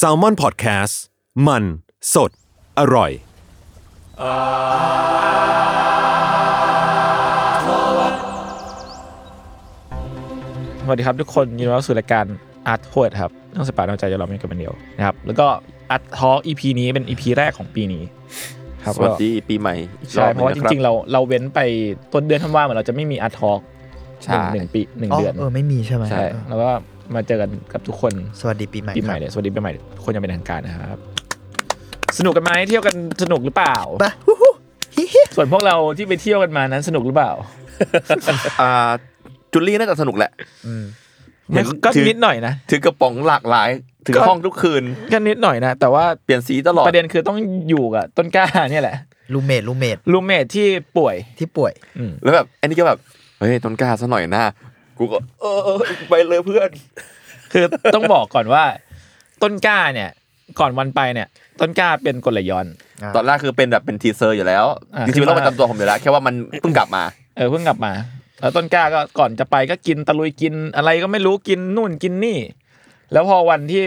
s a l m o n PODCAST มันสดอร่อย สวัสดีครับทุกคนยินดีต้อนรับสู่รายการอาร์ตโ e ดครับเรื่องสปาร์ตใจจะเราไม่กันเป็นเดียวนะครับแล้วก็อาร์ตทอล์ก EP นี้เป็น EP แรกของปีนี้ ครับ สวัสดีปีใหม่อีก ใช่เพราะว่าจริงๆ เรา เราเราเว้นไปต้นเดือนธันวาเหมือนเราจะไม่มีอาร์ตทอล์ก ใช่ หนึ่งปีหนึ่ง อ๋อ เดือน เออไม่มีใช่ไหม ใช่ เออ แล้วก็มาเจอกันกับทุกคน สวัสดีปีใหม่ ปีใหม่เลยสวัสดีปีใหม่ทุกคนยังเป็นทางการนะครับ สนุกกันไหมเที่ยวกันสนุกหรือเปล่า ปะฮู้ฮู้ฮิฮิ ส่วนพวกเราที่ไปเที่ยวกันมานั้นสนุกหรือเปล่า อ่าจุลลี่น่าจะสนุกแหละ อืม เหมือน ก็ ถือ นิดหน่อยนะ ถือกระป๋องหลากหลาย ถือ ก็ ห้องทุกคืน ก็นิดหน่อยนะ แต่ว่า เปลี่ยนสีตลอด ประเด็นคือต้องอยู่กับต้นกล้าเนี่ยแหละ ลูเมดลูเมด รูมเมทที่ป่วย ที่ป่วย แล้วแบบอันนี้ก็แบบ เฮ้ยต้นกล้าซะหน่อยหน้ากูก็เออเออไปเลยเพื่อน คือต้องบอกก่อนว่า ต้นกล้าเนี่ย ก่อนวันไปเนี่ย ต้นกล้าเป็นกรดไหลย้อน อ่า ตอนแรกคือเป็นแบบเป็นทีเซอร์อยู่แล้ว อ่า จริงๆ ขึ้ เป็น น โร มา คประจำตัวผมอยู่แล้ว แค่ว่ามันเพิ่งกลับมา เออเพิ่งกลับมา แล้วต้นกล้าก็ก่อนจะไปก็กินตะลุยกินอะไรก็ไม่รู้กินนู่นกินนี่ แล้วพอวันที่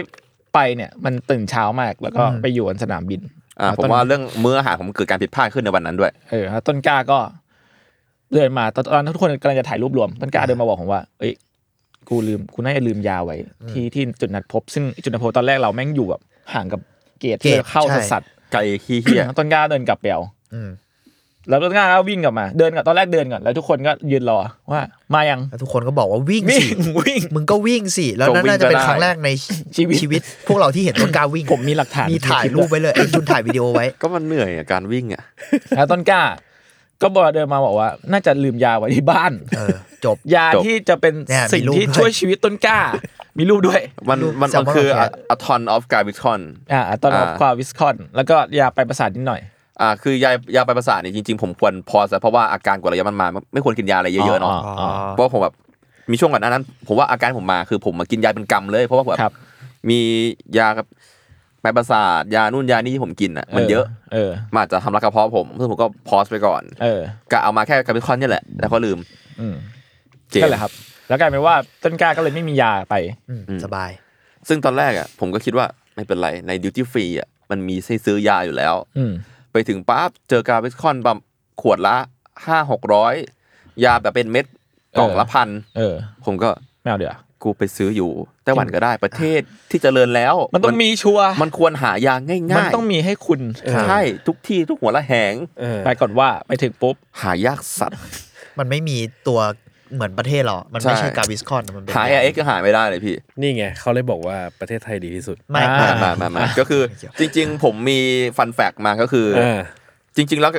ไปเนี่ย มันตื่นเช้ามากแล้วก็ อืม ไปอยู่บนสนามบิน อ่า แล้ ผม ต้น ว่าเรื่องมื้ออาหารผมเกิดการผิดพลาดขึ้นในวันนั้นด้วย เออแล้วต้นกล้าก็เดินมาตอนตอนนั้นทุกคนกำลังจะถ่ายรูปรวมต้นกล้าเดินมาบอกผมว่า เอ้ยกูลืมกูน่าจะลืมยาไว้ ที่ที่จุดนัดพบ ซึ่งจุดนัดพบตอนแรกเราแม่งอยู่แบบห่างกับเกตที่เราเข้า เกตใช่ สัสๆ ไก่ขี้เหี้ย ต้นกล้าเดินกลับไปเอา อืม แล้วต้นกล้าก็วิ่งกลับมา เดินกับตอนแรกเดินก่อน แล้วทุกคนก็ยืนรอว่ามายัง แล้วทุกคนก็บอกว่าวิ่ง วิ่ง สิ วิ่ง มึงก็วิ่งสิ แล้วนั่นน่าจะเป็นครั้งแรกใน ชีวิต ชีวิต พวกเราที่เห็นต้นกล้าวิ่ง ผมมีหลักฐาน มีถ่ายรูปไว้เลยไอ้จุนถ่ายวิดีโอไว้ ก็มันเหนื่อยอ่ะการวิ่งอ่ะ แล้วต้นกล้า ก็บอกเดินมาบอกว่า น่าจะลืมยาไว้ที่บ้าน เออ จบ ยา จบ ที่จะเป็น เนี่ย สิ่ง มีรูป ที่ ด้วย ช่วยชีวิตต้นกล้า มีรูปด้วย มัน รูป มัน แซลมอน คือ ของแท้ อะทอนออฟกาบิคอน อ่าตอนออก อ่า ควาวิสคอน แล้วก็ยาไปประสาทนิดหน่อย อ่าคือยายาไปลายประสาทเนี่ยจริงๆ ผมควรพอซะเพราะว่าอาการกว่าระยะมันมาไม่ควรกินยาอะไรเยอะๆเนาะ อ๋อ เพราะผมแบบมีช่วงก่อนหน้านั้น ผมว่าอาการผมมาคือผมมากินยาเป็นกรรมเลย เพราะว่าแบบ ครับ มียากับไปลายประสาทยานู่นยานี่ที่ผมกินอ่ะมันเยอะ เออ มนอาจจะทำรักกระเพาะผมซึ่งผมก็พอสไปก่อน เออ ก็เอามาแค่กาเบคอนเนี่ยแหละแล้วก็ลืม อืม เจม นั่นแหละครับ แล้วกลายเป็นว่าต้นกล้าก็เลยไม่มียาไป อืมสบาย ซึ่งตอนแรกอ่ะผมก็คิดว่าไม่เป็นไรในดิวตี้ฟรีอ่ะมันมีให้ซื้อยาอยู่แล้ว อืม ไปถึงปั๊บเจอกาเบคอนประมาณขวดละห้าหกร้อยยาแบบเป็นเม็ดกล่องละ เออ พัน เออ ผมก็ ไม่เอาเดี๋ยว กูไปซื้ออยู่ไต้หวันก็ได้ประเทศที่เจริญแล้ว มันต้องมีชัวร์ มันควรหายาง่ายๆ มันต้องมีให้คุณ ใช่ทุกที่ทุกหัวละแหง ไปก่อนว่าไปถึงปุ๊บ หายากสัตว์ มันไม่มีตัวเหมือนประเทศเรา มันไม่ ใช่ ใช่กาวิสคอนมันเป็น หาเอ็กก็หาไม่ได้เลยพี่ นี่ไงเขาเลยบอกว่าประเทศไทยดีที่สุด ไม่ อ่ ไม่ มามามามาก็คือจริง ๆ ผมมีฟันแฟกมาก็คือ เออ จริง ๆ แล้ว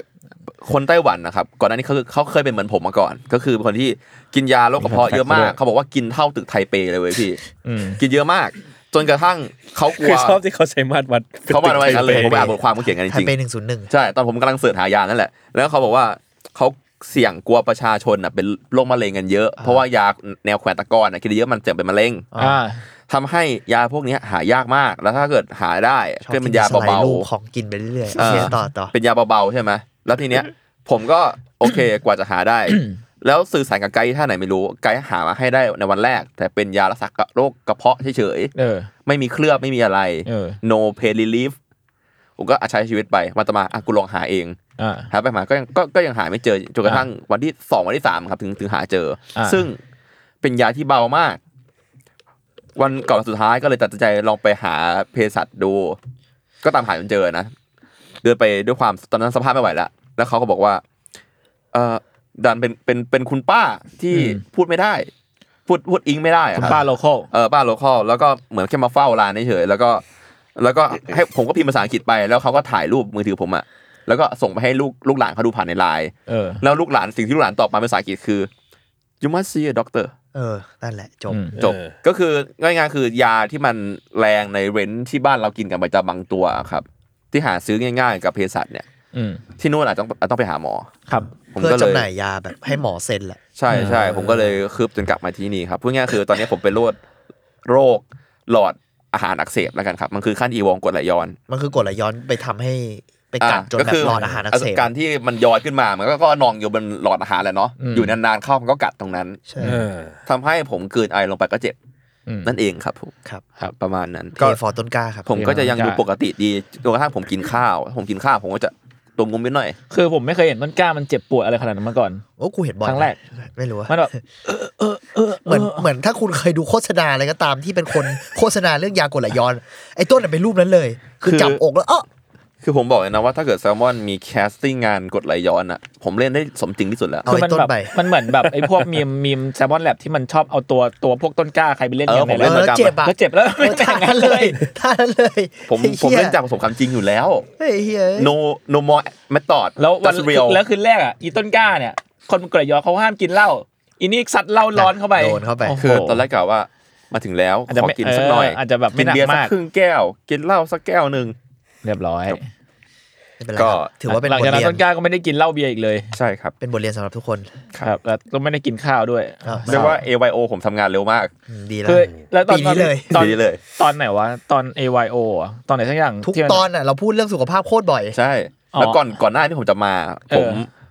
คนไต้หวันนะครับก่อนหน้านี้เขาเขาเคยเป็นเหมือนผมมาก่อน ก็คือเป็นคนที่กินยาโรคกระเพาะเยอะมาก เขาบอกว่ากินเท่าตึกไทเปเลยเว้ยพี่ อืม กินเยอะมาก จนกระทั่งเขากลั คื ว อชอบที่เขาใช้มาตรวัด เขามาอะไรกันเลยผมไปอ่านบทความเขาเขียนกันจ ไทย ริง เป ๆ หนึ่งศูนย์หนึ่ง ใช่ ตอนผมกำลังเสิร์ชหายานั่นแหละ แล้วเขาบอกว่าเขาเสี่ยงกลัวประชาชนน่ะเป็นโรคมะเร็งกันเยอะ เพราะว่ายาแนวแขวนตะกอนน่ะกินเยอะมันเสี่ยงเป็นมะเร็ง อ่า ทำให้ยาพวกเนี้ยหายากมาก แล้วถ้าเกิดหาได้ก็เป็นยา สไล เบา ด์รูป ๆ ของกินไปเรื่อยๆ เอ โอ อ เคต่อต่อ เป็นยาเบาๆใช่ไหมแล้วทีเนี้ย ผมก็โอเคกว่าจะหาได้ แล้วสื่อสารกับไกด์ท่าไหนไม่รู้ ไกด์หามาให้ได้ในวันแรก แต่เป็นยารักษาโรคกระเพาะเฉย เออ ๆ ไม่มีเคลือบไม่มีอะไร เออ no pain relief ผมก็อาใช้ชีวิตไปมาต่อมาอ่ะกูลองหาเอง อ่า หาไปหาก็ยังก็ก็ยังหาไม่เจอจนกระทั่งวันที่สองวันที่สามครับถึงถึงหาเจอ อ่า ซึ่งเป็นยาที่เบามาก วันก่อนวันสุดท้ายก็เลยตัดสินใจลองไปหาเภสัชดู ก็ตามหาจนเจอนะ เดินไปด้วยความตอนนั้นสภาพไม่ไหวแล้วแล้วเขาก็บอกว่า เออดันเป็นเป็นเป็นคุณป้าที่พูดไม่ได้ พูดพูดอิงไม่ได้อะ คุณ รับ ป้าโลคอล เออป้าโลคอลแล้วก็เหมือนแค่มาเฝ้าร้านเฉยๆแล้วก็ แล้วก็ให้ผมก็พิมพ์ภาษาอังกฤษไปแล้วเขาก็ถ่ายรูปมือถือผมอะแล้วก็ส่งไปให้ลูกลูกหลานเขาดูผ่านในไลน์ เออ แล้วลูกหลานสิ่งที่ลูกหลานตอบมาเป็นภาษาอังกฤษคือ you must see a doctor เออนั่นแหละจบ อืม จบ เออ ก็คือง่ายๆคือยาที่มันแรงในเรนจ์ที่บ้านเรากินกันประจำบางตัวครับ ที่หาซื้อง่าย ๆ กับเภสัชเนี่ย อืม ที่นู่นอาจจะต้องอาจต้องไปหาหมอ ครับ ผม เพื่อ ก็เล จำ ย หน่ายยาแบบให้หมอเซ็นแหละ ใช่ใช่ผมก็เลยคืบจนกลับมาที่นี่ครับพูดง่ายๆคือตอนนี้ผมเป็นโรคโรคหลอดอาหารอักเสบแล้วกันครับ มันคือขั้นอีวองกรดไหลย้อน มันคือกดไหลย้อนไปทำให้ไปกัด ะ จนแบบหลอดอาหารอักเสบ การที่มันย้อนขึ้นมามันก็ก็นองอยู่บนหลอดอาหารแหละเนาะ อืม อยู่นานๆเข้ามันก็กัดตรงนั้น ใช่ เออ ทำให้ผมกลืนไอลงไปก็เจ็บ อืม นั่นเองครับผม ครับ ครับประมาณนั้น เพ ก็ ฟอร์ต้นกล้าครับ ผมก็จะยังดู ใช่ ปกติดีจนกระทั่งผมกินข้าว ผมกินข้าวผมก็จะตัวงุ้มนิดหน่อย คือผมไม่เคยเห็นต้นกล้ามันเจ็บปวดอะไรขนาดนั้นมาก่อน โอ้กูเห็นบ่อย ครั้งแรก นะไม่รู้ว่า มันแบบ เหมือนเหมือนถ้าคุณเคยดูโฆษณาอะไรก็ตามที่เป็น คนโฆษณาเรื่องยากดไหลย้อนไอ้ต้นน่ะเป็นรูปนั้นเลย คือ คือ จับอกแล้วเออ คือผมบอกเลยนะว่าถ้าเกิดแซลมอนมีแคสติ้งงานกดไหลย้อนอ่ะ ผมเล่นได้สมจริงที่สุดแล้ว เอา คือ ไอ้ มัน ต้น แบบ ไป มันเหมือนแบบ ไอ้พวกมีมมีมแซมมอนแลบที่มันชอบเอาตัวตัวพวกต้นกล้าใครไปเล่นกัน เออผม ใน เล่น แล ป บ ระจำ เจ็บอ่ะ ก็เจ็บแล้ว เออท่านั้นเลยท่านั้นเลย ผม ไอ้ ผม หี้ย เล่นจากประสบการณ์จริงอยู่แล้ว ไอ้เฮีย no no more method แล้ววัน That's real แล้วคืนแรกอ่ะอีต้นกล้าเนี่ย คนกระยอเขาห้ามกินเหล้าอีนี่ซัดเหล้าร้อนเข้าไป โดนเข้าไป โโห คือตอนแรกกะว่ามาถึงแล้ว อาจจะ ขอ ไม่ กินสักหน่อย เอออาจจะแบบไม่หนัก เบียร์สั มาก ครึ่งแก้ว กินเหล้าสักแก้วหนึ่ง เรียบร้อย ไม่เป็นไร ก็ ครับถือว่าเป็น หลัง บท จากนั้ เรีย นต้ น นกล้าก็ไม่ได้กินเหล้าเบียร์อีกเลย ใช่ครับ เป็นบทเรียนสำหรับทุกคน ครับแล้วก็ไม่ได้กินข้าวด้วย อ้าว เรียกว่า AYO ผมทำงานเร็วมาก อืมดีแล้ว คือแล้วตอน ปีนี้เลย ตอน ดีเลย ตอนไหนวะตอน AYO อ่ะตอนไหนสักอย่าง ทุก ที่มั ตอนอ่ะเราพูดเรื่องสุขภาพโคตรบ่อย ใช่ อ๋อ แล้วก่อนก่อนหน้าที่ผมจะมา เออ ผม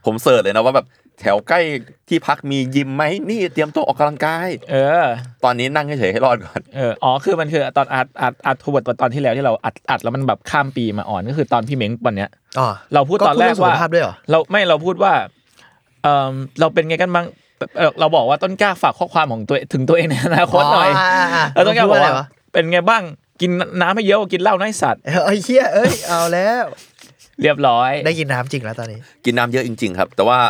ผมเสิร์ชเลยนะว่าแบบแถวใกล้ที่พักมียิมไหมนี่เตรียมตัวออกกำลังกาย เออ ตอนนี้นั่งเฉยๆให้รอดก่อน เออ อ๋อ คือมันคือตอนอัดอัดอัดทัวร์ตอนที่แล้วที่เราอัดอัดแล้วมันแบบข้ามปีมาอ่อนก็คือตอนพี่เม้งวันเนี้ย อ๋อ เราพูดตอนแรก เงสุข ว่า ภาพด้วยเหรอ เราไม่เราพูดว่าเออเราเป็นไงกันบ้างเอ่อเราบอกว่าต้นกล้าฝากข้อความของตัวถึงตัวเองในอนาคตหน่อย อ๋ออ่าอ่า แล้วต้นกล้าบอก เราพูดว่าอะว่าวไระ เป็นไงบ้างกินน้ำไม่เยอะกว่ากินเหล้าน้อยสัตว์ เออไอ้เฮียเอ้ยเอาแล้ว เรียบร้อย ได้กินน้ำจริงแล้วตอนนี้ กินน้ำเยอะจริง ๆ ครับ แต่ว่า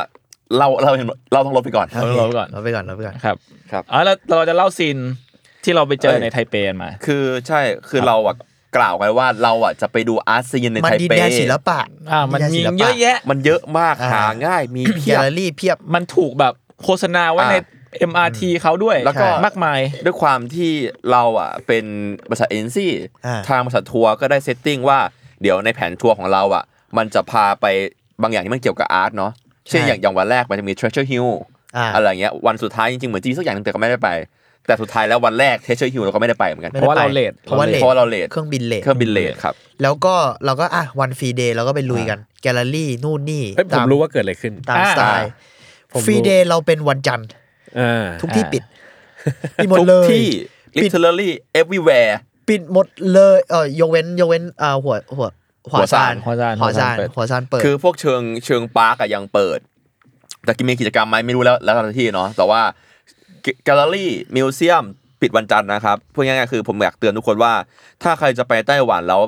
เราเราเราต้องลดไปก่อน าไว้ก่อน เราไปก่อนเราไปก่อน ครับ ครับ อ๋อแล้วเราจะเล่าซีนที่เราไปเจอ เอ้ย ในไทเปกันมา คือใช่คือเราอะกล่าวไว้ว่าเราอะจะไปดูอาร์ตซีนใน มัน ไท ดิน เป แดนศิลปะ อ่ามัน ดิ มี แดนศิลป เยอะแยะ มันเยอะมาก อ่า หาง่ายมี แก เพีย ล บ เลอรี่เพียบ มันถูกแบบโฆษณาไว้ อ่า ใน MRT เขาด้วย แล้วก็ มากมาย ด้วยความที่เราอะเป็นบริษัทเอ็นซี่ อ่า ทางบริษัททัวร์ก็ได้เซตติ้งว่าเดี๋ยวในแผนทัวร์ของเราอะมันจะพาไปบางอย่างที่มันเกี่ยวกับอาร์ตเนาะเช่นอย่างอย่างวันแรกมันจะมี Treasure Hill อ่า อะไรเงี้ยวันสุดท้ายจริงๆเหมือนจีสักอย่างหนึงแต่ก็ไม่ได้ไป แต่สุดท้ายแล้ววันแรกเทเชอร์ฮิลเราก็ไม่ได้ไปเหมือนกัน ไม่ เพ ได้ ราะว่า ไป เราเลท เพราะว่า เพราะว่าเราเลท เครื่องบินเลท เครื่องบินเลทครับ แล้วก็เราก็อ่ะวันฟรีเดย์เราก็ไปลุยกัน แกลเลอรี่นู่นนี่ เฮ้ยผม ตาม รู้ว่าเกิดอะไรขึ้น ตามสไตล์ ผมรู้ ฟรีเดย์เราเป็นวันจันทร์ อ่า ทุกที่ปิดปิดหมดเล ทุก ย ที่ ปิด literally everywhere ปิดหมดเลยเออยกเว้นยกเว้นอ่าหัวหัวหัวซาน หัวซานหั หั ว ว ซา ซาน น เปิด หัวซานเปิด คือพวกเชิงเชิงปาร์กอะยังเปิด แต่กิมีกิจกรรมไหมไม่รู้แล้วแล้วแต่ที่เนาะแต่ว่าแกลเลอรี่มิวเซียมปิดวันจันทร์นะครับพูดง่ายๆคือผมอยากเตือนทุกคนว่า ถ้าใครจะไปไต้หวันแล้ว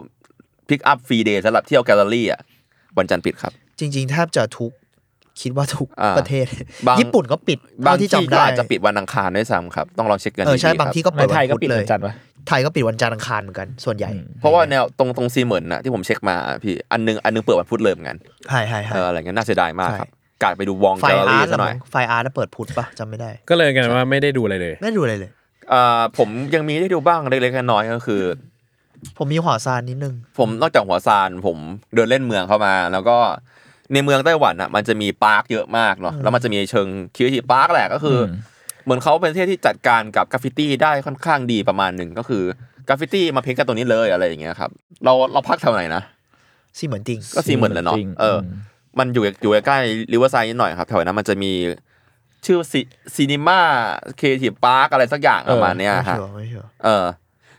พิกอัพฟรีเดย์สำหรับเที่ยวแกลเลอรี่อะวันจันทร์ปิดครับ จริงๆแทบจะทุกคิดว่าทุก อ่า ประเทศ บาง ญี่ปุ่นก็ปิด บาง เท่า ที่ ที่จำ ก็ ได้ อาจจะปิดวันอังคารด้วยซ้ำครับต้องลองเช็คกัน เออดีๆครับใช่างที่ก็ ใน เปิด ไทยก็ วัน ปิดพุธเล เหมื ย อนกันปะ ไทยก็ปิดวันจันทร์อังคารเหมือนกันส่วนใหญ่ เพราะว่าแนวตรงตรงซีเหมือนนะที่ผมเช็คมาพี่อันนึงอันนึงเปิดวันพุธเลยเหมือนกัน ใช่ใช่ใช่ เอออะไรเงี้ยน่าเสียดายมากครับ ใช่ กลายไปดูวอง ไฟ แกลเลอ อา รี่ ร์ต ซะ ห ห น่ น่ อ อย ยไฟอาร์ตน่ะเปิดพุธปะจำไม่ได้ ก็เลยกันว่าไม่ได้ดูอะไรเลย ไม่ดูอะไรเลย อ่าผมยังมีได้ดูบ้างเล็กๆน้อยๆก็คือ ผมมีหัวซานนิดนึง ผมนอกจากหัวซานผมเดินเล่นเมืองเข้ามา แล้วก็ในเมืองไต้หวันอ่ะมันจะมีปาร์คเยอะมากเนาะแล้วมันจะมีเชิงคิวทีปาร์คแหละก็คืออ ม เหมือนเขาเป็นประเทศที่จัดการกับกราฟฟิตี้ได้ค่อนข้างดีประมาณหนึ่งก็คือกราฟฟิตี้มาเพ้นกันตรงนี้เลยอะไรอย่างเงี้ยครับเราเราพักแถวไหนนะ ซี่เหมือนจริง ก็ซีเหมือนแหละเนาะ จริง เอออ ม มันอยู่อยู่ใกล้ริเวอร์ไซด์นิดหน่อยครับแถวนั้นมันจะมีชื่อซีนิม่าเคทีปาร์คอะไรสักอย่างประมาณเนี้ย ไม่ ฮะ เชื่อไม่เชื่อ เออ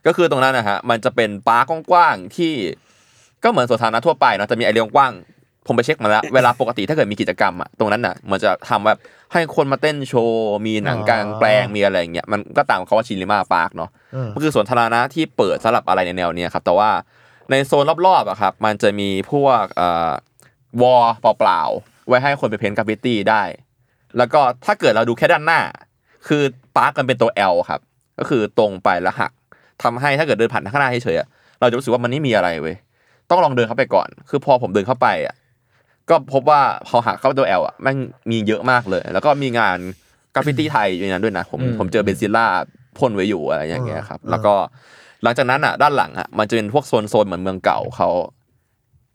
ก็คือตรงนั้นนะฮะ มันจะเป็นปาร์กกว้างๆที่ก็เหมือนสวนสาธารณะทั่วไปเนาะจะมีไอเรียกว้างๆผมไปเช็คมาแล้ว เวลาปกติถ้าเกิดมีกิจกรรมอะตรงนั้นน่ะเหมือนจะทำแบบให้คนมาเต้นโชว์ มีหนังกลางแปลงมีอะไรอย่างเงี้ยมันก็ตามเขาว่าชิลิมาปาร์กเนาะ เออ มันคือสวนสาธารณะที่เปิดสำหรับอะไรในแนวเนี้ยครับ แต่ว่าในโซนรอบๆอะครับ มันจะมีพวกเอ่อวอลเปล่าๆไว้ให้คนไปเพ้นท์กราฟฟิตี้ได้ แล้วก็ถ้าเกิดเราดูแค่ด้านหน้า คือปาร์กกันเป็นตัว L ครับ ก็คือตรงไปแล้วหักทำให้ถ้าเกิดเดินผ่านข้างหน้าเฉยๆอะเราจะรู้สึกว่ามันไม่มีอะไรเว้ยต้องลองเดินเข้าไปก่อน คือพอผมเดินเข้าไปอ่ะก็พบว่าพอหักเข้าไปตัว L อ่ะแมันมีเยอะมากเลย แล้วก็มีงานก ราฟฟิตี้ไทยอยู่ในนั้นด้วยนะ ผม อืม ผมเจอเบนซิลล่าพ่นไว้อยู่อะไรอย่างเงี้ยครับ แล้วก็หลังจากนั้นอ่ะ ด้านหลังอ่ะมันจะเป็นพวกโซนโซนเหมือนเมืองเก่าเขา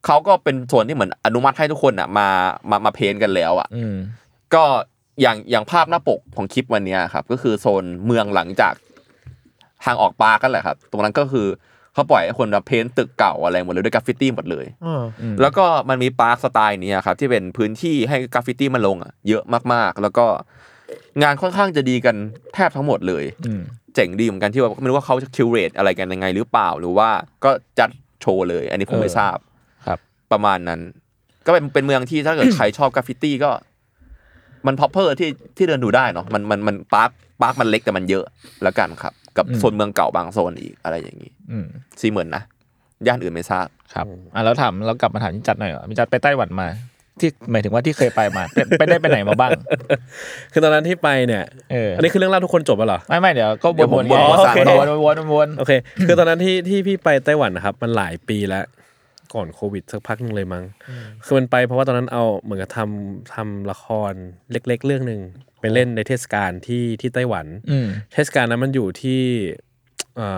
เขาก็เป็นโซนที่เหมือนอนุมัติให้ทุกคนอ่ะมามามาเพนกันแล้วอ่ะ อืม ก็อย่างอย่างภาพหน้าปกของคลิปวันเนี้ยครับ ก็คือโซนเมืองหลังจากทางออกปาร์กันแหละครับ ตรงนั้นก็คือเขาปล่อยให้คนมาเพ้นท์ตึกเก่าอะไรหมดเลยด้วยกราฟฟิตี้หมดเลย อืม อืม แล้วก็มันมีปาร์คสไตล์นี้ครับ ที่เป็นพื้นที่ให้กราฟฟิตี้มาลงอ่ะเยอะมากๆ แล้วก็งานค่อนข้างจะดีกันแทบทั้งหมดเลย อืม เจ๋งดีเหมือนกันที่ว่าไม่รู้ว่าเขาจะคิวเรตอะไรกันยังไงหรือเปล่าหรือว่าก็จัดโชว์เลย อันนี้ผม เออ ไม่ทราบ ครับ ประมาณนั้น ก็เป็นเป็นเมืองที่ถ้าเกิด ใครชอบกราฟฟิตี้ก็ มันพอเพอร์ที่ที่เดินดูได้เนาะมันมันมันปาร์คปาร์คมันเล็กแต่มันเยอะแล้วกันครับ กับโซนเมืองเก่าบางโซนอีกอะไรอย่างนี้ อืม ซีเหมือนนะย่านอื่นไม่ทราบ ครับอ่ะแล้วถามเรากลับมาถามพี่จัดหน่อยว่าพี่จัดไปไต้หวันมา ที่หมายถึงว่าที่เคยไปมาไปไปได้ไปไหนมาบ้าง คือตอนนั้นที่ไปเนี่ย เออ อันนี้คือเรื่องเล่าทุกคนจบแล้วเหรอ ไม่ไม่เดี๋ยวก็ เดี๋ วย วนวนผมบอกว่าสาม วน รอบ วนวนวนวน โอเค คือตอนนั้นที่ที่พี่ไปไต้หวันนะครับ มันหลายปีแล้ว ก่อนโควิดสักพักหนึงเลยมั้ง คือมันไปเพราะว่าตอนนั้นเอาเหมือนกับทำทำละครเล็ก ๆ เรื่องหนึ่งไปเล่นในเทศกาลที่ที่ไต้หวัน อืม เทศกาลนั้นมันอยู่ที่เอ่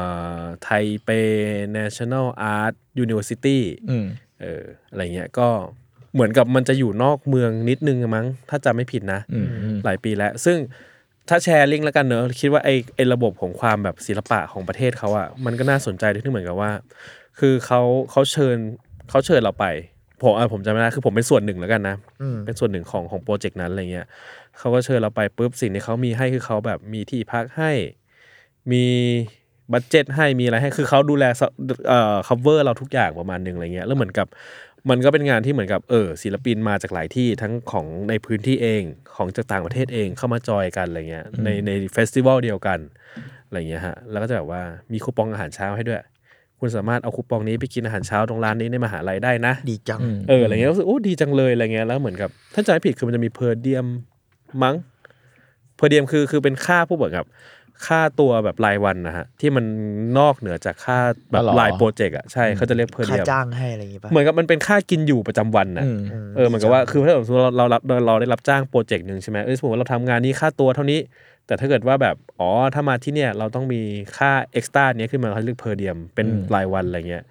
อไทเป National Art University อืม เอออะไรเงี้ยก็เหมือนกับมันจะอยู่นอกเมืองนิดนึงอะมั้ง ถ้าจำไม่ผิดนะ อืมอืม หลายปีแล้ว ซึ่งถ้าแชร์ลิงก์แล้วกันเนอะคิดว่าไอ้ไอ้ระบบของความแบบศิลปะของประเทศเขาอะมันก็น่าสนใจด้วยที่เหมือนกับว่า คือเขาเขาเชิญเขาเชิญเราไปผมอ่ะผมจำไม่ได้คือผมเป็นส่วนหนึ่งแล้วกันนะ อืม เป็นส่วนหนึ่งของของโปรเจกต์นั้นอะไรเงี้ยเขาก็เชิญเราไปปุ๊บสิ่งที่เขามีให้คือเขาแบบมีที่พักให้ มีบัตเจ็ตให้มีอะไรให้คือเขาดูแลสเอ่อ cover เราทุกอย่างประมาณหนึ่งอะไรเงี้ยแล้วเหมือนกับมันก็เป็นงานที่เหมือนกับเออศิลปินมาจากหลายที่ทั้งของในพื้นที่เองของจากต่างประเทศเองเข้ามาจอยกันอะไรเงี้ยในในเฟสติวัลเดียวกันอะไรเงี้ยฮะแล้วก็จะแบบว่ามีคูปองอาหารเช้าให้ด้วย คุณสามารถเอาคูปองนี้ไปกินอาหารเช้าตรงร้านนี้ในมหาลัยได้นะ ดีจัง เอออะไรเงี้ยรู้สึกโอ้ดีจังเลยอะไรเงี้ยแล้วเหมือนกับถ้าจำไม่ผิดคือมันจะมีเพอร์เดียมมั้งเพอร์เดียมคือคือเป็นค่าผู้แบบกับค่าตัวแบบรายวันนะฮะที่มันนอกเหนือจากค่าแบ อ๋อบเหรอ รายโปรเจกต์อ่ะใช่เขาจะเรียกเพอร์ ค่า เดียม จ้างให้อะไรอย่างงี้ป่ะ เหมือนกับมันเป็นค่ากินอยู่ประจำวันนะ อืม ม เออเหมือนกับว่าคือถ้าสมมติเราเรารับเราได้รับจ้างโปรเจกต์หนึ่งใช่ไหมเออสมมติว่าเราทำงานนี้ค่าตัวเท่านี้ แต่ถ้าเกิดว่าแบบอ๋อถ้ามาที่เนี่ยเราต้องมีค่าเอ็กซ์ตร้าเนี้ยขึ้นมาเขาเรียกเพอร์เดียมเป็น อืม รายวันอะไรเงี้ย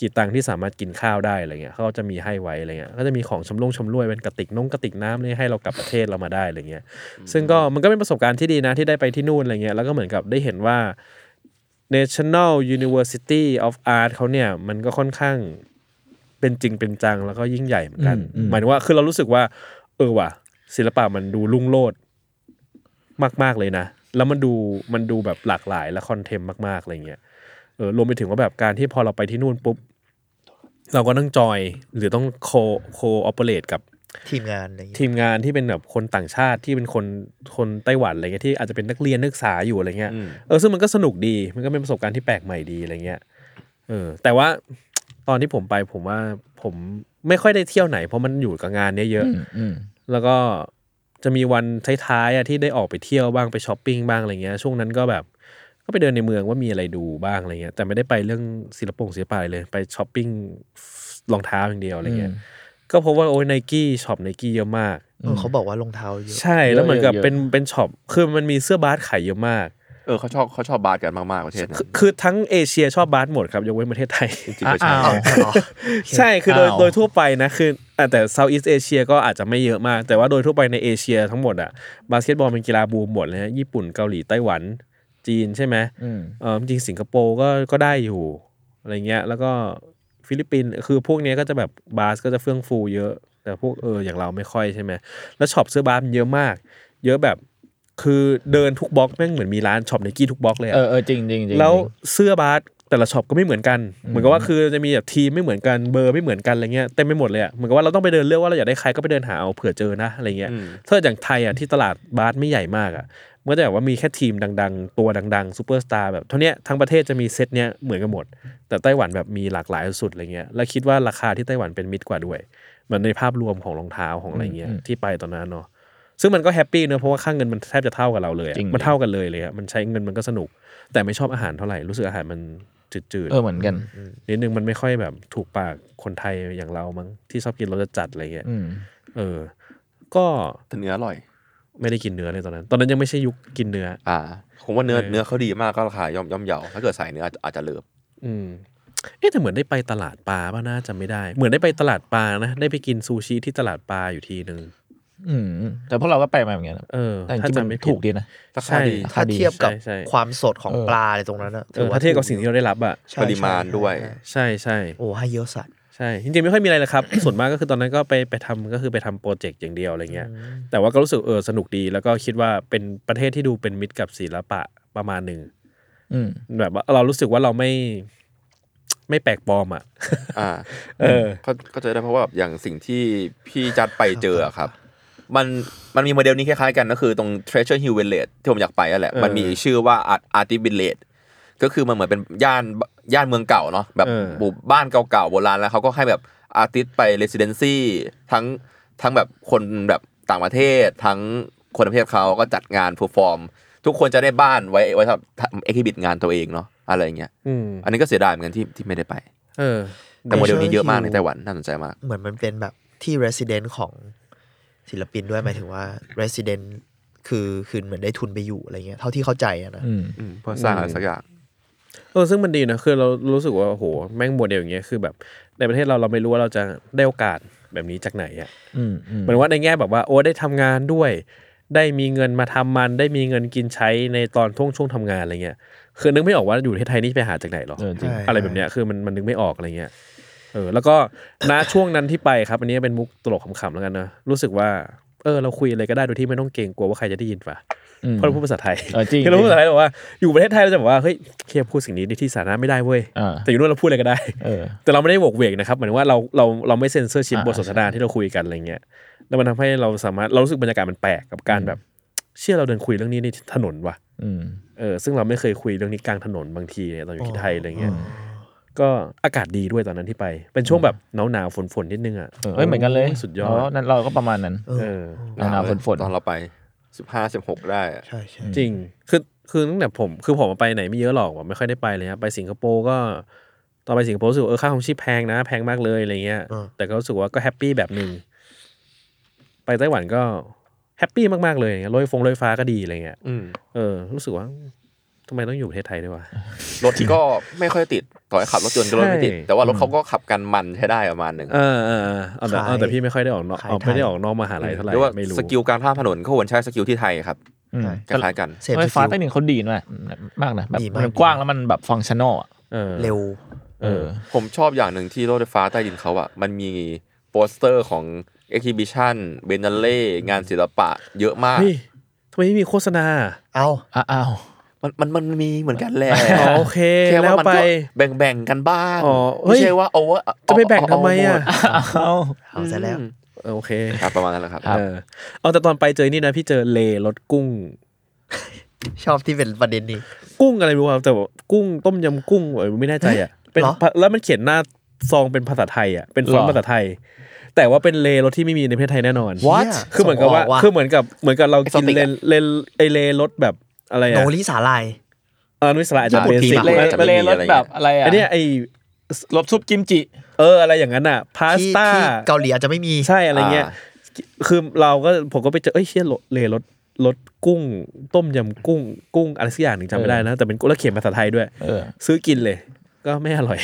กี่ตังค์ที่สามารถกินข้าวได้อะไรเงี้ยเขาก็จะมีให้ไว้อะไรเงี้ยก็จะมีของชำร่งชำร่วยเป็นกระติกนงกระติกน้ำเนี่ยให้เรากลับประเทศเรามาได้อะไรเงี้ย ซึ่งก็มันก็เป็นประสบการณ์ที่ดีนะที่ได้ไปที่นู่นอะไรเงี้ยแล้วก็เหมือนกับได้เห็นว่า National University of Art เขาเนี่ยมันก็ค่อนข้างเป็นจริงเป็นจังแล้วก็ยิ่งใหญ่เหมือนกัน อืมอืม หมายถึงว่าคือเรารู้สึกว่า เออว่ะศิลปะมันดูลุ่งโลดมาก ๆเลยนะ แล้วมันดูมันดูแบบหลากหลายและคอนเทมมากๆอะไรเงี้ยเออรวมไปถึงว่าแบบการที่พอเราไปที่นู่นปุ๊บ เราก็ต้องจอยหรือต้องโคโคออเปเรตกับ ทีมงานอะไรอย่างงี้ ทีมงานที่เป็นแบบคนต่างชาติที่เป็นคนคนไต้หวันอะไรเงี้ยที่อาจจะเป็นนักเรียนนักศึกษาอยู่อะไรเงี้ย อืม เออซึ่งมันก็สนุกดีมันก็เป็นประสบการณ์ที่แปลกใหม่ดีอะไรเงี้ยเออแต่ว่า ตอนที่ผมไปผมว่าผมไม่ค่อยได้เที่ยวไหน เพราะมันอยู่กับงานเนี้ยเยอะ อืมอืม แล้วก็จะมีวันท้ายๆอะที่ได้ออกไปเที่ยวบ้างไปช้อปปิ้งบ้างอะไรเงี้ยช่วงนั้นก็แบบก็ไปเดินในเมืองว่ามีอะไรดูบ้างอะไรเงี้ยแต่ไม่ได้ไปเรื่องศิลปงศิลปะอะไรเลยไปช้อปปิ้งรองเท้าอย่างเดียวอะไรเงี้ย อืม ก็พบว่าโอ้ยไนกี้ช็อปไนกี้เยอะมาก เออเขาบอกว่ารองเท้าเยอะ ใช่ เยอะ แล้วเหมือนกับ เยอะ เป็นเป็นช็อปคือมันมีเสื้อบาสขายเยอะมาก เออเขาชอบเขาชอบบาสกันมากๆประเทศนั้ คือน คือทั้งเอเชียชอบบาสหมดครับยกเว้นประเทศไทย จริงๆก็ใช่ อ้าว อ้าวเหรอ ใช่คือโดย อ้าว โดยทั่วไปนะคืออ่ะแต่เซาท์อีสเอเชียก็อาจจะไม่เยอะมาก แต่ว่าโดยทั่วไปในเอเชียทั้งหมดอ่ะบาสเกตบอลเป็นกีฬาบูมหมดเลยฮะญี่ปุ่นเกาหลีไต้หวันจีนใช่ไหม อืม เออจริงๆสิงคโปร์ก็ก็ได้อยู่อะไรเงี้ยแล้วก็ฟิลิปปินส์คือพวกเนี้ยก็จะแบบบาสก็จะเฟื่องฟูเยอะ แต่พวกเอออย่างเราไม่ค่อยใช่ไหมแล้วช็อปเสื้อบาสมันเยอะมาก เยอะแบบคือเดินทุกบล็อกแม่งเหมือนมีร้านช็อปในกี้ทุกบล็อกเลยอะ เออเออจริงจริงจริง แล้วเสื้อบาสแต่ละช็อปก็ไม่เหมือนกัน เหมือนกับว่าคือจะมีแบบทีมไม่เหมือนกันเบอร์ไม่เหมือนกันอะไรเงี้ยเต็มไปหมดเลยอ่ะเหมือนกับว่าเราต้องไปเดินเลือกว่าเราอยากได้ใครก็ไปเดินหาเอาเผื่อเจอนะอะไรเงี้ย อืม ถ้าอย่างไทยอ่ะที่ตลาดบาสไม่ใหญ่มากอ่ะมันก็จะแบบว่ามีแค่ทีมดังๆ ตัวดังๆซูเปอร์สตาร์แบบเท่าเนี้ยทั้งประเทศจะมีเซตเนี้ยเหมือนกันหมด แต่ไต้หวันแบบมีหลากหลายสุดอะไรเงี้ยแล้วคิดว่าราคาที่ไต้หวันเป็นมิตรกว่าด้วยเหมันในภาพรวมของรองเท้าของอะไรเงี้ยที่ไปตอนนั้นเนาะซึ่งมันก็แฮปปี้เนอะเพราะว่าค่าเงินมันแทบจะเท่ากับเราเลยอะมันเท่ากันเลยเลยอะมันใช้เงินมันก็สนุก แต่ไม่ชอบอาหารเท่าไหร่ รู้สึกอาหารมันจืด เออเหมือนกัน ๆนิดนึงมันไม่ค่อยแบบถูกปากคนไทยอย่างเรามั้งที่ชอบกินรสจัดๆอะไรเงี้ย อืม เออ ก็ แต่เนื้ออร่อย ไม่ได้กินเนื้อเลยตอนนั้น ตอนนั้นยังไม่ใช่ยุคกินเนื้อ อ่าผมว่าเนื้อ เออ เนื้อเขาดีมากก็ราคาย่อมย่อมเยาถ้าเกิดสายเนื้ออาจอาจจะเลิฟ อืม เอ๊ะแต่เหมือนได้ไปตลาดปลาป่ะน่าจะไม่ได้ เหมือนได้ไปตลาดปลานะได้ไปกินซูชิที่ตลาดปลาอยู่ทีหนึ่ง อืมแต่พวกเราก็ไปมาเหมือนกันนะ เออ แต่จ ถ้า ริงๆ จำ มัน ไม่ผิด ถูกดีนะ ราคา ใช่ ดี ถ้าเทียบกับ ใช่ใช่ ความสดของ เออ ปลาอะไรตรงนั้นอะ เออถ้าเทียบกับสิ่งที่เราได้รับอะ ใช่ ปริมาณด้วย ใช่ใช่ ใช่ใช่ โอ้ให้เยอะสัตว์ ใช่จริงๆไม่ค่อยมีอะไรเลยครับ ส่วนมากก็คือตอนนั้นก็ไปไปทำก็คือไปทำโปรเจกต์อย่างเดียวอะไรเงี้ย แต่ว่าก็รู้สึกเออสนุกดี แล้วก็คิดว่าเป็นประเทศที่ดูเป็นมิตรกับศิลปะประมาณหนึ่ง อืม แบบว่าเรารู้สึกว่าเราไม่ ไม่แปลกปลอมอ่ะ อ่า เออ ก็ก็จะได้เพราะว่าแบบอย่างสิ่งที่พี่จัดไปเจออะครับ มันมันมีโมเดลนี้คล้ายๆกันก็คือตรง Treasure Hill Village ที่ผมอยากไปนั่นแหละ เออ มันมีชื่อว่า Art Art Village ก็คือมันเหมือนเป็นย่านย่านเมืองเก่าเนาะแบบ เออ หมู่บ้านเก่าๆโบราณแล้วเขาก็ให้แบบอาร์ติสไป residency ทั้งทั้งแบบคนแบบต่างประเทศ ทั้งคนในประเทศเขาก็จัดงานเพอร์ฟอร์ม ทุกคนจะได้บ้านไว้ไว้สำหรับทำเอ็กซิบิงานตัวเองเนาะอะไรอย่างเงี้ย อืม อันนี้ก็เสียดายเหมือนกันที่ที่ไม่ได้ไป เออ แต่โมเดลนี้เยอะมากใน Treasure Hill ไต้หวันน่าสนใจมาก เหมือนมันเป็นแบบที่ resident ของศิลปินด้วยหมายถึงว่า resident คือคือเหมือนได้ทุนไปอยู่อะไรเงี้ยเท่าที่เข้าใจอะนะ อืม อืมเพื่อสร้างอะไรสักอย่าง เออซึ่งมันดีนะคือเรารู้สึกว่าโอ้โหแม่งโมเดลอย่างเงี้ยคือแบบ ในประเทศเราเราไม่รู้ว่าเราจะได้โอกาสแบบนี้จากไหนอ่ะ อืมอืม เหมือนว่าในแง่แบบว่า โอ้ได้ทำงานด้วย ได้มีเงินมาทำมัน ได้มีเงินกินใช้ในตอนท่วงช่วงทำงานอะไรเงี้ยคือนึกไม่ออกว่าอยู่ประเทศไทยนี่ไปหาจากไหนหรอ เออจริง ใช่ อะไรแบบเนี้ยคือมันมันนึกไม่ออกอะไรเงี้ย เออ แล้วก็ณ ช่วงนั้นที่ไปครับ อันนี้เป็นมุกตลกขำๆแล้วกันนะ รู้สึกว่า เออ เราคุยอะไรก็ได้โดยที่ไม่ต้องเกรงกลัวว่าใครจะได้ยินป่ะ เพราะเราพูดภาษาไทย เออจริง คือเราพูดภาษาไทยแบบว่า อยู่ประเทศไทยเราจะบอกว่า เฮ้ยเคยพูดสิ่งนี้ในที่สาธารณะไม่ได้เว้ย อ่า แต่อยู่นู่นเราพูดอะไรก็ได้ เออ แต่เราไม่ได้โหวกเวกนะครับเหมือนว่าเราเราเราไม่เซ็นเซอร์ชิป อ่า บทสนทนาที่เราคุยกันอะไรเงี้ยแล้วมันทำให้เราสามารถเรารู้สึกบรรยากาศมันแปลกกับการ อืม แบบ เชื่อเราเดินคุยเรื่องนี้ในถนนว่ะ อืม เออซึ่งเราไม่เคยคุยเรื่องนี้กลางถนนบางทีเนี่ยตอนอยู่ที่ไทยอะไรเงี้ย อ๋อ ก็อากาศดีด้วยตอนนั้นที่ไป เป็นช่วงแบบหนาวหนาวฝนฝนๆนิดนึงอ่ะ เออเอ้ยเหมือนกันเลย โสุดยอ เพ ด ราะนั้นเราก็ประมาณนั้น เออ หนาวๆฝนๆ ตอนเราไปสิบห้าสิบหกได้อะ ใช่ใช่ จริง คือคือตั้งแต่ผมคือผมไปไหนไม่เยอะหรอกว่าไม่ค่อยได้ไปเลยครับไปสิงคโปร์ก็ ตอนไปสิงคโปร์รู้สึกว่าเออค่าของชีพแพงนะ แพงมากเลยอะไรเงี้ย แต่ก็รู้สึกว่าก็แฮปปี้แบบหนึ่งไปไต้หวันก็แฮปปี้มากๆเลยอย่างเงี้ยรถไฟฟงรถไฟฟ้าก็ดีอะไรเงี้ย อืม เออรู้สึกว่าทำไมต้องอยู่ประเทศไทยด้วยวะ รถก็ไม่ค่อยติด ต่อให้ขับรถยนต์ก็รถไม่ติด ใช่ แต่ว่ารถเขาก็ขับกันมันใช้ได้ประมาณหนึ่ง เออเออเออเอาแต่เอาแต่พี่ไม่ค่อยได้ออกนอกออกไม่ได้ออกนอกมหาลัยเท่าไหร่ หรือว่า ไม่รู้ สกิลการข้ามถนนเขาควรใช้สกิลที่ไทยครับ อืม คล้ายๆกัน เสพ ไฟ ส ฟ้า กิล ใต้ดินเขาดีมากมากนะแบบ ดีมาก มันกว้างแล้วมันแบบฟังก์ชันอลอ่ะ ออ เร็ว เออ ผมชอบอย่างหนึ่งที่รถไฟฟ้าใต้ดินเขาอะมันมีโปสเตอร์ของเอ็กซิบิชันเบนเล่งานศิลปะเยอะมาก เฮ้ยทำไมไม่มีโฆษณา เอา อะอ้าว มันมันมันมีเหมือนกันแหละ อ๋อโอเค แค่ แล้ว ว่ามัน ไป ก็แบ่งแบ่งๆกันบ้าง อ๋อเฮ้ ไม่ ย ใช่ว่าเอาว่า จะไปแบ่งทำไมอ่ะ เอา เอาซะแล้ว เออโอเค ครับประมาณนั้นแหละครับ เออเอาแต่ตอนไปเจอนี่นะ พี่เจอเลรถกุ้ง ชอบที่เป็นประเด็นนี้ กุ้งอะไรไม่รู้ครับแต่ว่ากุ้งต้มยำกุ้งเออไม่แน่ใจอ่ะเป็น เหรอ แล้วมันเขียนหน้าซองเป็นภาษาไทยอ่ะเป็นฟอนต์ภาษาไทย แต่ว่าเป็นเลรถที่ไม่มีในประเทศไทยแน่นอน What? คือเหมือนกับว่า ส่งออกว่ะ คือเหมือนกับเหมือนกับเรากิน Exotic เล อะ เลไอเลรถแบบอะไร โน อ่ะ ริสาลาย เออนุสลาอาจจะ ญี่ปุ่ เบ น สิก ทีม เล อะ นะ จะไม่มี เลรถอะไรเงี้ย แบบอะไรอ่ะ อันเนี้ยไอ รถซุปกิมจิ เอออะไรอย่างนั้นอ่ะพาส ที่ ต้า ที่เกาหลีอาจจะไม่มี ใช่อะไรเงี้ย อ่ คือเราก็ผมก็ไปเจอ เอ้ยเชี่ยรถเลรถรถกุ้ง ต้มยำกุ้ง กุ้งอะไรสักอย่างหนึ่งจำไม่ได้นะ แต่เป็นกุ้งแล้วเขียนภาษาไทยด้วย เออ ซื้อกินเลย ก็ไม่อร่อย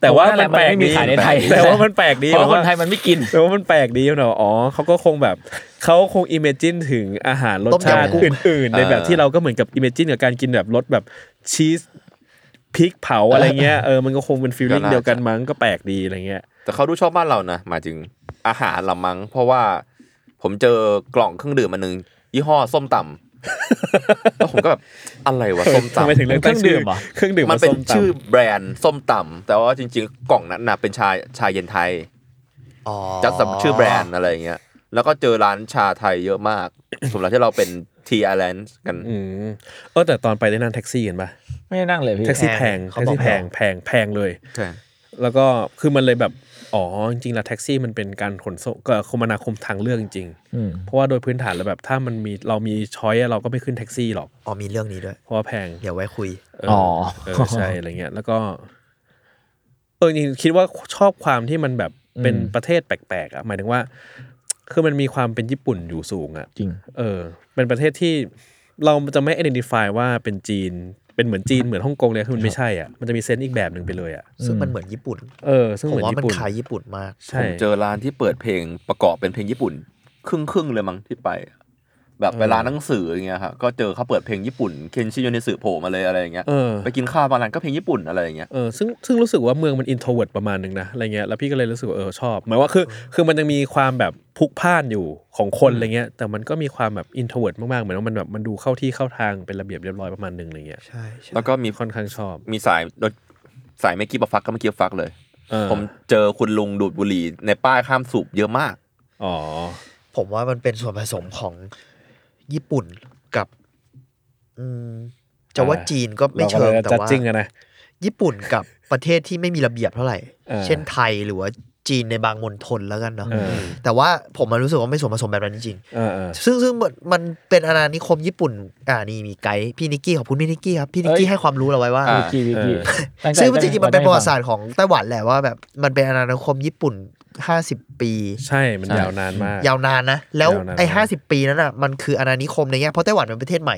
แต่ว่ามันแปลก ไม่มี ดี ขายในไทย แต่ว่ามันแปลกดี เพราะคน ว่า ไทยมันไม่กิน แต่ว่ามันแปลกดีเนอะอ๋อเขาก็คงแบบเขาคงอิมเมจินถึงอาหารรส ต้ม ชาติ ยำกุ้ง อื่นๆ ในแบบที่เราก็เหมือนกับอิมเมจินกับการกินแบบรสแบบชีสพริกเผาอะไรเงี้ยเออมันก็คงเป็นฟีลลิ่ง ก็น่า เดียวกันมั้งก็แปลกดีอะไรเงี้ย แต่เขาดูชอบบ้านเรานะหมายถึงอาหารละมั้งเพราะว่าผมเจอกล่องเครื่องดื่มอันหนึง ยี่ห้อส้มตำ แล้วผมก็แบบอะไรวะส้ม ทำไม ตำ ถึงเลือกตั้ง เครื่องดื่ ชื่อ มเหรอ เครื่องดื่ม มันเป็น ว่าส้ตำ ชื่อแบรนด์ส้มตำแต่ว่าจริงๆ กล่องนั้นนะเป็นชาชาเย็นไทย อ๋อ จัดสำหรับชื่อแบรนด์อะไรอย่างเงี้ยแล้วก็เจอร้านชาไทยเยอะมาก สมหรับที่เราเป็นทีไอแลนด์กัน อืมเออแต่ตอนไปได้นั่งแท็กซี่กันปะ ไม่ได้นั่งเลยพี่ แท็กซี่แพงแท็กซี่แพงแพงแพงเลย ใช่ แล้วก็คือมันเลยแบบ อ๋อ จริงๆแล้วแท็กซี่มันเป็นการขนส่งก็คมนาคมทางเลือกจริง อืม ๆเพราะว่าโดยพื้นฐานแล้วแบบถ้ามันมีเรามีช้อยเราก็ไม่ขึ้นแท็กซี่หรอก อ๋อมีเรื่องนี้ด้วย เพราะว่าแพง เดี๋ยวไว้คุย เออ อ เออใช่อะไรเงี้ยแล้วก็เออจริงๆคิดว่าชอบความที่มันแบบเป็นประเทศแปลกๆอ่ะหมายถึงว่า คือมันมีความเป็นญี่ปุ่นอยู่สูงอะ จริง เออเป็นประเทศที่เราจะไม่ identify ว่าเป็นจีน เป็นเหมือนจีนเหมือนฮ่องกงเลยคือมันไม่ใช่อ่ะมันจะมีเซนส์อีกแบบหนึ่งไปเลยอ่ะ ซึ่งมันเหมือนญี่ปุ่น เออซึ่ง ผ เห ม มือน ว่า ญี่ มัน ปุ่น ขายญี่ปุ่นมาก ผ ใช่ มเจอร้านที่เปิดเพลงประกอบเป็นเพลงญี่ปุ่น ครึ่งครึ่งๆเลยมั้งที่ไป แบบไปร้านหนังสืออย่างเงี้ยครับก็เจอเขาเปิดเพลงญี่ปุ่นเคนชิโยเนสึโผล่มาเลยอะไรอย่างเงี้ย เออ ไปกินข้าวบางร้านก็เพลงญี่ปุ่นอะไรอย่างเงี้ย เออซึ่งซึ่งรู้สึกว่าเมืองมัน introvert ประมาณหนึ่งนะอะไรเงี้ยแล้วพี่ก็เลยรู้สึกว่าเออชอบหมายว่าคือคือมันยังมีความแบบพลุกพล่านอยู่ของคนอะไรเงี้ยแต่มันก็มีความแบบ introvert มากๆเหมือนว่ามันแบบมันดูเข้าที่เข้าทางเป็นระเบียบเรียบร้อยประมาณหนึ่งอะไรเงี้ย ใช่ใช่ แล้วก็มี ค่อนข้างชอบ มีสายรถสายไม่กี้บฟักก็ไม่กี้บฟักเลย เออ ผมเจอคุณลุงดูดบุหรี่ในป้ายข้ามสูบเยอะมาก อ๋อ ผมว่ามันเป็นส่วนผสมของญี่ปุ่นกับ อืมจะว่าจีนก็ไม่เชิง ราก็ลย แต่ จัด ว่า จริงอะนะ ญี่ปุ่นกับประเทศที่ไม่มีระเบียบเท่าไหร่ เออ เช่นไทยหรือว่าจีนในบางมณฑลแล้วกันเนาะ เออ แต่ว่าผมมันรู้สึกว่าไม่ส่วนผสมแบบนั้นจริง เออเออ ๆซึ่งซึ่งมันมันเป็นอาณานิคมญี่ปุ่น อ่านี่มีไกด์พี่นิกกี้ขอบคุณพี่นิกกี้ครับ พี่นิกกี้ เอ้ย ให้ความรู้เราไว้ว่า อ่า วิกิวิกิตั้ใจ ซึ่งจริงๆมันเป็น ตั้ใจ ประวัติศาสตร์ของไต้หวันแหละว่าแบบมันเป็นอาณานิคมญี่ปุ่น 50 ปี ใช่มันยาวนานมาก ยาวนานนะ แล้ว ยาวนาน ไอ้ มาก ห้าสิบปีนั้นอ่ะมันคืออาณานิคมในแง่เพราะไต้หวันเป็นประเทศใหม่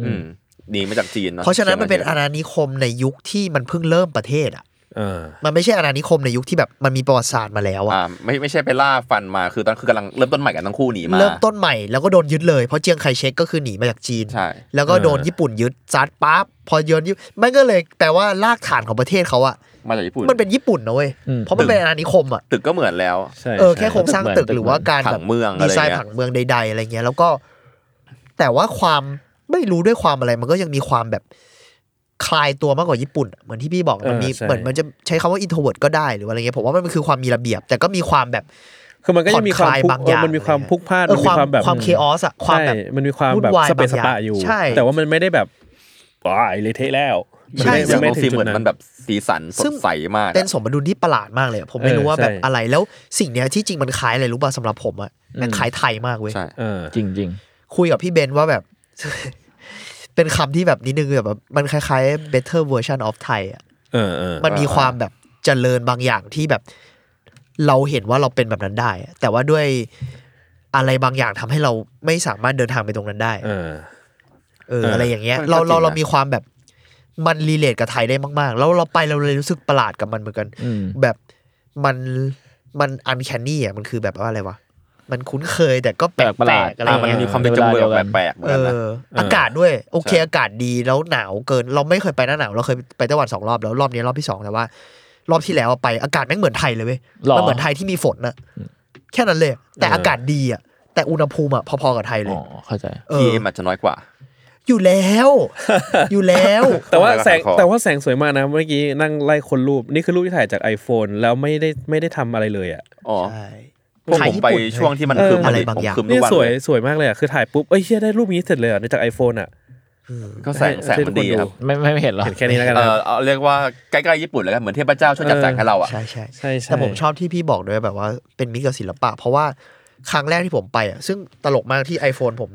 อืมหนีมาจากจีนอ เพราะฉะนั้นมันเป็น ชียง อา ให ณานิคมในยุคที่มันเพิ่งเริ่มประเทศอ่ะ เออ มันไม่ใช่อาณานิคมในยุคที่แบบมันมีประวัติศาสตร์มาแล้ว ม่ อะ อ่าไม่ไม่ใช่ไปล่าฟันมาคือตอนนนคือกำลังเริ่มต้นใหม่กันทั้งคู่หนีมา เริ่มต้นใหม่แล้วก็โดนยึดเลย เพราะเจียงไคเชกก็คือหนีมาจากจีน ใช่ แล้วก็โดน เออ ญี่ปุ่นยึดซัดปั๊บพอโดนยึดมันก็เลยแปลว่ารากฐานของประเทศเขาอะ มาจากญี่ปุ่น มันเป็นญี่ปุ่นนะเว้ย อืม เพราะมันเป็นอาณานิคมอะ ตึกก็เหมือนแล้ว ใช่ เออ ใช่ แค่โครงสร้างตึกหรือว่าการ ผั แบบ งเมืองอะไร ดีไซน์ เงี้ย ผังเมืองใด ๆ อะไรเงี้ย แล้วก็ แต่ว่าความไม่รู้ด้วยความอะไรมันก็ยังมีความแบบคลายตัวมากกว่าญี่ปุ่นอะเหมือนที่พี่บอกมันมี เออใช่ เหมือนมันจะใช้คำว่าอินโทรเวิร์ดก็ได้หรือว่าอะไรเงี้ยผมว่ามันคือความมีระเบียบ แต่ก็มีความแบบ คือมันก็ยังมีความผ่อนคลายพลุกบางอย่าง เออมันมีความพลุกพล่าน เออมัน ค มี วาม ความแบบ ความเคออสอะความ ใช่ แบบ มันมีความ วุ่น แบบ วาย สเปซส บางอย่าง ปะอยู่ ใช่ แต่ว่ามันไม่ได้แบบว้ายเละเทะแล้ว ใช่ ใช่ มัน ไม่ ไม่ ถึงถึง ฟิล์ม จุ เหมื ด อน นั้ มัน นแบบสีสันส ซึ่ ด ง ใสมากอะ เป็นสมดุลที่ประหลาดมากเลยอะผมไม่ เออ รู้ว่าแบบ ใช่ อะไรแล้วสิ่งเนี้ยที่จริงมันคล้ายอะไรรู้ป่ะสำหรับผมอะมันคล้ายไทยมากเว้ย ใช่ เออ จริงจริง คุยกับพี่เบนว่าแบบ เป็นคำที่แบบนิดนึงคือแบบมันคล้ายๆ better version of Thai อะ เออเออ มันมีความแบบเจริญบางอย่างที่แบบ เราเห็นว่าเราเป็นแบบนั้นได้อะแต่ว่าด้วยอะไรบางอย่างทำให้เราไม่สามารถเดินทางไปตรงนั้นได้ เออ เออ เอออ อะไรอย่างเงี้ย ก็ เรา จริง เราเรา นะ มีความแบบมันรีเลทกับไทยได้มากๆ แล้วเราไปเราเลยรู้สึกประหลาดกับมันเหมือนกัน ๆอืม แบบมันมันอันแคนนี่อ่ะมันคือแบบว่าอะไรวะ มันคุ้นเคยแต่ก็แปลก แปลกประหลาด ๆอะไร อ่ะ อย่าง มัน เงี้ มี ย ความเป็นจังเวลแปลกๆเหมือนกันเอนะ ออากาศด้วย โอเค อากาศดีแล้วหนาวเกิน เราไม่เคยไปหน้าหนาวเราเคยไปไต้หวันสองรอบแล้วรอบนี้รอบที่สองแต่ว่า รอบที่แล้วไปอากาศแม่งเหมือนไทยเลยเว้ย หรอ มันเหมือนไทยที่มีฝนน่ะแค่นั้นเลย แต่อากาศดีอ่ะแต่อุณหภูมิอ่ะพอๆกับไทยเล อ๋ ย อเข้าใจ เอ ที่ อ มันจะน้อยกว่า อยู่แล้ว อยู่แล้ว แต่ว่าแสง ขอ แต่ว่าแสงสวยมากนะเมื่อกี้นั่งไล่คนรูปนี่คือรูปที่ถ่ายจาก iPhone แล้วไม่ได้ไม่ได้ทำอะไรเลยอ่ะ อ๋อ ใช่ พวกผมไป ขายญี่ปุ่น ช่วงที่มัน เออ คืม อะไรบาง ผม อย่าง คืมทุ เนี่ย กวัน สวย เลย สวยมากเลยอ่ะคือถ่ายปุ๊บเอ้ยเชี่ยได้รูปนี้เสร็จเลยอ่ะในจาก iPhone อ่ะ ก็แสงแสงมันดีครับ ไม่ไม่ไม่เห็นหรอ เห็นแค่นี้แล้วกัน เอ นะ อเอาเรียกว่าใกล้ๆญี่ปุ่นแล้วกันเหมือนเทพเจ้าช่วยจัดแสงให้เราอ่ะ ใช่ใช่ ใช่ใช่ แต่ผมชอบที่พี่บอกด้วยแบบว่าเป็นมิตรกับศิลปะ เพราะว่าครั้งแรกที่ผมไปอ่ะซึ่งตลกมากที่ iPhone ผม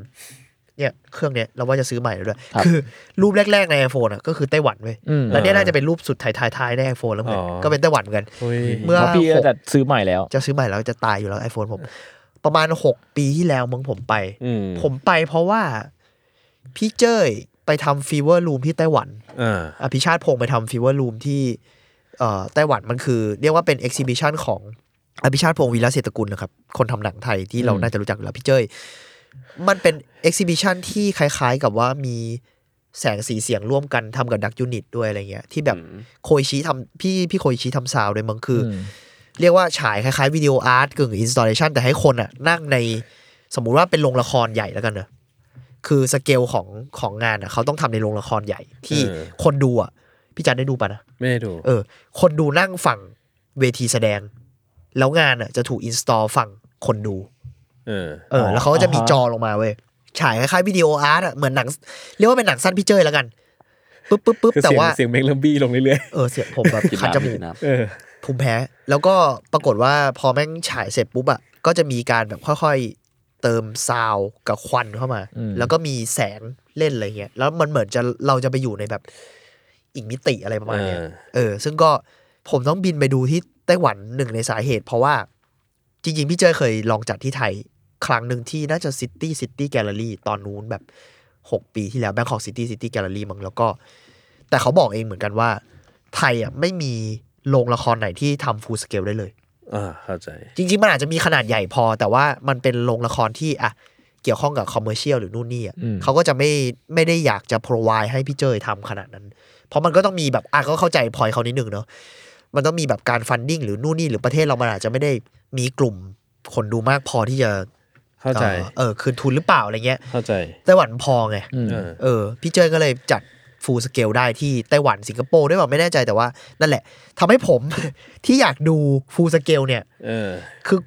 เนี่ยเครื่องเนี้ยเราว่าจะซื้อใหม่แล้วด้วย ครับ คือรูปแรก ๆ ใน iPhone อ่ะก็คือไต้หวันเว้ย อืม แล้วเนี่ยน่าจะเป็นรูปสุดท้ายๆท้ายใน iPhone แล้วเหมือนกัน อ๋อ ก็เป็นไต้หวันเหมือนกัน โอ้ย เมื่อ เพราะพี่ก็จะซื้อใหม่แล้ว จะซื้อใหม่แล้วจะตายอยู่แล้ว iPhone ผม ประมาณหกปีที่แล้วมึงผมไป อืม ผมไปเพราะว่าพี่เจ้ยไปทำฟีเวอร์รูมที่ไต้หวัน อ่า อภิชาติพงศ์ไปทำฟีเวอร์รูมที่เอ่อไต้หวันมันคือ เรียกว่าเป็นเอ็กซิบิชันของอภิชาติพงศ์วีระเศรษฐกุลนะครับ คนทำหนังไทยที่เรา อืม น่าจะรู้จักอยู่แล้วพี่เจ้ยมันเป็นเอ็กซิบิชันที่คล้ายๆกับว่ามีแสงสีเสียงร่วมกันทำกับดักยูนิตด้วยอะไรเงี้ย ที่แบบโคยชี้ทำพี่พี่โคยชี้ทำซาวด์ด้วยมั้งคืออ ม เรียกว่าฉายคล้ายๆวิดีโออาร์ตกึ่งอินสตาเลชันแต่ให้คนอะนั่งในสมมุติว่าเป็นโรงละครใหญ่แล้วกันเนอะคือสเกลของของงานอะเขาต้องทำในโรงละครใหญ่ที่คนดูอะพี่จันได้ดูปะนะ ไม่ได้ดู เออ คนดูนั่งฝั่งเวทีแสดง แล้วงานอ่ะจะถูกอินสตอลฝั่งคนดู เออ เออ อ๋อ แล้วเขาก็จะมี อ่าฮะ จอลงมาเว้ย ฉายคล้ายๆวิดีโออาร์ตอ่ะ เหมือนหนัง เรียกว่าเป็นหนังสั้นพี่เจยแล้วกัน ปึ๊บปึ๊บปึ๊บ คือ แต่ เสียง ว่า เสียงเมงเริ่มบี้ลงเรื่อย เออ เสียงผมแบบ กิน คันจ น้ำ มูก กินน้ ๆเออ ภูมิแพ้ แล้วก็ปรากฏว่าพอแม่งฉายเสร็จปุ๊บอ่ะ ก็จะมีการแบบค่อยๆ เติมซาวด์กับควันเข้ามา อืม แล้วก็มีแสงเล่นอะไรเงี้ย แล้วมันเหมือนจะเราจะไปอยู่ในแบบอีกมิติอะไรประมาณเนี้ย เออ เออ ซึ่งก็ผมต้องบินไปดูที่ไต้หวันหนึ่งในสาเหตุ เพราะว่าจ จริงๆ พี่เจ้ยเคยลองจัดที่ไทย ครั้งหนึ่งที่น่าจะซิตี้ซิตี้แกลเลอรี่ตอนนู้นแบบ 6 ปีที่แล้วแบงคอกซิตี้ซิตี้แกลเลอรี่มั้งแล้วก็ แต่เขาบอกเองเหมือนกันว่า ไทยอ่ะไม่มีโรงละครไหนที่ทำฟูลสเกลได้เลย อ่าเข้าใจ จริงๆ มันอาจจะมีขนาดใหญ่พอ แต่ว่ามันเป็นโรงละครที่อ่ะเกี่ยวข้องกับคอมเมอร์เชียลหรือนู่นนี่อ่ะ อืม เขาก็จะไม่ไม่ได้อยากจะ provide ให้พี่เจยทำขนาดนั้น เพราะมันก็ต้องมีแบบอ่ะก็เข้าใจพลอยเขานิดนึงเนาะมันต้องมีแบบการฟันดิ้งหรือนู่นนี่หรือประเทศเรามันอาจจะไม่ได้มีกลุ่มคนดูมากพอที่จะ เข้าใจ อ่อเออคืนทุนหรือเปล่าอะไรเงี้ย เข้าใจ ไต้หวันพอไง อืม เออ เออพี่เจยก็เลยจัดฟูลสเกลได้ที่ไต้หวันสิงคโปร์ด้วยว่าไม่แน่ใจแต่ว่า นั่นแหละทำให้ผม ที่อยากดูฟูลสเกลเนี่ย เออ คือ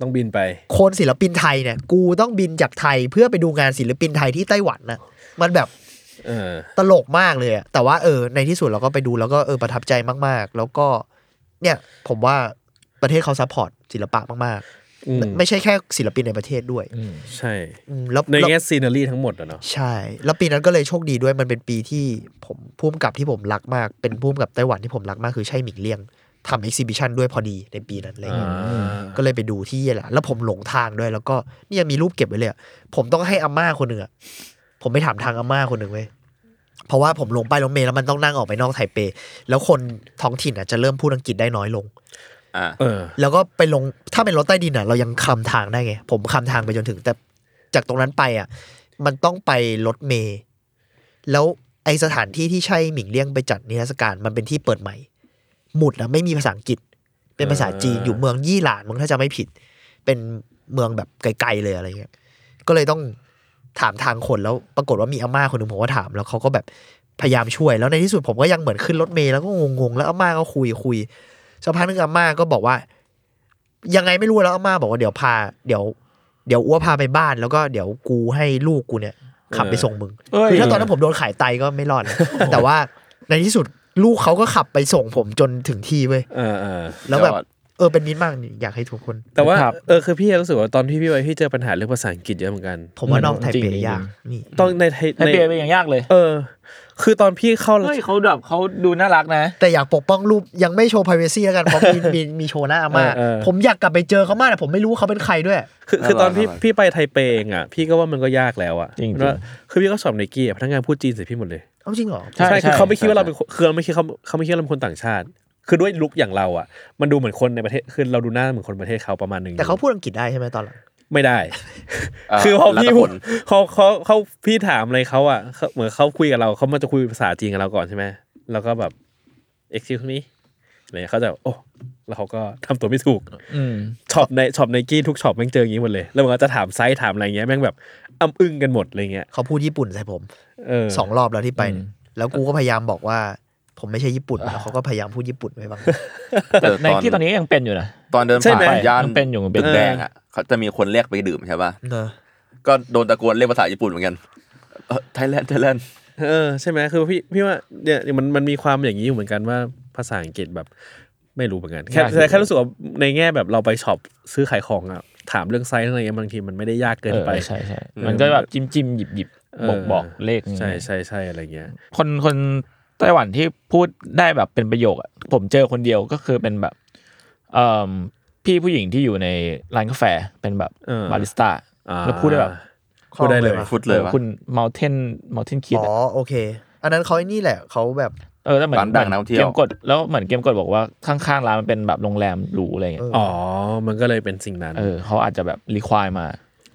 ต้องบินไป คนศิลปินไทยเนี่ย กูต้องบินจากไทยเพื่อไปดูงานศิลปินไทยที่ไต้หวันน่ะ มันแบบ เออ ตลกมากเลยอะแต่ว่าเออในที่สุดเราก็ไปดูแล้วก็เออประทับใจมากๆ แล้วก็เนี่ยผมว่าประเทศเขาซัพพอร์ตศิลปะมาก อืม ๆ ไม่ใช่แค่ศิลปินในประเทศด้วย ใช่ อืมแล้ว ใน แล้ว แง่ซีนารีทั้งหมดอะเนาะ ใช่ แล้วปีนั้นก็เลยโชคดีด้วยมันเป็นปีที่ผมพุ่มกับที่ผมรักมาก เป็นพุ่มกับไต้หวันที่ผมรักมากคือใช่หมิงเลี่ยงทำเอ็กซิบิชันด้วยพอดีในปีนั้นอะไรเงี้ย ก็เลยไปดูที่เยแหละแล้วผมหลงทางด้วย แล้วก็เนี่ยมีรูปเก็บไว้เลยอะผมต้องให้อาม่าคนหนึ่งอะผมไปถามทางอาม่าคนหนึ่งเว้ยเพราะว่าผมลงไปายรถเมล์แล้วมันต้องนั่งออกไปนอกไทเป แล้วคนท้องถิ่นอะจะเริ่มพูดอังกฤษได้น้อยลง อ่า เออ แล้วก็ไปลงถ้าเป็นรถใต้ดินอะเรายังคำทางได้ไง ผมคำทางไปจนถึง แต่จากตรงนั้นไปอะมันต้องไปรถเมล์แล้วไอสถานที่ที่ใช่หมิงเลี่ยงไปจัดนิทรรศการมันเป็นที่เปิดใหม่ หมุดอะไม่มีภาษาอังกฤษ เป็นภาษาจีน อ่า อยู่เมืองยี่หลานมั้งถ้าจะไม่ผิด เป็นเมืองแบบไกลๆเลยอะไรเงี้ยก็เลยต้องถามทางคนแล้วปรากฏว่ามีอาม่าคนหนึ่งผมก็ถามแล้วเขาก็แบบพยายามช่วยแล้วในที่สุดผมก็ยังเหมือนขึ้นรถเมล์แล้วก็งงๆแล้วอาม่าก็คุยคุย สักพักหนึงอาม่าก็บอกว่า ยังไงไม่รู้แล้วอาม่าบอกว่าเดี๋ยวพา เดี๋ยว เดี๋ยวอ้วพาไปบ้านแล้วก็เดี๋ยวกูให้ลูกกูเนี่ย ขับไปส่งมึง เอ้ย คือถ้าตอนนั้นผมโดนขายไตก็ไม่รอดนะ แต่ว่าในที่สุดลูกเขาก็ขับไปส่งผมจนถึงที่เว้ย เออเออ แล้วแบบเออเป็นมิตรมากนี่อยากให้ทุกคน แต่ว่า ครับ เออ คือพี่รู้สึกว่าตอนพี่พี่ไปพี่เจอปัญหาเรื่องภาษาอังกฤษเยอะเหมือนกัน ผมว่านอกไทย จริง เป จริง ยากนี่ ต้องในไทย ไทเปเป็นอย่างยากเลย เออ คือตอนพี่เข้า เฮ้ยเขาแบบเขาดูน่ารักนะ แต่อยากปกป้องรูปยังไม่โชว์ privacy แล้วกันเพราะมีมีมีโชว์หน้าอาม่า เออเออ ผมอยากกลับไปเจอเขามากแต่ผมไม่รู้ว่าเขาเป็นใครด้วย คือคือตอนพี่พี่ไปไทเปเองอ่ะ พี่ก็ว่ามันก็ยากแล้วอ่ะ จริงๆ เพาะว่าคือพี่ก็สอบในเกียร์พนักงานพูดจีนใส่พี่หมดเลย เอาจริงเหรอ ใช่ ใช่คือเขาไม่คิดว่า ใช่ เราเป็นคนคือเราไม่คิดเขาเขาไม่คิดว่าเราเป็นคนต่างชาติ คือด้วยลุคอย่างเราอ่ะ มันดูเหมือนคนในประเทศคือเราดูหน้าเหมือนคนประเทศเขาประมาณหนึ่ง แต่เขาพูดอังกฤษได้ใช่ไหมตอนหลัง ไม่ได้ คือพอพี่ พู พู ด ดเขาเขาเขาพี่ถามอะไรเขาอ่ะเขาเหมือนเขาคุยกับเราเขามันจะคุยภาษาจีนกับเราก่อนใช่ไหมแล้วก็แบบ excuse me อะไรเงี้ยเขาจะโอ้แล้วเขาก็ทำตัวไม่ถูก อืม ช็อปในช็อปในกี้ทุกช็อปแม่งเจออย่างนี้หมดเลย แล้วมันก็จะถามไซส์ถามอะไรเงี้ยแม่งแบบอ้ํอึ้งกันหมดอะไรเงี้ย เขาพูดญี่ปุ่นใส่ผม เออ สองรอบแล้วที่ไปเนี่ยแล้วกูก็พยายามบอกว่า ผมไม่ใช่ญี่ปุ่นแล้วเขาก็พยายามพูดญี่ปุ่นไว้บ้าง แต่ในที่ตอนนี้ยังเป็นอยู่นะ ตอนเดิน ใช่ไหม ผ่านย่าน มันเป็นอยู่มันเป็น ตึกแดงอ่ะเขาจะมีคนเรียกไปดื่มใช่ป่ะ เนอะ ก็โดนตะโกนเรียกภาษาญี่ปุ่นเหมือนกันไทยแลนด์ไทยแลนด์ เออใช่ไหมคือพี่พี่ว่าเนี่ยมันมันมีความอย่างนี้อยู่เหมือนกันว่าภาษาอังกฤษแบบไม่รู้เหมือนกันแค่ ยากอยู่ แต่แค่รู้สึกว่าในแง่แบบเราไปช็อปซื้อขายของอ่ะถามเรื่องไซส์อะไรเงี้ยบางทีมันไม่ได้ยากเกินไป ออใช่ใช่มันก็แบบจิ้มจิ้มหยิบหยิบบอกบอกเลข ใช่ใช่ใช่อะไรเงี้ย คนคนไต้หวันที่พูดได้แบบเป็นประโยคอะผมเจอคนเดียวก็คือเป็นแบบเอิ่มพี่ผู้หญิงที่อยู่ในร้านกาแฟเป็นแบบ เออ บาริสต้าแล้วพูดได้แบบ พูดได้เลย คล่อง ฟุตเลยว่ะ คุณเมลเทนเมลเทนคิด อ๋อโอเค อันนั้นเขาไอ้นี่แหละเขาแบบ เออแล้วเหมือน ร้านดังนักท่องเที่ย เก ว มกดแล้วเหมือนเกมกดบอกว่าข้างๆร้านมันเป็นแบบโรงแรมหรูอะไรเงี้ย เอ อ๋อ มันก็เลยเป็นสิ่งนั้น เออเขาอาจจะแบบรีควายมา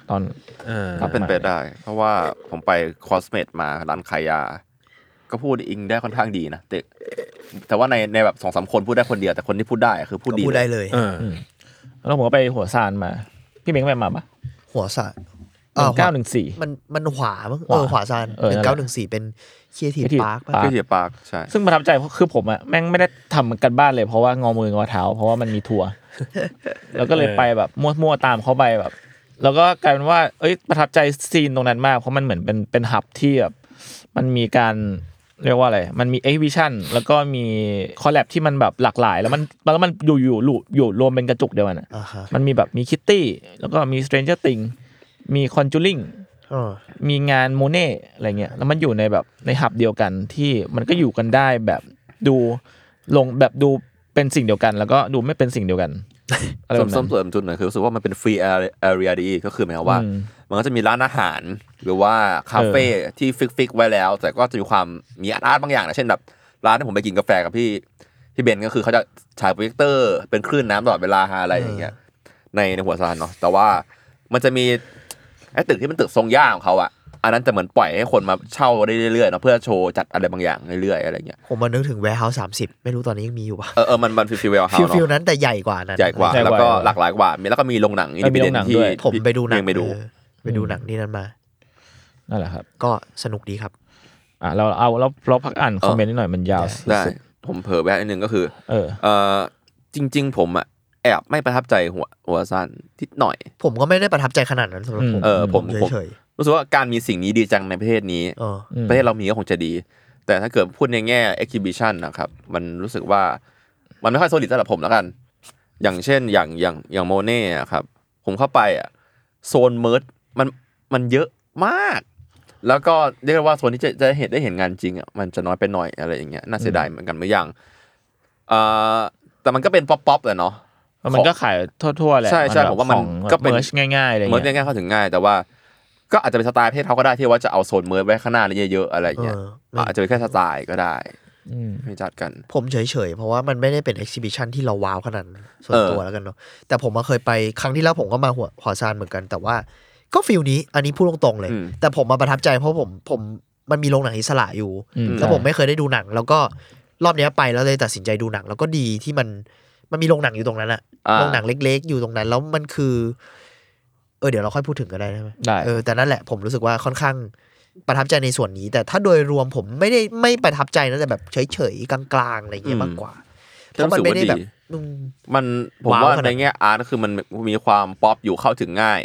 ตอน เออ ก็เป็นไปได้ เพราะว่าผมไปคอสเมดมาร้านขายยา ก็พูดอิงได้ค่อนข้างดีนะแต่แต่ว่าในในแบบสองสามคนพูดได้คนเดียวแต่คนที่พูดได้คือพูด ก็ ดี พูด เล ได้ ย เลย เออ แล้วผมก็ไปหัวซานมา พี่เม้งไปมาปะ หัวสะ หนึ่งเก้าหนึ่งสี่ มันมันหวามั้ง หวา เออขวาซาน เออ ห นั่นแหนึ่งเก้า ละ หนึ่งสี่เป็นเคียทีฟ Creative พาร์ค Park ก็เสียปากใช่ ซึ่งประทับใจเพราะคือผมอะแม่งไม่ได้ทำกันบ้านเลยเพราะว่างอมืองอเท้า เพราะว่ามันมีทัวร์ แล้วก็เลยไปแบบมั่วๆตามเขาไปแบบ แล้วก็กลายเป็นว่า เอ้ยประทับใจซีนตรงนั้นมากเพราะมันเหมือนเป็นเป็นฮับที่แบบมันมีการเรียกว่าอะไรมันมีเอ็กวิชันแล้วก็มีคอลแลบที่มันแบบหลากหลาย แล้วมันแล้วมันอยู่อยู่อยู่อยู่รวมเป็นกระจุกเดียวกันอะ อ่าฮะ มันมีแบบมีคิตตี้แล้วก็มีสเตรนเจอร์ติงมีคอนจูริง เออ มีงานโมเน่อะไรเงี้ยแล้วมันอยู่ในแบบในหับเดียวกันที่มันก็ อยู่กันได้แบบดูลงแบบดูเป็นสิ่งเดียวกัน แล้วก็ดูไม่เป็นสิ่งเดียวกัน อะไรแบบ เสริ นั้ ม น เสริมจุดหน่อยคือรู้สึกว่ามันเป็นฟรีแอเรียดีก็คือหมายความว่า อืม มันก็จะมีร้านอาหาร หรือว่าคาเฟ่ที่ฟิกฟิกๆไว้แล้ว แต่ก็จะมีความมีอาร์ตอาร์ตบางอย่างนะเช่นแบบร้านที่ผมไปกินกาแฟกับพี่พี่เบนก็คือเขาจะฉายโปรเจคเตอร์เป็นคลื่นน้ำตลอดเวลาอะไรอย่างเงี้ยในในหัวสะพานเนาะแต่ว่ามันจะมีไอ้ตึกที่มันตึกทรงย่าของเขาอะอันนั้นจะเหมือนปล่อยให้คนมาเช่าได้เรื่อยๆเนาะเพื่อโชว์จัดอะไรบางอย่างเรื่อยๆอะไรอย่างเงี้ย ผมมานึกถึงแวร์เฮาส์สามสิบไม่รู้ตอนนี้ยังมีอยู่ปะ เออเออมันมันฟิลฟิลเฮา ฟิล เนาะ ฟิลนั้นแต่ใหญ่กว่านั้น ใหญ่กว่า ใหญ่กว่า แล้วก็หลากหลายกว่ามีแล้วก็มีโรงหนังอิน มี ดิ โร เด ง น หนัง ที่ ด้วย ผมไปดูหนัง ยังไปดู เออไปดูหนังนี่นั่นมา นั่นแหละครับ ก็สนุกดีครับ อ่ะเราเอาเราเราพักอ่านคอมเมนต์นิดหน่อยมันยาว ได้ สุด ผมเผลอแวะนิดนึงก็คือ ๆเออ เออจริง ๆ ผมอะแอบไม่ประทับใจหัวหัวสั้นนิดหน่อย ผมก็ไม่ได้ประทับใจขนาดนั้นสำหรับผม เออผมผม เฉย รู้สึกว่าการมีสิ่งนี้ดีจังในประเทศนี้ ๆเออ อืม ประเทศเรามีก็คงจะดี แต่ถ้าเกิดพูดในแง่ exhibition นะครับ มันรู้สึกว่ามันไม่ค่อยโซลิดสำหรับผมแล้วกัน อย่างเช่นอย่างอย่างอย่างโมเน่อะครับ ผมเข้าไปอ่ะโซนเมิร์ดมันมันเยอะมาก แล้วก็เรียกได้ว่าโซนที่จะจะเห็นได้เห็นงานจริงอ่ะมันจะน้อยไปหน่อยอะไรอย่างเงี้ยน่าเสียดายเหมือนกันไม่อย่างเอ่อแต่มันก็เป็นป๊อปป๊อปแหละเนาะ มันก็ขายทั่วๆแหละ ใช่ใช่ แบบ ผมว่ามัน ของ ก็เป็น มิร์ชง่ายๆอะไร เมิร์ด เงี้ย ง่ายๆเข้าถึงง่าย แต่ว่า ก็อาจจะเป็นสไตล์ประเภทศเขาก็ได้ที่ว่าจะเอาโซนเมิร์ดไว้ข้างหน้าเยอะๆอะไรอย่างเงี้ย เออไม่ อาจจะเป็นแค่สไตล์ก็ได้ อืม ไม่จัดกัน ผมเฉยๆ เพราะว่ามันไม่ได้เป็น e อ h กซิบิชันที่เราว้าวขนาดนั้นส่วน เออ ตัวแล้วกันเนาะแต่ผมมาเคยไปครั้งที่แล้วผมก็มาหัวหัวซานเหมือนกัน แต่ว่าก็ฟิลนี้อันนี้พูดตรงๆเลย อืม แต่ผมมาประทับใจเพราะผมผมมันมีโรงหนังอิสระอยู่ อืม แล้ว ใช่ ผมไม่เคยได้ดูหนัง แล้วก็รอบเนี้ยไปแล้วเลยตัดสินใจดูหนัง แล้วก็ดีที่มันมันมีโรงหนังอยู่ตรงนั้นอะ อ่า โรงหนังเล็ก ๆ อยู่ตรงนั้น แล้วมันคือ เออเดี๋ยวเราค่อยพูดถึงก็ได้ใช่ไหม ได้ เออแต่นั่นแหละผมรู้สึกว่าค่อนข้างประทับใจในส่วนนี้ แต่ถ้าโดยรวมผมไม่ได้ไม่ประทับใจนะแต่แบบเฉยๆกลางๆอะไรอย่างเงี้ยมากกว่าเพราะมันไม่ได้แบบอืม มันผม ว้าว ว่า ขนาด ในแง่อาร์ตก็คือมันมีความป๊อปอยู่เข้าถึงง่าย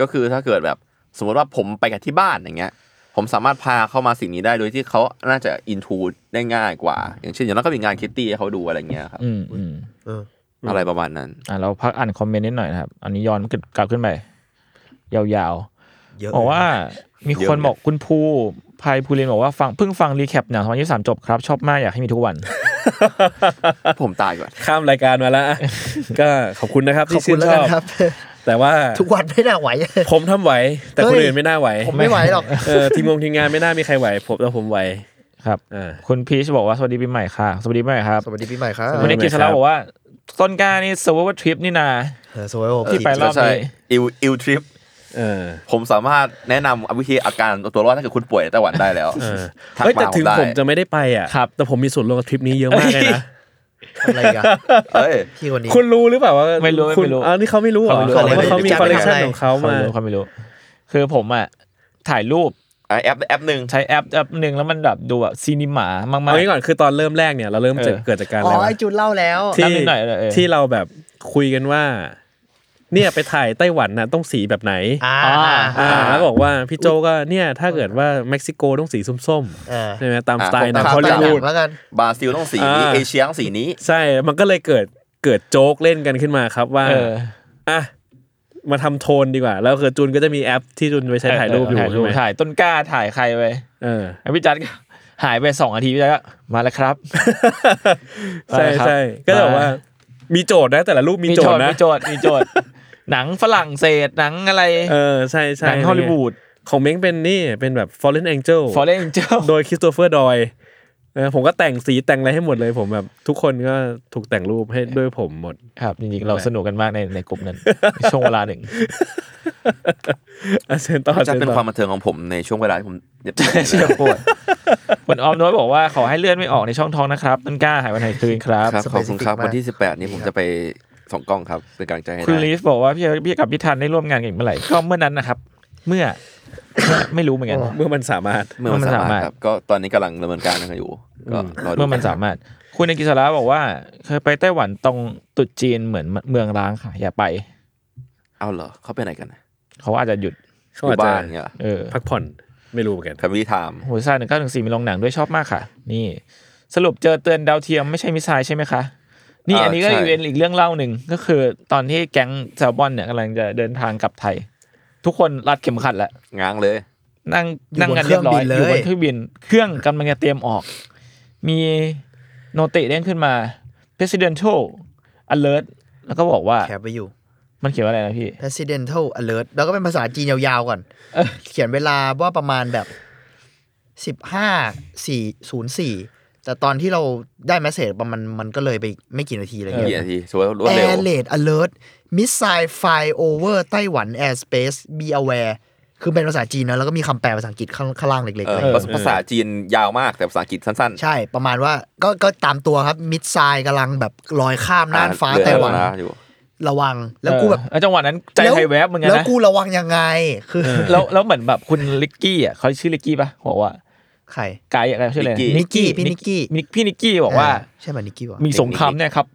ก็คือถ้าเกิดแบบสมมติว่าผมไปกับที่บ้านอย่างเงี้ย ผมสามารถพาเข้ามาสิ่งนี้ได้โดยที่เขาน่าจะอินทูได้ง่ายกว่า อย่างเช่นอย่างนั้นก็มีงานคิตตี้ให้เขาดูอะไรเงี้ยครับ อืมอืม เออ อะไรประมาณนั้น อ่ะเราพักอ่านคอมเมนต์นิดหน่อยนะครับ อันนี้ย้อนกลับขึ้นไป ยาว เยอะ ๆบอกว่ามีคนบอกคุณภูภายภูเรนบอกว่าฟังเพิ่งฟังรีแคปหนังวันยี่สามจบครับ ชอบมากอยากให้มีทุกวัน ผมตายก่อน ข้ามรายการมาแล้ว ก็ขอบคุณนะครับ ขอบ ที่ คุ ชื่ ณ น แล้ว ช กั อน บ ครับ แต่ว่า ทุกวันไม่น่าไหว ผมทำไหว แต่คน เฮ้ย อื่นไม่น่าไหว ผมไม่ไหวหรอก เออทีมงงทีมงานไม่น่ามีใครไหว ผมแต่ผมไหว ครับ อ่า คุณพีชบอกว่าสวัสดีปีใหม่ค่ะ สวัสดีปีใหม่ครับ สวัสดีพี่ใหม่ครับ คุณเอกกิจสลา ครับ บอกว่า ต้นกล้านี่เซอร์เวอร์ทริปนี่นา เออสวัสดีครับ ที่ไปรอบ ใช่อิลอิลทริป เออ ผมสามารถแนะนำวิธีอาการเอาตัวรอดถ้าเกิดคุณป่วยในไต้หวันได้แล้ว เออ ทัก เฮ้ย มา แต่ถึง ได้ ผมจะไม่ได้ไปอ่ะ ครับ แต่ผมมีส่วนร่วมกับทริปนี้เยอะมากเลยนะ อะไรกัน เอ้ย พี่คนนี้ คุณรู้หรือเปล่าว่า ไม่รู้ คุณ ไม่รู้ อันนี้เขาไม่รู้เหรอ เขาไม่รู้ เขาไม่รู้ เขาไม่รู้จำไม่ได้เขามีคอลเลกชันของเขา เขาไม่ มา รู้เขาไม่รู้ คือผมอ่ะถ่ายรูป ไอ้แอปแอปหนึ่ง ใช้แอปแอปหนึ่งแล้วมันแบบดูแบบซีนิมามาก เอา ๆ งี้ก่อนคือตอนเริ่มแรกเนี่ยเราเริ่มเจอ เออ เกิดจากการ อ๋ อะไร อ วะ ไอจุดเล่าแล้ว ที่ นิดหน่อยเออเออ ที่เราแบบคุยกันว่า เนี่ยไปถ่ายไต้หวันน่ะต้องสีแบบไหน อ่า อ่าแล้วบอกว่าพี่โจก็เนี่ยถ้าเกิดว่าเม็กซิโกต้องสีส้ม เออ ๆใช่ไหมตามสไตล์หนั ตางม ฮอล ตา ลี มหนัวูด งแล้วกัน บราซิลต้องสีนี้ อ่า เอเชียต้องสีนี้ ใช่ มันก็เลยเกิดเกิดโจ๊กเล่นกันขึ้นมาครับว่า เออ อ่ะมาทำโทนดีกว่า แล้วคือจูนก็จะมีแอปที่จูนไปใช้ถ่ายรูปอยู่ ถ่าย ใช่ไหม ถ่ายต้นกล้าถ่ายใครไป เออ แล้วพี่จัดก็ หายไปสองนาทีพี่จัดก็มาแล้วครับ ใช่ใช่ ไปครับ ก็แบบว่า มีโจทย์นะ แต่ละรูปมีโจทย์นะ มีโจทย์มีโจทย์ หนังฝรั่งเศสหนังอะไร เออใช่ใช่ หนังฮอลลีวูด ของเม้งเป็นนี่เป็นแบบ Fallen Angel ฟอร์เรนเจ้า โดยคริสโตเฟอร์ดอยเออผมก็แต่งสีแต่งอะไรให้หมดเลยผมแบบ ทุกคนก็ถูกแต่งรูป ให้ด้วยผมหมด ครับจริงๆเราสนุกกันมากในในกลุ่มนั้น ในช่วงเวลาหนึ่ง อ่ะเชิญต่อ จะ เชิญ เป็น ต่อ ความบันเทิงของผมในช่วงเวลาที่ผมเจ็บ เชื่อปวดคุณออมน้อยบอกว่าขอให้เลื่อนไม่ออกในช่องท้องนะครับต้นกล้าหายวันไหนคืนครับ ครับขอบคุณครับ Specific มาก วันที่ 18 นี้ผมจะไปสองกล้องครับเป็นกำลังใจให้ คุณ ได้ ลีฟบอกว่าพี่พี่กับพี่ทันได้ร่วมงานกันอีกเมื่อไหร่ก็เมื่อนั้นนะครับ เมื่อเมื่อไม่รู้เหมือนกัน เมื่อมันสามารถ เมื่อมัน มันสาสาามมาร ร ถ ถ ครับก็ตอนนี้กำลังดำเนินการกันอยู่ก็รอดู เมื่อมันสามารถ คุณเอกิสระบอกว่า เคยไปไต้หวันตรงตรุษจีนเหมือนเมืองร้างค่ะ อย่าไป เอาเหรอเขาไปไหนกันนะ เขาอาจจะหยุด อ เขาอาจ ยู่ จะ บ้านเนี่ย เออ พักผ่อนไม่รู้เหมือนกัน แฟมิลี่ไทม์ โหซ่าหนึ่งเก้าหนึ่งสี่มีโรงหนังด้วยชอบมากค่ะ นี่ สรุปเจอเตือนดาวเทียมไม่ใช่มิสไซล์ใช่ไหมคะ นี่อันนี้ก็อีกเป็นอีกเรื่องเล่าหนึ่งก็คือ ตอนที่แก๊งแซลบอนเนี่ยกำลังจะเดินทางกลับไทย ทุกคนรัดเข็มขัดแล้ว ง้างเลย นั่ง อยู่ นั่ง บน กันเรียบร้อย เครื่องบิอนเลยยู่บนเครื่องบิน เครื่องกำลังจะเตรียมออก มีโนติเด้งขึ้นมา presidential alert แล้วก็บอกว่า แคปไปอยู่ มันเขียนว่าอะไรนะพี่ Presidential Alert แล้วก็เป็นภาษาจีนยาวๆก่อน เขียนเวลาว่าประมาณแบบสิบห้าสี่ศูนย์สี่แต่ตอนที่เราได้แมสเซจประมันมันก็เลยไปไม่กี่นาทีอะไร ไม่ เงี้ กี่ ย นาทีสมมติว่ารวดเร็ว Air Raid Alert Missile Fly Over ไต้หวัน Air Space Be aware คือเป็นภาษาจีนนะแล้วก็มีคำแปลภาษาอังกฤษข้างข้างล่างเล็ก เอ ๆ อ เลย ภาษาภาษาจีนยาวมากแต่ภาษาอังกฤษสั้นๆ ใช่ประมาณว่าก็ก็ตามตัวครับมิดไซกำลังแบบลอยข้ามน่านฟ้าไต้หวัน เรือเรืออยู่ ระวังแล้วกูแบบ เออแล้วจังหวะนั้นใจ ล้ว ไทยแวบเหมือนกัน แล้ว นะ กูระวังยังไงคือ แล้วแล้วเหมือนแบบคุณลิกกี้อ่ะเขาชื่อลิกกี้ปะบอกว่า ใคร ไกด์อะไรชื่ออะไระ นิกกี้พี่นิกกี้ นิพี่นิกกี้บอกว่า เใช่ไหมนิกกี้วะ มีสงครามเนี่ยครับ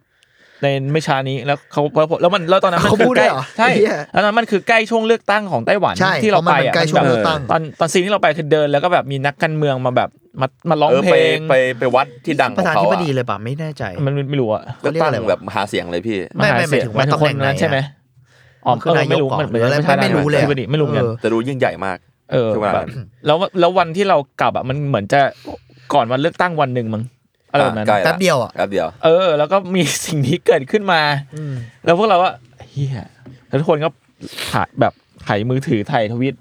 ในไม่ช้านี้แล้วเขาแล้วแล้วมันแล้วตอนนั้นมัน เขาพูด คือใกล้ ด้วยเหรอ ใช่ เหี้ย แล้วตอนนั้นมันคือใกล้ช่วงเลือกตั้งของไต้หวัน ใช่ ที่เราไป เพราะมัน อ่ะ ใกล้ช่วงเลือกตั้ง ตอนตอนซีนที่เราไปคือเดินแล้วก็แบบมีนักการเมืองมาแบบมามาร้อง เออ เพ ไป ลง ไปไปวัดที่ดังข ป อ ระ ง ธาน เขา ธิบ อะ ดีเลยป่ะไม่แน่ใจ มันมันไม่รู้อ่ะ เลือกตั้งแบบหาเสียงเลยพี่ ไม่ไม่หมายถึงว่าตำแหน่งไหน นั้นใช่ไหมอ๋อ มันคือนาเไม่ยกรู้ ก่อน มัน หรืออะไร ใช่ ไม่รู้เลยธิอะบดีไม่รู้เหมือนกัน แต่ดูยิ่งใหญ่มาก เออ ใช่ไหม แบบแล้วแล้ววันที่เรากลับอ่ะมันเหมือนจะก่อนวันเลือกตั้งวันหนึ่งมั้งอะไรแบบนั้น อ่าใกล้ แป๊บเดียวอ่ะ แป๊บเดียว เออ แล้วก็มีสิ่งนี้เกิดขึ้นมา อืม แล้วพวกเราว่าเฮียแล้วทุกคนก็ถ่ายแบบถ่ายมือถือถ่ายทวิต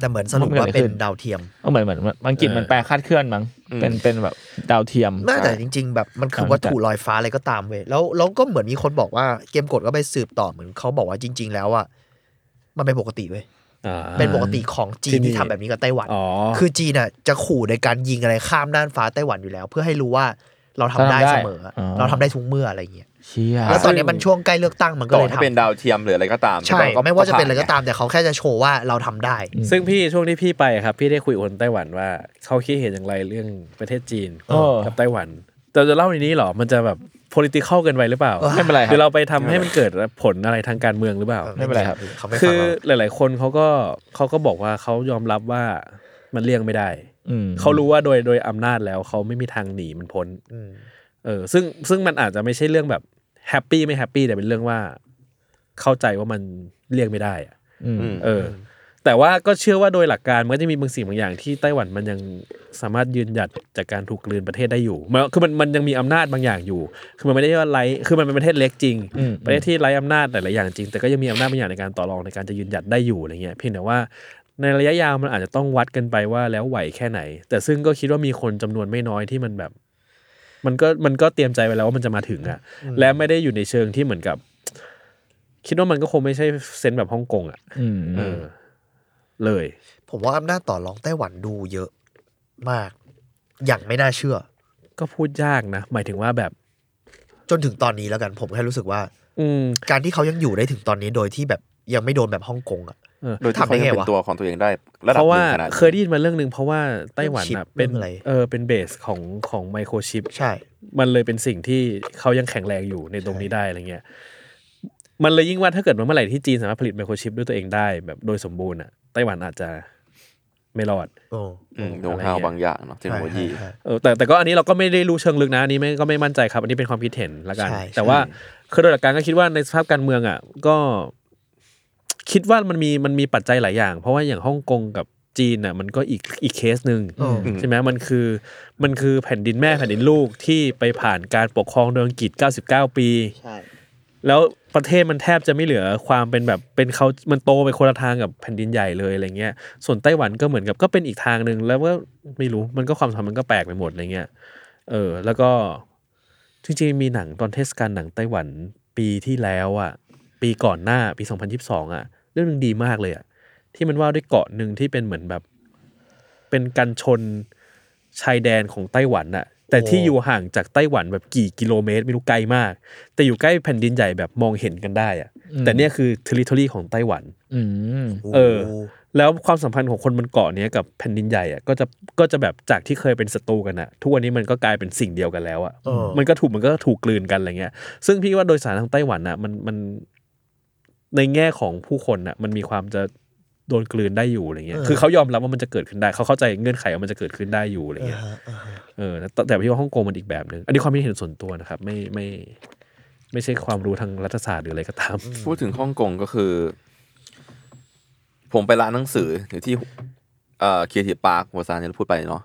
แต่เหมือนสรุปว่าเป็นดาวเทียม ก็เหมือนเหมือนอังกฤษมันแปลคาดเคลื่อนมั้งเป็นเป็นแบบดาวเทียม น่าแต่จริง ๆ แบบมันคือ ใช่ วัตถุลอยฟ้าอะไรก็ตามเว้ยแล้วแล้วก็เหมือนมีคนบอกว่าเกมกดก็ไปสืบต่อเหมือนเขาบอกว่าจริง ๆ แล้วอ่ะมันเป็นปกติเว้ย อ่า เป็นปกติของจีน ที่นี่ ที่ทำแบบนี้กับไต้หวัน อ๋อ คือจีนอ่ะจะขู่ในการยิงอะไรข้ามน่านฟ้าไต้หวันอยู่แล้ว เพื่อให้รู้ว่าเราทำได้เสมออะ อ๋อ เราทำได้ทุกเมื่ออะไรเงี้ย เชีย แล้วตอนเนี้ยมันช่วงใกล้เลือกตั้งมันก็ ต่อ เลย ให้ ท เป็นดาวเทียมหรืออะไรก็ตาม ำใช่ ก็ ไม่ว่าจะเป็นอะไร ผ่ ก็ตามแต่เขาแค่จะโชว์ว่าเราทำได้ ซึ่งพี่ช่วงที่พี่ไปครับ พี่ได้คุยกับคนไต้หวันว่าเขาคิดเห็นอย่างไรเรื่องประเทศจีนกับไต้หวันแต่จะเล่าในนี้เหรอมันจะแบบ political เกินไปหรือเปล่า ไม่เป็นไรค หรือ รับ เราไปทำให้มันเกิดผลอะไรทางการเมืองหรือเปล่า ไม่เป็นไรครับ เขาไม่ฟั คื ง อ เรา หลาย ๆ คนเขาก็เขาก็บอกว่าเขายอมรับว่ามันเลี่ยงไม่ได้ อืม เขารู้ว่าโดยโดยอำนาจแล้วเขาไม่มีทางหนีมันพ้น อืม เออซึ่งซึ่งมันอาจจะไม่ใช่เรื่องแบบแฮปปี้ไม่แฮปปี้แต่เป็นเรื่องว่า เข้าใจว่ามันเลี่ยงไม่ได้อะ อืม อืม เอออ แต่ว่าก็เชื่อว่าโดยหลักการมันก็จะมีบางสิ่งบางอย่างที่ไต้หวันมันยังสามารถยืนหยัดจากการถูกกลืนประเทศได้อยู่มันคือมันมันยังมีอำนาจบางอย่างอยู่ คือมันไม่ได้ว่าไร้คือมันเป็นประเทศเล็กจริง อืม ประเทศที่ไร้อำนาจหลายๆอย่างจริง แต่ก็ยังมีอำนาจบางอย่างในการต่อรองในการจะยืนหยัดได้อยู่อะไรเงี้ยเพียงแต่ว่าในระยะยาวมันอาจจะต้องวัดกันไปว่าแล้วไหวแค่ไหน แต่ซึ่งก็คิดว่ามีคนจำนวนไม่น้อยที่มันแบบ มันก็มันก็เตรียมใจไว้แล้วว่ามันจะมาถึงอะและไม่ได้อยู่ในเชิงที่เหมือนกับ คิดว่ามันก็คงไม่ใช่เซนส์แบบฮ่องกงอะ อืม เออ เลย ผมว่าอำนาจต่อรองไต้หวันดูเยอะมาก อย่างไม่น่าเชื่อ ก็พูดยากนะ หมายถึงว่าแบบ จนถึงตอนนี้แล้วกัน ผมแค่รู้สึกว่า อืม การที่เขายังอยู่ได้ถึงตอนนี้โดยที่แบบยังไม่โดนแบบฮ่องกงอ่ะ โดยที่เขา ทำได้ไง ยัง วะ เป็นตัวของตัวเองได้ระดับ เพราะ ห ว่า นึ่งขนาดนี้ เคยได้ยินมาเรื่องหนึ่งเพราะว่าไต้หวันอะ เรื่ เป็ อน งชิปเรื่องอะไร เออเป็นเบสของของไมโครชิป ใช่ มันเลยเป็นสิ่งที่เขายังแข็งแรงอยู่ในตรงนี้ได้อะไรเงี้ย มันเลยยิ่งว่าถ้าเกิดว่าเมื่อไหร่ที่จีนสามารถผลิตไมโครชิปด้วยตัวเองได้แบบโดยสมบูรณ์อ่ะไต้หวันอาจจะไม่รอด โอ้ อืมโน้ตฮาวบางอย่างเนาะเทคโนโลยี ใช่ เออแต่แต่ก็อันนี้เราก็ไม่ได้รู้เชิงลึกนะอันนี้ไม่ก็ไม่มั่นใจครับ อันนี้เป็นความคิดเห็นละกัน ใช่ แต่ว่า ใช่ คือโดยหลักการก็คิดว่าในสภาพการเมืองอ่ะก็ คิดว่ามันมีมันมีปัจจัยหลายอย่าง เพราะว่าอย่างฮ่องกงกับจีนอ่ะมันก็อีกอีกเคสหนึ่งใช่ไหมมันคือมันคือแผ่นดินแม่แผ่นดินลูกที่ไปผ่านการปกครองโดยอังกฤษ 99 ปี ใช่ แล้วประเทศมันแทบจะไม่เหลือความเป็นแบบเป็นเขามันโตไปคนละทางกับแผ่นดินใหญ่เลยอะไรเงี้ย ส่วนไต้หวันก็เหมือนกับก็เป็นอีกทางหนึ่งแล้วก็ไม่รู้มันก็ความสัมพันธ์มันก็แปลกไปหมดอะไรเงี้ย เออ แล้วก็จริงๆมีหนังตอนเทศกาลหนังไต้หวันปีที่แล้วอ่ะ ปีก่อนหน้าปี 2022 อ่ะ เรื่องหนึงดีมากเลยอ่ะที่มันว่าด้วยเกาะหนึ่งที่เป็นเหมือนแบบ เป็นกันชนชายแดนของไต้หวันน่ะ แต่ที่อยู่ห่างจากไต้หวันแบบกี่กิโลเมตร ไม่รู้ไกลมาก แต่อยู่ใกล้แผ่นดินใหญ่แบบมองเห็นกันได้อ่ะ แต่เนี่ยคือทริทอรีของไต้หวัน อืม เออ แล้วความสัมพันธ์ของคนบนเกาะเนี้ยกับแผ่นดินใหญ่อะก็จะก็จะแบบจากที่เคยเป็นศัตรูกันอะทุกวันนี้มันก็กลายเป็นสิ่งเดียวกันแล้วอะ เออ มันก็ถูกมันก็ถูกกลืนกันอะไรเงี้ย ซึ่งพี่ว่าโดยสารทางไต้หวันอะมันมันในแง่ของผู้คนอะมันมีความจะโดนกลืนได้อยู่อะไรเงี้ย คือเขายอมรับว่ามันจะเกิดขึ้นได้เขาเข้าใจเงื่อนไขว่ามันจะเกิดขึ้นได้อยู่อะไรเงี้ย อ่าฮะอ่าฮะ เออแต่แต่พี่ว่าฮ่องกงมันอีกแบบหนึ่งอันนี้ความคิดเห็นส่วนตัวนะครับ ไม่ไม่ ไม่ใช่ความรู้ทางรัฐศาสตร์หรืออะไรก็ตาม พูดถึงฮ่องกงก็คือ ผมไปร้านหนังสืออยู่ที่เอ่อคีทีปาร์คหัวซานที่เราพูดไปเนาะ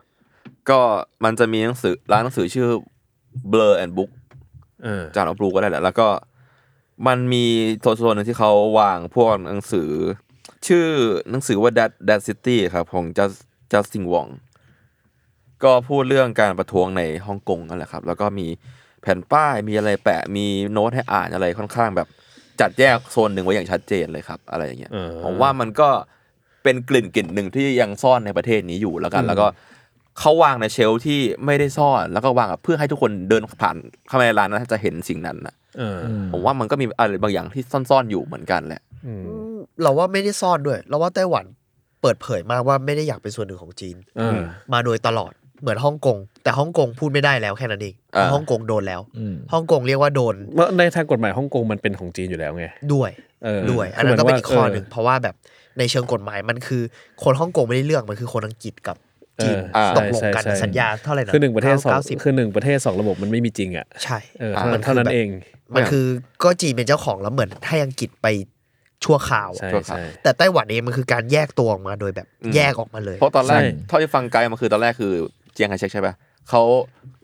ก็มันจะมีหนังสือร้านหนังสือชื่อ Blur and Book เออ จานออฟบลูก็ได้แหละแล้วก็ มันมีโซนโซนหนึ่งที่เขาวางพวกหนังสือ ชื่อหนังสือว่า Dead Dead City ครับ ของ Just Justin Wong ก็พูดเรื่องการประท้วงในฮ่องกงนั่นแหละครับ แล้วก็มีแผ่นป้ายมีอะไรแปะมีโน้ตให้อ่านอะไรค่อนข้างแบบจัดแยกโซนหนึ่งไว้อย่างชัดเจนเลยครับ อะไรอย่างเงี้ย เออ ผมว่ามันก็เป็นกลิ่นกลิ่นหนึ่งที่ยังซ่อนในประเทศนี้อยู่แล้วกัน แล้วก็เขาวางในเชลฟ์ที่ไม่ได้ซ่อน แล้วก็วางแบบเพื่อให้ทุกคนเดินผ่านเข้ามาในร้านนั้นจะเห็นสิ่งนั้นนะ เออ ผมว่ามันก็มีอะไรบางอย่างที่ซ่อนๆอยู่เหมือนกันแหละ อืม เราว่าไม่ได้ซ่อนด้วย เราว่าไต้หวันเปิดเผยมากว่าไม่ได้อยากเป็นส่วนหนึ่งของจีน เออ มาโดยตลอดเหมือนฮ่องกง แต่ฮ่องกงพูดไม่ได้แล้วแค่นั้นเอง อ่า ฮ่องกงโดนแล้ว อืม ฮ่องกงเรียกว่าโดน เมื่อในทางกฎหมายฮ่องกงมันเป็นของจีนอยู่แล้วไง ด้วย เออ ด้วย อันนั้นก็เป็นอีก คื ข้อ ห หนึ่ง มาย เพราะว่าแบบในเชิงกฎหมายมันคือ คนฮ่องกงไม่ได้เลือกมันคือคนอังกฤษกับ เอ จีน อ อ่า ต ใช่ กลง ใช่ กัน ใช่ สัญญาเท่าไหร่นะ คือหนึ่งประเทศสอง ก้าสิบ คือหนึ่งประเทศสองระบบมันไม่มีจริงอ่ะ ใช่ เออเท่านั้น มั เท่านั้น แบบ เอง มันคือก็จีนเป็นเจ้าของแล้วเหมือนให้อังกฤษไปชั่วคราว ใช่ใช่ แต่ไต้หวันเองมันคือการแยกตัวออกมาโดยแบบ อืม แยกออกมาเลย เพราะตอนแรก ใช่ เท่าที่ฟังไกด์มาคือตอนแรกคือเจียงไคเชกใช่ปะเขา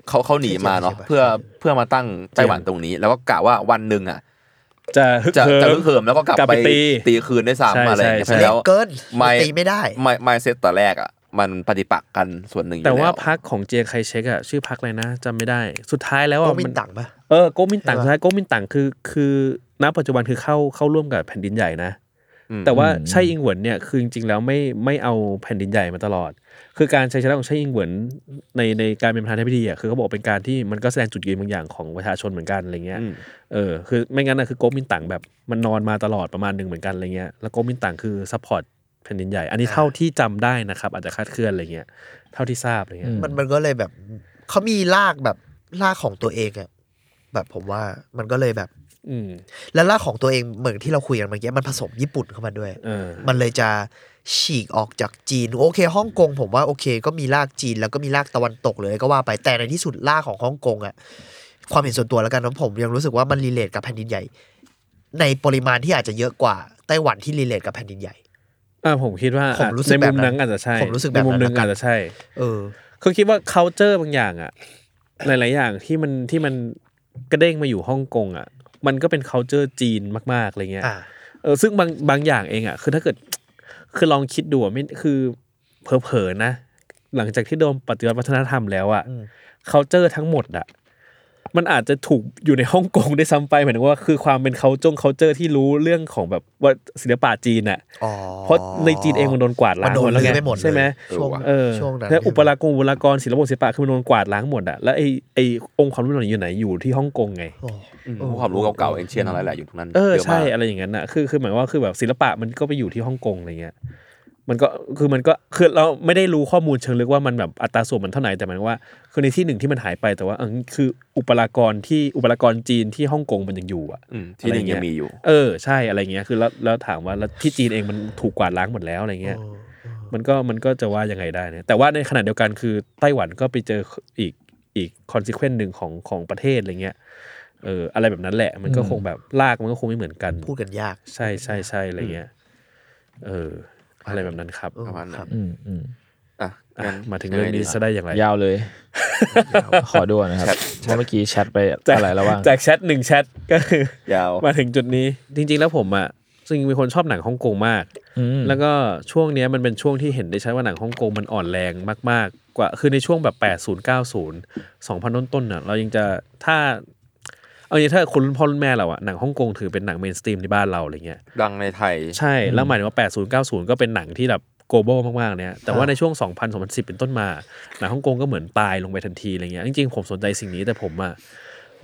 เขาเขาหนีมาเนาะ ใช่ใช่ เพื่อเพื่อมาตั้งไต้หวันตรงนี้ แล้วก็กะว่าวันหนึ่งอ่ะ จะฮึก จะจะเหิมเพิ่มแล้วก็กลับ กลับ ไป ไปตี ตีคืนได้ ใช่ ซ้ำอะไรอย่างเงี้ย ใช่ เพราะฉะนั้น เล็ แล้ว กเกิน ไม่ ตีไม่ได้ ไม่ไม่เซตแต่แรกอ่ะมันปฏิปักษ์กันส่วนหนึ่งอยู่ แต่ว่า ล้ พักของเจียงไคเชกอ่ะชื่อพักอะไรนะจำไม่ได้ สุดท้ายแล้ว ก็ อ่ะ มิ มัน น ตังปะ เออโกมินตัง ใช่ปะ สุดท้ายโกมินตังคือคือณปัจจุบันคือเข้าเข้าร่วมกับแผ่นดินใหญ่นะ อืม แต่ว่าไช่อิงเหวินเนี่ยคือจริงๆแล้วไม่ไม่เอาแผ่นดินใหญ่มาตลอด คือการใช้ชนะของไช่อิงเหวินในในการเป็นประธานาธิบดีอ่ะคือเขาบอกเป็นการที่มันก็แสดงจุดยืนบางอย่างของประชาชนเหมือนกันอะไรเงี้ย อืม เออคือไม่งั้นนะคือโกมินตังแบบมันนอนมาตลอดประมาณหนึ่งเหมือนกันอะไรเงี้ยแล้วโกมินตังคือซัพพอร์ตแผ่นดินใหญ่ อันนี้เท่าที่จำได้นะครับ อาจจะคลาดเคลื่อนอะไรเงี้ยเท่าที่ทราบอะไรเงี้ย อื มันมันก็เลยแบบเขามีลากแบบลากของตัวเองอะแบบผมว่ามันก็เลยแบบ อืม แล้วลากของตัวเองเหมือนที่เราคุยกันเมื่อกี้มันผสมญี่ปุ่นเข้ามาด้วย เออ มันเลยจะฉีกออกจากจีน โอเคฮ่องกงผมว่าโอเค ก็มีลากจีนแล้วก็มีลากตะวันตกเลยก็ว่าไปแต่ในที่สุดลากของฮ่องกงอะความเห็นส่วนตัวแล้วกันนะผมยังรู้สึกว่ามันรีเลทกับแผ่นดินใหญ่ ในปริมาณที่อาจจะเยอะกว่าไต้หวันที่รีเลทกับแผ่นดินใหญ่ อ่าผมคิดว่า ผมรู้สึก ใน แบ มุ บ ม นั้ นั้น นอาจจะใช่ ผมรู้สึกแบบในนั้น มุมหนึง ละกัน อาจจะใช่ เออ คือคิดว่า culture บางอย่างอะหลายๆอย่างที่มันที่มันกระเด้งมาอยู่ฮ่องกงอะมันก็เป็น culture จีนมากๆอะไรเงี้ย อ่า เออซึ่งบางบางอย่างเองอ่ะคือถ้าเกิด คือลองคิดดูอะไม่คือเผลอๆนะ หลังจากที่โดนปฏิวัติวัฒนธรรมแล้วอ่ะ อืม เคาเจอร์ทั้งหมดอ่ะมันอาจจะถูกอยู่ในฮ่องกงได้วยซ้ำไปหมายถึงว่าคือความเป็นเขาจงเคาเจอร์ที่รู้เรื่องของแบบว่าศิลปะจีนอ่ะ อ๋อ เพราะในจีนเองมันโดนกวาดล้าง นโด หม น ดแล้ว ลื้อไงไปหมดเลย ใช่ไหม ช่วง เออ ช่วงนั้น แล้วอุปรากรอุปรากรศิลปะศิลปะคือมันโดนกวาดล้างหมดอ่ะแล้วไอไอองค์ความรู้เหล่านี้อยู่ไหนอยู่ที่ฮ่องกงไง โอ้ อืมความรู้เก่าๆเองเชียนอะไรแหละอยู่ตรงนั้น เออ เยะมา ใช่ ก อะไรอย่างนั้นอ่ะคือคือหมายว่าคือแบบศิลปะมันก็ไปอยู่ที่ฮ่องกงอะไรเงี้ยมันก็คือมันก็คือเราไม่ได้รู้ข้อมูลเชิงลึกว่ามันแบบอัตราส่วนมันเท่าไหร่แต่หมายว่าคือในที่หนึ่งที่มันหายไปแต่ว่าเออคืออุปรากรที่อุปรากรจีนที่ฮ่องกงมันยังอยู่อ่ะ อืมที่นี่ยังมีอยู่ เออใช่อะไรเงี้ยคือแล้วแล้วถามว่าแล้วที่จีนเองมันถูกกวาดล้างหมดแล้วอะไรเงี้ย มันก็มันก็จะว่ายังไงได้เนี่ยแต่ว่าในขณะเดียวกันคือไต้หวันก็ไปเจออีกอีกคอนซิเควนต์หนึ่งของของประเทศอะไรเงี้ยเอออะไรแบบนั้นแหละมันก็ อืม คงแบบลากมันก็คงไม่เหมือนกัน พูดกันยาก ใช่ใช่ใช่อะไรเงี้ย เออ อะไรแบบนั้นครับ เออ ประมาณนั้น ครับ อืมอืม อ่ะ อ่ะ งั้น มาถึงเรื่องนี้ ยัไดี จะได้อย่างไร ยาวเลย ขอด่วนนะครับเพราะเมื่อกี้แชทไป จก อะไรแล้วว่าง จากแชทหนึ่งแชท ก็คือ ยาว มาถึงจุดนี้จริง ๆ แล้วผมอ่ะซึ่งมีคนชอบหนังฮ่องกงมาก อืม แล้วก็ช่วงเนี้ยมันเป็นช่วงที่เห็นได้ชัดว่าหนังฮ่องกงมันอ่อนแรงมาก ๆ กว่าคือในช่วงแบบ 80 90 2000 ต้นต้นน่ะเรายังจะถ้าเอาอย่างถ้าคนรุ่นพ่อรุ่นแม่เราอะหนังฮ่องกงถือเป็นหนังเมนสตรีมในบ้านเราอะไรเงี้ย ดังในไทย ใช่แล้วหมายถึงว่า 80 90 ก็เป็นหนังที่แบบ global มาก ๆ เนี่ยแต่ว่าในช่วง 2000 2010 เป็นต้นมา หนังฮ่องกงก็เหมือนตายลงไปทันทีอะไรเงี้ยจริง ๆ ผมสนใจสิ่งนี้แต่ผมอะ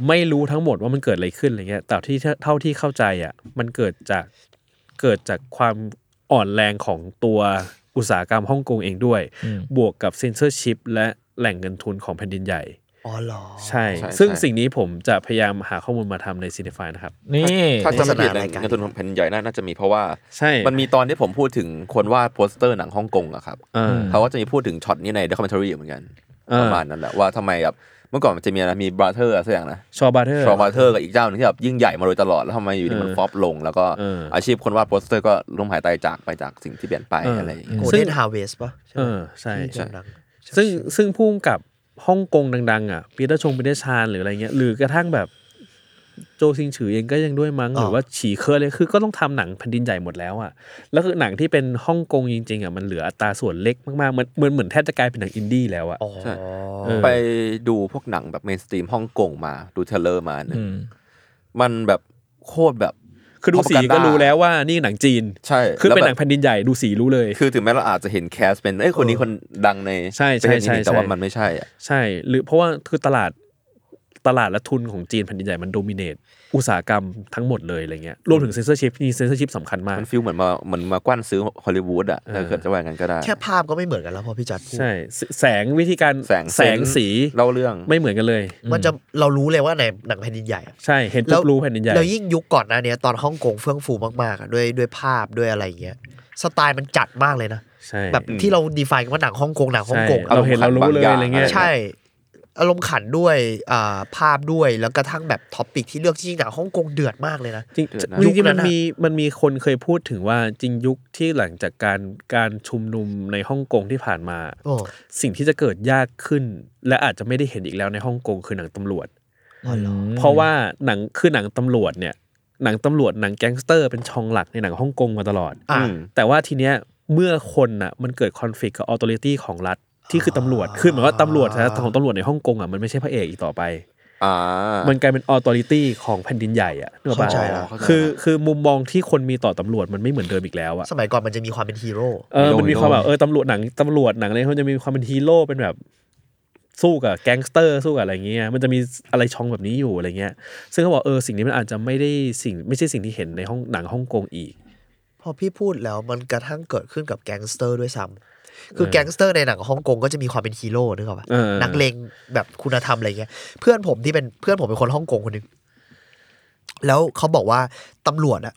ไม่รู้ทั้งหมดว่ามันเกิดอะไรขึ้นอะไรเงี้ยแต่ที่เท่าที่เข้าใจอะมันเกิดจากเกิดจากความอ่อนแรงของตัวอุตสาหกรรมฮ่องกงเองด้วย อืม บวกกับเซนเซอร์ชิพและแหล่งเงินทุนของแผ่นดินใหญ่ อ๋อเหรอ ใช่ ใช่ ซึ่ง ใช่ สิ่งนี้ผมจะพยายามหาข้อมูลมาทำในซีน f ฟายนะครับ นี่ ถ้าจำไม่ผิด โฆษณารายการ เงินทุนของแผ่นใหญ่น่าจะมีเพราะว่า ใช่ มันมีตอนที่ผมพูดถึงคนวาดโปสเตอร์หนังฮ่องกงอะครับ อ่า เขาก็จะมีพูดถึงช็อตนี้ใน d o c u m e n t a r y เหมือนกัน เออ ประมาณนั้นแหละว่าทำไมแบบเมื่อก่อนมันจะมีอะไรมีบราเธอร์สักอย่างนะ ชอบาเทอร์ ชอบราเธอร์กับอีกเจ้าหนึงที่แบบยิ่งใหญ่มาโดยตลอด แล้วทำไมอยู่ดีมัน เออ ฟอปลง แล้วก็ เอออ อาชีพคนวาดโปสเตอร์ก็ล้มหายตายจากไปจากสิ่งที่เปลี่ยนไปอะไรอย่างเงี้ย โกล ซึ่ เด้ ง นฮาเวสปะใช่ เอ ไหม อใช่ ที่โด่งดัง ซึ่งซึ่งพุ่มกับฮ่องกงดัง ๆ อ่ะปีเตอร์ชงปีเตอร์ชานหรืออะไรเงี้ยหรือกระทั่งแบบโจ ซิงฉือเองก็ยังด้วยมั้ง อ๋อ หรือว่าฉีเคอร์เลยคือก็ต้องทำหนังแผ่นดินใหญ่หมดแล้วอ่ะแล้วคือหนังที่เป็นฮ่องกงจริงๆอ่ะมันเหลืออัตราส่วนเล็กมากๆมันเหมือนเหมือนแทบจะกลายเป็นหนังอินดี้แล้วอ่ะ อ๋อ ใช่ เออ ไปดูพวกหนังแบบเมนสตรีมฮ่องกงมาดูเทรลเลอร์มาเนี่ย อืม มันแบบโคตรแบบ คือดูสีก็ propaganda รู้แล้วว่านี่หนังจีน ใช่ คือเป็นห ล้วแบบนังแผ่นดินใหญ่ดูสีรู้เลย คือถึงแม้เราอาจจะเห็นแคสเป็นเอ้ยคนนี้คนดังใน ใช่ใช่ ประเทศนี้ ใช่ แต่ว่า ใช่ มันไม่ใช่อะ ใช่ หรือเพราะว่าคือตลาดตลาดและทุนของจีนแผ่นดินใหญ่มันโดมิเนตอุตสาหกรรมทั้งหมดเลยอะไรเงี้ยรวมถึงเซนเซอร์ชิพนี่เซนเซอร์ชิพสำคัญมาก มันฟิลเหมือนมาเหมือนมากว้านซื้อฮอลลีวูดอะ เออ ถ้าเกิดจะว่าอย่างนั้นก็ได้ แค่ภาพก็ไม่เหมือนกันแล้วพอพี่จัดพูด ใช่แสแสงวิธีการ แสง แสงสี เล่าเรื่อง ไม่เหมือนกันเลย มันจะเรารู้เลยว่าในหนังแผ่นดินใหญ่อะ ใช่เห็นปุ๊บรู้แผ่นดินใหญ่ แล้วยิ่งยุคก่อนหน้าเนี้ยตอนฮ่องกงเฟื่องฟูมากๆอะด้วยด้วยภาพด้วยอะไรอย่างเงี้ยสไตล์มันจัดมากเลยนะ ใช่ แบบที่เราดีไฟกันว่าหนังฮ่องกงหนังฮ่องกง ใช่ อะ เราเห็นเรารู้เลย บางอย่าง อะไรเงี้ย ใช่ อารมณ์ขันด้วยอ่าภาพด้วยแล้วกระทั่งแบบท็อปิกที่เลือกจริงๆหนังฮ่องกงเดือดมากเลยนะ จริง เดือดนะ จริงจริงๆยุคมันนั้นอะ มีมันมีคนเคยพูดถึงว่าจริงยุคที่หลังจากการการชุมนุมในฮ่องกงที่ผ่านมา โอ้ สิ่งที่จะเกิดยากขึ้น และอาจจะไม่ได้เห็นอีกแล้วในฮ่องกงคือหนังตำรวจ เพราะว่าหนังคือหนังตำรวจเนี่ยหนังตำรวจหนังแก๊งสเตอร์เป็นช่องหลักในหนังฮ่องกงมาตลอด อ่ะ อืม แต่ว่าทีเนี้ยเมื่อคนน่ะมันเกิดคอนฟ lict กับออโตเรตี้ของรัฐที่คือตำรวจคือเหมือนว่าตำรวจนะของตำรวจในฮ่องกงอ่ะมันไม่ใช่พระเอกอีกต่อไป อ่า มันกลายเป็นออโตเรตี้ของแผ่นดินใหญ่อ่ะนึกออกปะ เข้าใจละ คือคือมุมมองที่คนมีต่อตำรวจมันไม่เหมือนเดิมอีกแล้วอ่ะ สมัยก่อนมันจะมีความเป็นฮีโร่ เออ โดน มันมีความ โดน แบบเออตำรวจหนังตำรวจหนังอะไรเขาจะมีความเป็นฮีโร่เป็นแบบสู้กับแก๊งสเตอร์สู้กับอะไรเงี้ยมันจะมีอะไรช่องแบบนี้อยู่อะไรเงี้ย ซึ่งเขาบอกเออสิ่งนี้มันอาจจะไม่ได้สิ่งไม่ใช่สิ่งที่เห็นในห้องหนังฮ่องกงอีก พอพี่พูดแล้วมันกระทั่งเกิดขึ้นกับแก๊งสเตอร์ด้วยซ้ำคือแก๊งสเตอร์ในหนังฮ่องกงก็จะมีความเป็นฮีโร่นึกออกปะ เออ นักเลงแบบคุณธรรมอะไรเงี้ย เพื่อนผมที่เป็นเพื่อนผมเป็นคนฮ่องกงคนหนึง แล้วเขาบอกว่าตำรวจอะ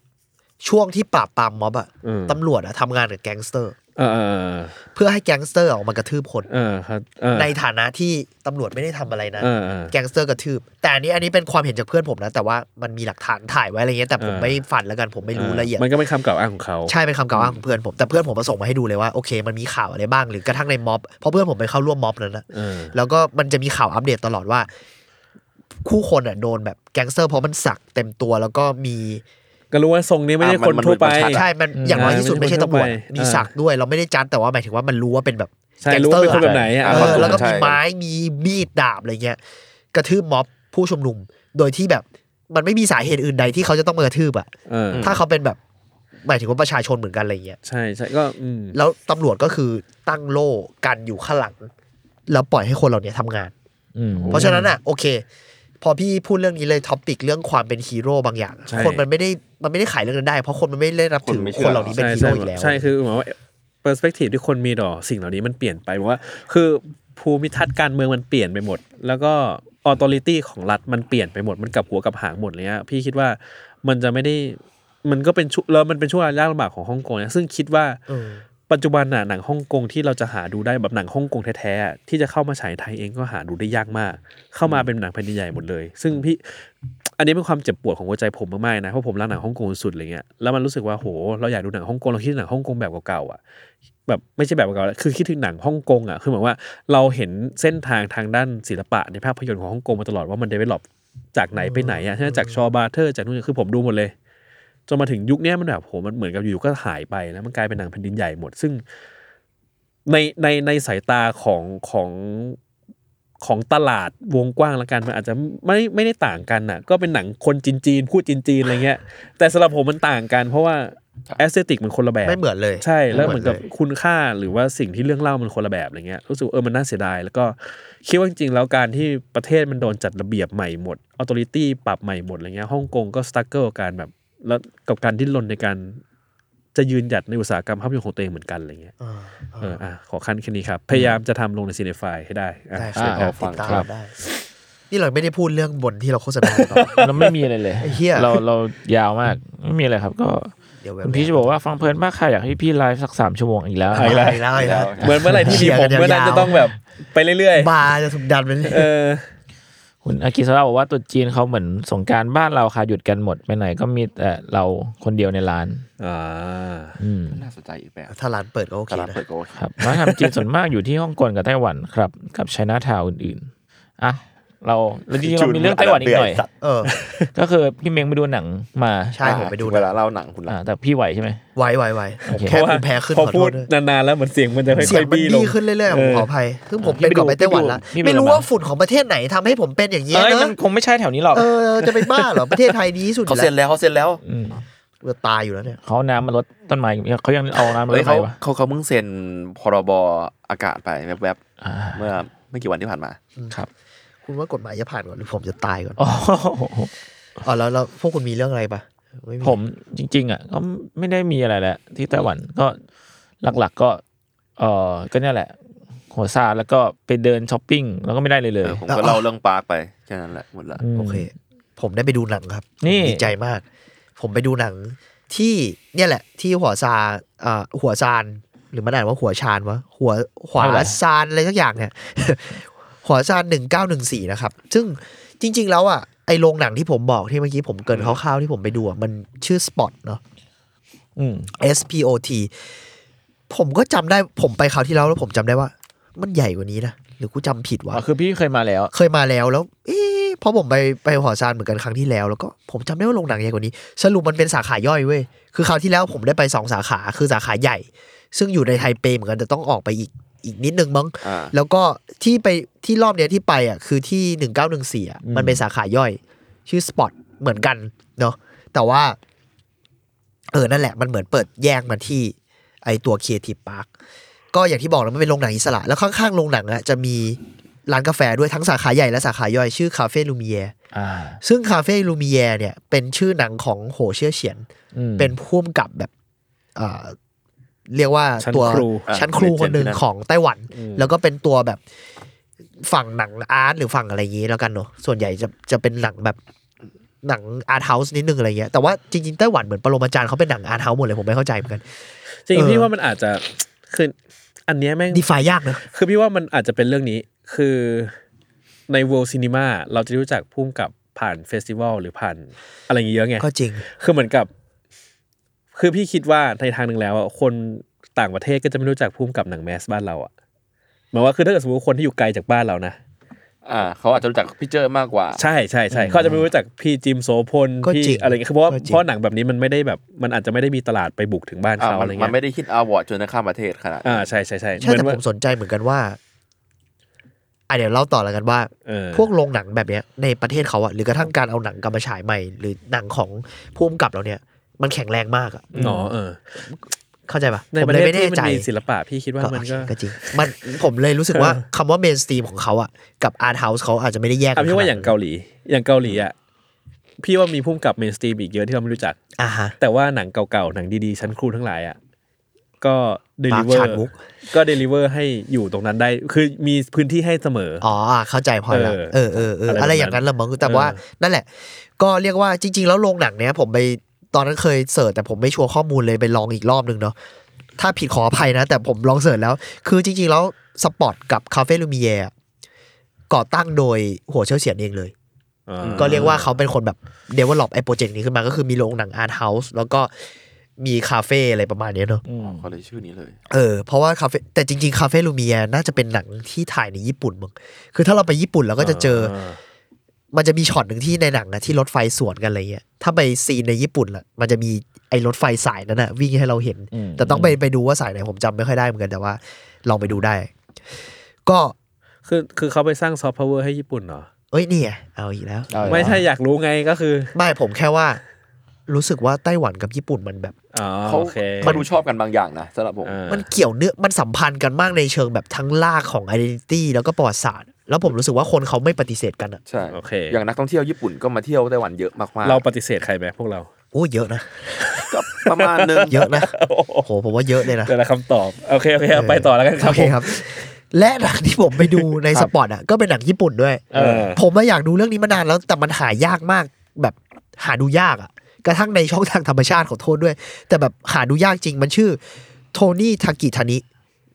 ช่วงที่ปราบปรามม็อบอะ เออ ตำรวจอะทำงานกับแก๊งสเตอร์ เออเออ เพื่อให้แก๊งสเตอร์ออกมากระทืบคน เออครับเออ ในฐานะที่ตำรวจไม่ได้ทำอะไรนะ เออเออ แก๊งสเตอร์กระทืบ แต่อันนี้อันนี้เป็นความเห็นจากเพื่อนผมนะ แต่ว่ามันมีหลักฐานถ่ายไว้อะไรเงี้ยแต่ผม เออ ไม่ฟันแล้วกันผมไม่รู้ละเอียด มันก็เป็นคำกล่าวอ้างของเขา ใช่เป็นคำกล่าวอ้างของเพื่อนผมแต่เพื่อนผมมาส่งมาให้ดูเลยว่าโอเคมันมีข่าวอะไรบ้างหรือกระทั่งในม็อบเพราะเพื่อนผมไปเข้าร่วมม็อบนั้นนะ เออ แล้วก็มันจะมีข่าวอัปเดตตลอดว่า คู่คนอ่ะโดนแบบแก๊งสเตอร์เพราะมันสักเต็มตัวแล้วก็มี ก็รู้ว่าทรงนี้ไม่ได้ อ่ะมัน คน มัน ทั่วไป มันชัด ใช่มันอย่างน้อยที่สุดไม่ใช่ตำรวจ เออ มีสักด้วย เราไม่ได้จัดแต่ว่าหมายถึงว่ามันรู้ว่าเป็นแบบ ใช่ แก๊ง รู้ สเตอ ว่า ร์ เป็นคนแบบ อะ ไหนอ่ะ อ่ะ เออแล้วก็ ใช่ มีไม้มีมีดดาบอะไรเงี้ยกระทืบม็อบผู้ชุมนุม โดยที่แบบมันไม่มีสาเหตุอื่นใดที่เขาจะต้องมากระทืบอ่ะ เออ ถ้าเขาเป็นแบบหมายถึงว่าประชาชนเหมือนกันอะไรเงี้ย ใช่ใช่ก็อืม แล้วตำรวจก็คือตั้งโล่กันอยู่ข้างหลัง แล้วปล่อยให้คนเหล่านี้ทำงาน อืม เพราะฉะนั้นอ่ะโอเค พอพี่พูดเรื่องนี้เลยท็อปิกเรื่องความเป็นฮีโร่บางอย่าง คนมันไม่ได้มันไม่ได้ขายเรื่องนั้นได้ เพราะคนมันไม่ได้รับถืคอนไม่เชื่ ค อ นเหล่านี้เป็น ใช่ ฮีโร่ใช่อีกแล้ว ใช่คือหมายว่าเปอร์สเปกทีฟที่คนมีต่อสิ่งเหล่านี้มันเปลี่ยนไปเพราะว่า คือภูมิทัศน์การเมืองมันเปลี่ยนไปหมด แล้วก็ออโตริตี้ของรัฐมันเปลี่ยนไปหมดมันกลับหัวกลับหางหมดเลยฮะพี่คิดว่ามันจะไม่ได้มันก็เป็นชุแล้วมันเป็นช่วงยากลำบากของฮ่องกงนะซึ่งคิดว่า เออ ปัจจุบันน่ะหนังฮ่องกงที่เราจะหาดูได้แบบหนังฮ่องกงแท้ๆอ่ะที่จะเข้ามาฉายไทยเองก็หาดูได้ยากมาก เข้ามาเป็นหนังแผ่นดินใหญ่หมดเลย ซึ่งพี่ อันนี้เป็นความเจ็บปวดของหัวใจผมมากๆนะเพราะผมรักหนังฮ่องกงสุดเลยเงี้ยแล้วมันรู้สึกว่าโหเราอยากดูหนังฮ่องกงเราคิดถึงหนังฮ่องกงแบบเก่าๆอ่ะแบบไม่ใช่แบบเก่าๆแล้วคือคิดถึงหนังฮ่องกงอ่ะคือเหมือนว่าเราเห็นเส้นทางทางด้านศิลปะในภาพยนตร์ของฮ่องกงมาตลอดว่ามันเดเวล็อปจากไหนไปไหนอ่ะใช่ไหมจากชอบาเทอร์จากนู่นคือผมดูหมดเลย จนมาถึงยุคเนี้ยมันแบบโหมันเหมือนกับอยู่ๆก็หายไปแล้วมันกลายเป็นหนังแผ่นดินใหญ่หมด ซึ่งในในในสายตาของของของตลาดวงกว้างละกันมันอาจจะไม่ไม่ได้ต่างกันน่ะ ก็เป็นหนังคนจีนๆพูดจีนๆอะไรเงี้ย แต่สำหรับผมมันต่างกัน เพราะว่าแอสเซติกมันคนละแบบ ไม่เหมือนเลย ใช่แล้วเหมือนกับ ไ คุณค่าหรือว่าสิ่งที่เรื่องเล่ามันคนละแบบอะไรเงี้ยรู้สึกว่าเออมันน่าเสียดาย แล้วก็คิดว่าจริงๆแล้วการที่ประเทศมันโดนจัดระเบียบใหม่หมดออโต r ริตี้ปรับใหม่หมดอะไรเงี้ยฮ่องกงก็สตั๊กเกิลการแบบแล้วกับการดิ้นรนในการจะยืนหยัดในอุตสาหกรรมภาพยนตร์ของตัวเองเหมือนกันอะไรเงี้ย อ่า เอออ่ะขอขั้นแค่นี้ครับ พยายามจะทำลงในซีเนฟายให้ได้อ่ะ ได้ค อ่า รับ เอา ติ ฟัง ดตาม ครับ ได้ นี่เราไม่ได้พูดเรื่องบนที่เราโฆษณาต่อ เราไม่มีอะไรเลย ไอ้เหี้ย เราเรายาวมากไม่มีอะไรครับ ก็ เดี๋ยวแ คุณพีชจะบอกว่าฟังเพลินมากค่ะอยากให้พี่ไลฟ์สักสามชั่วโมงอีกแล้ว ไปแล้วไปแล้วไปแล้ว เหมือนเมื่อไหร่ที่มีผม เชียร์กันยาวๆ เมื่อนั้นจะต้องแบบไปเรื่อย บาร์จะถูกดันไป ๆเออ คุณอากิสราบอกว่าตรุษจีนเขาเหมือนสงกรารบ้านเราค่ะหยุดกันหมดไปไหนก็มีแต่เราคนเดียวในร้าน อ่า อืม น่าสนใจอีกแบบ ถ้าร้านเปิดก็โอเค ตลาด นะ เปิดก็โอเค ครับวัฒนธรรมจีนส่วนมากอยู่ที่ฮ่องกงกับไต้หวันครับ กับไชน่าทาวน์อื่นๆอ่ะ เราแล้วจริงๆเรามีเรื่องไต้หวันอีกหน่อย เออ ก็คือพี่เมงไปดูหนังมา ใช่ผมไปดู เวลาเล่าหนังคุณละ อ่าแต่พี่ไหวใช่ไหม ไว้ไว้ไว้ผม เพ แค่ภูราะว่า มิแพ้ขึ้น พอ ขอโท พูด ษด้วย นานๆแล้วเหมือนเสียงมันจะค่ เสีย อง ยๆ มัน บี้ล ดี ง ขึ้นเรื่อยๆผมขออภัยซึ่งผม พี่ เป็น ไป ก่อน ดู ไปไต้หวันแล้ว พี่ไปดู ไม่รู้ มา ว่าฝุ่นของประเทศไหนทำให้ผมเป็นอย่างเงี้ย เอ้ย เน มั อะ นคงไม่ใช่แถวนี้หรอก เออจะไปบ้าเหรอประเทศไทยดีที่สุด เขาเซ็นแล้วเขาเซ็นแล้ว ม เออตายอยู่แล้วเนี่ย เขาเอาน้ำมาลดต้นไม้เขายังเอาน้ำมาลดเฮ้ย ต้น เขา ไม้วะ เขาเขาเพิ่งเซ็นพรบอากาศไปแวบ อ่า ๆเมื่อไม่กี่วันที่ผ่านมา คุณว่ากฎหมายจะผ่านก่อนหรือผมจะตายก่อน โอ้โห อ๋อแล้วแล้วพวกคุณมีเรื่องอะไรปะไ ผมจริง ๆ อ่ะ ก็ไม่ได้มีอะไรแหละที่ไต้หวันก็หลักๆก็เออก็เนี่ยแหละ หัวซาแล้วก็ไปเดินช้อปปิ้งแล้วก็ไม่ได้เลยเล เอย อผมก็เล่าเรื่องปาร์คไปแค่นั้นแหละหมดละ ม โอเค ผมได้ไปดูหนังครับ นี่ ผมดีใจมาก ผมไปดูหนังที่เนี่ยแหละ ที่หัวซาอ่าหัวซานหรือมันอ่านว่าหัวชานวะหัวขวาซานอะไรสักอย่าง เนี่ย หัวซานหนึ่งเก้าหนึ่งสี่นะครับ ซึ่งจริง ๆ แล้วอ่ะไอโรงหนังที่ผมบอกที่เมื่อกี้ผมเกรินคร่าวๆที่ผมไปดูอะมันชื่อสปอตเนาะ อืม S P O T ผมก็จำได้ผมไปคราวที่แล้วแล้วผมจำได้ว่า มันใหญ่กว่านี้นะหรือกูจำผิดวะ อ๋อคือพี่เคยมาแล้ว เคยมาแล้วแล้ว เอ๊ะเพราะผมไปไปหอซานเหมือนกันครั้งที่แล้ว แล้วก็ผมจำได้ว่าโรงหนังใหญ่กว่านี้ สรุปมันเป็นสาขาย่อยเว้ย คือคราวที่แล้วผมได้ไปสองสาขา คือสาขาใหญ่ ซึ่งอยู่ในไทเปเหมือนกันแต่ต้องออกไปอีกอีกนิดนึงมั้ง อ่า แล้วก็ที่ไปที่รอบเนี้ยที่ไปอ่ะคือที่หนึ่งเก้าหนึ่งสี่อ่ะมันเป็นสาขาย่อย ชื่อสปอตเหมือนกันเนาะแต่ว่า เออนั่นแหละมันเหมือนเปิดแยกมาที่ ไอตัวครีเอทีฟพาร์คก็อย่างที่บอกแล้วมันเป็นโรงหนังอิสระ แล้วข้างๆโรงหนังอ่ะจะมีร้านกาแฟด้วยทั้งสาขาใหญ่และสาขาย่อยชื่อคาเฟ่ลูมิเอร์ อ่า ซึ่งคาเฟ่ลูมิเอร์เนี่ยเป็นชื่อหนังของโหเชี่ยเฉียน อืม เป็นผู้กำกับแบบเอ่อเรียกว่า ชั้น ตัว ครู ชั้นครู อ่า คนหนึ่ง เรียนเชิญที่นั่น ของไต้หวัน แล้วก็เป็นตัวแบบฝั่งหนังอาร์ตหรือฝั่งอะไรอย่างนี้แล้วกันเนอะส่วนใหญ่จะจะเป็นหนังแบบหนังอาร์ตเฮาส์นิดนึงอะไรเงี้ยแต่ว่าจริงๆไต้หวันเหมือนปรมาจารย์เขาเป็นหนังอาร์ตเฮาส์หมดเลยผมไม่เข้าใจเหมือนกัน จริง เออ ๆพี่ว่ามันอาจจะคืออันเนี้ยแม่ง ดีฟายากเนอะ คือพี่ว่ามันอาจจะเป็นเรื่องนี้คือใน world cinema เราจะรู้จักพุ่มกับผ่านเฟสติวัลหรือผ่านอะไรอย่างเงี้ยเยอะไง ก็จริง คือเหมือนกับ คือพี่คิดว่าในทางหนึ่งแล้วอะคนต่างประเทศก็จะไม่รู้จักพุ่มกับหนังแมสบ้านเราอ่ะหมายว่าคือถ้าเกิดสมมติว่าคนที่อยู่ไกลจากบ้านเรานะ อ่าเขาอาจจะรู้จักพี่เจอร์มากกว่า ใช่ใช่ใช่เขาอาจจะไม่รู้จักพี่จิมโสพล ก็ พี่ จริง อะไรเงี้ยคือเพราะว่า ก็จริง เพราะหนังแบบนี้มันไม่ได้แบบ มันอาจจะไม่ได้มีตลาดไปบุกถึงบ้าน อ่า เขา มัน อะไร มั เงี้ น ย ไม่ได้ฮิตอวอร์ดจนได้ข้ามประเทศขนาดนั้น อ่าใช่ใช่ใช่ ใช่แต่ เหมือผนว่าม สนใจเหมือนกันว่าอ่ะเดี๋ยวเล่าต่อแล้วกันว่า เออ พวกโรงหนังแบบเนี้ยในประเทศเขาอะหรือกระทั่งการเอาหนังกลับมาฉายใหม่ หรือหนังของผู้กำกับเราเนี่ย มันแข็งแรงมากอะ อ๋อเออ เข้าใจปะ ใน ผม ประ เล เท ย ศ ไม่แน่ ที่มัน ใจ มีศิลปะพี่คิดว่ามันก็ ก็จริงมันผมเลยรู้สึกว่าคำว่าเมนสตรีมของเขาอะกับอาร์ตเฮาส์เขาอาจจะไม่ได้แยกกั อ่ะ น พี่ว่าอย่าง ขนดนั้น เกาหลี อย่างเกาหลีอ่ะ พี่ว่ามีพุ่มกับเมนสตรีมอีกเยอะที่เราไม่รู้จัก อ่าฮะ แต่ว่าหนังเก่าๆ หนังดีๆ ชั้นครูทั้งหลายอ่ะ ก็เดลิเว Park อร์ Chan-wook ก็เดลิเวอร์ให้อยู่ตรงนั้นได้ คือมีพื้นที่ให้เสมออ อ๋ออ่ะเข้าใจพอละ เอ เอ อ อเออเอออะไร อะไร แบบนั้น อย่างนั้นละมั้งแต่ว่า เออ นั่นแหละ ก็เรียกว่าจริง ๆ แล้วโรงหนังเนี้ยผมไปตอนนั้นเคยเสิร์ชแต่ผมไม่ชัวร์ข้อมูลเลยไปลองอีกรอบนึงเนาะถ้าผิดขออภัยนะ แต่ผมลองเสิร์ชแล้ว คือจริง ๆ แล้วสปอตกับคาเฟ่ลูมิเอร์ก่อตั้งโดยหัวเชี่ยวเฉียนเองเลย อ่า ก็เรียกว่าเขาเป็นคนแบบเดเวลลอปไอ้โปรเจกต์นี้ขึ้นมาก็คือมีโรงหนังอาร์ตเฮาส์แล้วก็มีคาเฟ่อะไรประมาณเนี้ยเนาะ อ๋อเขาเลยชื่อนี้เลย เออเพราะว่าคาเฟ่แต่จริงๆ คาเฟ่ลูเมียน่าจะเป็นหนังที่ถ่ายในญี่ปุ่นมึงคือถ้าเราไปญี่ปุ่นเราก็จะเจออมันจะมีช็อตหนึ่งที่ในหนังนะที่รถไฟสวนกันอะไรเงี้ยถ้าไปซีนในญี่ปุ่นล่ะมันจะมีไอ้รถไฟสายนั้นอะวิ่งให้เราเห็น อืม แต่ต้องไปไปดูว่าสายไหนผมจำไม่ค่อยได้เหมือนกันแต่ว่า ลองไปดูได้ ก็ คือคือเขาไปสร้างซอฟต์พาวเวอร์ให้ญี่ปุ่นเหรอ เอ้ยเนี่ยเอาอีกแล้ว เอาอีก ไม่ใช่อยากรู้ไงก็คือ ไม่ผมแค่ว่า รู้สึกว่าไต้หวันกับญี่ปุ่นมันแบบ อ๋อ เขา โอเค เขาดูชอบกันบางอย่างนะสำหรับผม อ่า มันเกี่ยวเนื้อมันสัมพันธ์กันมากในเชิงแบบทั้งลากของ identity แล้วก็ประวัติศาสตร์ แล้วผมรู้สึกว่าคนเขาไม่ปฏิเสธกันอะ ใช่ โอเค อย่างนักท่องเที่ยวญี่ปุ่นก็มาเที่ยวไต้หวันเยอะมากๆ เราปฏิเสธใครไหมพวก เรา โอ้เยอะนะ ก็ ประมาณนึง เยอะนะ โอ้โหผมว่าเยอะเลยนะ แต่ละคำตอบ โอเคโอเคเอาไปต่อแล้วกันครับ โอเค ผม ครับ และหนังที่ผมไปดูในสปอตอ่ะก็เป็นหนังญี่ปุ่นด้วย เออ ผมมาอยากดูเรื่องนี้มานานแล้วแต่มันหายากมากแบบหาดูยากอ่ะ กระทั่งในช่องทางธรรมชาติขอโทษด้วย แต่แบบหาดูยากจริงมันชื่อโทนี่ทากิทานิ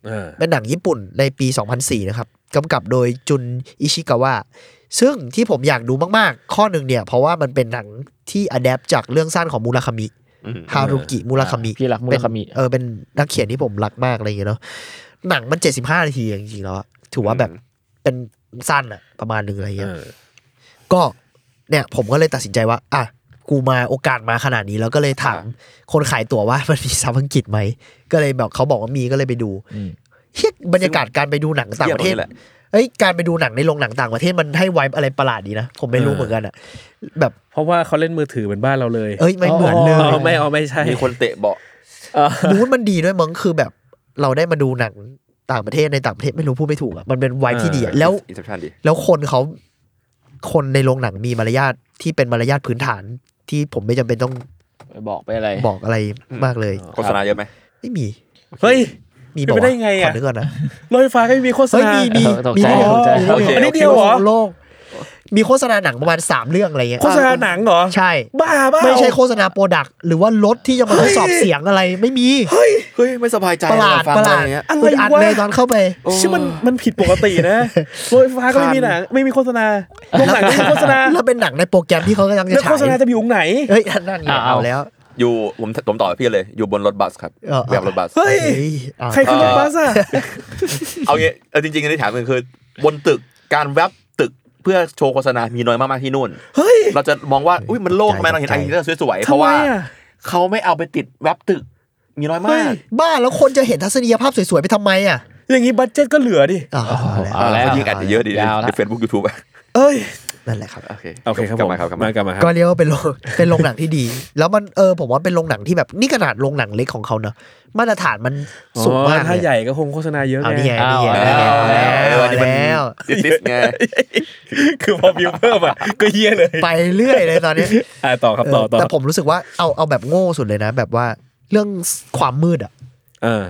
เออ เป็นหนังญี่ปุ่นในปี 2004 นะครับ กำกับโดยจุนอิชิกาวะ ซึ่งที่ผมอยากดูมากๆ ข้อหนึ่งเนี่ย เพราะว่ามันเป็นหนังที่อัดแอปจากเรื่องสั้นของมูราคามิ อืม ฮารุกิมูราคามิ พี่รัก Murakami เป็นเออ เป็นนักเขียนที่ผมรักมากอะไรอย่างเงี้ยเนาะ หนังมัน 75 นาที จริงๆ แล้วอะถือว่าแบบเป็น สั้นอะประมาณหนึงอะไรเงี้ย เออ ก็เนี่ยผมก็เลยตัดสินใจว่า อ่ะ กูมาโอกาสมาขนาดนี้แล้วก็เลยถามคนขายตั๋วว่า มันมีซับอังกฤษไหม ก็เลยแบบเขาบอกว่ามีก็เลยไปดู อืม เฮียบรรยากาศการไปดูหนังต่างประเทศ เหี้ยกว่านี้แหละ เอ้ยการไปดูหนังในโรงหนังต่างประเทศมันให้ไวบ์อะไรประหลาดดีนะ ผมไม่รู้ เออ เหมือนกันอ่ะแบบ เพราะว่าเขาเล่นมือถือเหมือนบ้านเราเลย เอ้ยไม่เหมือนเลย อ๋อไม่เอาไม่ใช่ มีคนเตะเบาะ มูดมันดีด้วยมั้งคือแบบ เราได้มาดูหนังต่างประเทศในต่างประเทศไม่รู้พูดไม่ถูกอ่ะมันเป็นไวบ์ที่ดีอะแล้ว อินเซปชั่นดี แล้วคนเขาคนในโรงหนังมีมารยาทที่เป็นมารยาทพื้นฐานที่ผมไม่จำเป็นต้อง ไปบอกไปอะไร บอกอะไรมากเลย โฆษณาเยอะไหม ไม่มี เฮ้ย มี เป็นไป ปะวะ ได้ไงอะ ขนึกก่อนนะ รถไฟฟ้าก็ไม่มีโฆษ เฮ้ย ณา มีมี ตก มี ใจ ด้วย ตกใจโอเหรอมีด้วยเค หร นิดเดียวเหรอ มีโลกมีโฆษณาหนังประมาณสามเรื่องอะไรเงี้ย โฆษณาหนังเหรอ ใช่ บ้าบ้า ไม่ใช่โฆษณาโปรดักต์หรือว่ารถที่จะมาทดสอบเสียงอะไรไม่มี เฮ้ย ไม่สบายใจ ประหลาด ฟัง ประห อ ลา ไร ด เงี้ย อึดอัดเลยตอนเข้าไป ชื่อมันมันผิดปกตินะรถไฟฟ้าก็ไม่มีหนัง ไม่มีโฆษณาโรงหนั งไม่มีโฆษณา แล้วเป็นหนังในโปรแกรมที่เขากำลังจะ แล้ว ฉาย โฆษณาจะอยู่ตรงไหน เฮ้ยนั่นไง อ้าว เอาแล้ว อยู่ผมผมต่อพี่เลยอยู่บนรถบัสครับ เออ แบบรถบัส เฮ้ย เอา ใครขึ้นรถบัสอ่ะ เอางี้เออจริงๆในถามหนึ่งคือบนตึกการแวบตึกเพื่อโชว์โฆษณา มีน้อยมากๆที่นู่น เฮ้ย เราจะมองว่า อุ้ยมันโลกทำไมเราเห็นไอ้นี่สวยๆ เพ ทำ ราะ ไม ว่า อ่ะ เขาไม่เอาไปติดแวบตึก มีน้อยมา เฮ้ ก ย บ้าแล้วคนจะเห็นทัศนียภาพสวยๆไปทำไมอ่ะ อย่างงี้บัตเจ็ตก็เหลือดิ อ้าว เอาแล้ว เขายิงแอดเยอะดี ยาวละ ในเฟซบุ๊กยูทูบอะ เอ้ย นั่นแหละครับ โอเค โอเคครับ กลั ผม มาครับกลับมา กลับมาครับ ก็เรียกว่าเป็นโรงเป็นโรงหนังที่ดี แล้วมันเออผมว่าเป็นโรงหนังที่แบบนี่ขนาดโรงหนังเล็กของเขาเนอะมาตรฐานมันสูงมาก อ๋อ เล ถ้าย ใหญ่ก็คงโฆษณาเยอะ เอานี่ไง ไง นี่ไง เอา นี่ไง เอา แล้ว เอาอันนี้มัน แล้ว ดิสไง คือพอวิวเพิ่มอ่ะ ก็เยี่ยเลย ไปเรื่อยเลยตอนนี้ อ่าต่อครับต่อ เออ ต่อ แต่ผมรู้สึกว่าเอาเอาแบบโง่สุดเลยนะ แบบว่าเรื่องความมืดอ่ะ เออ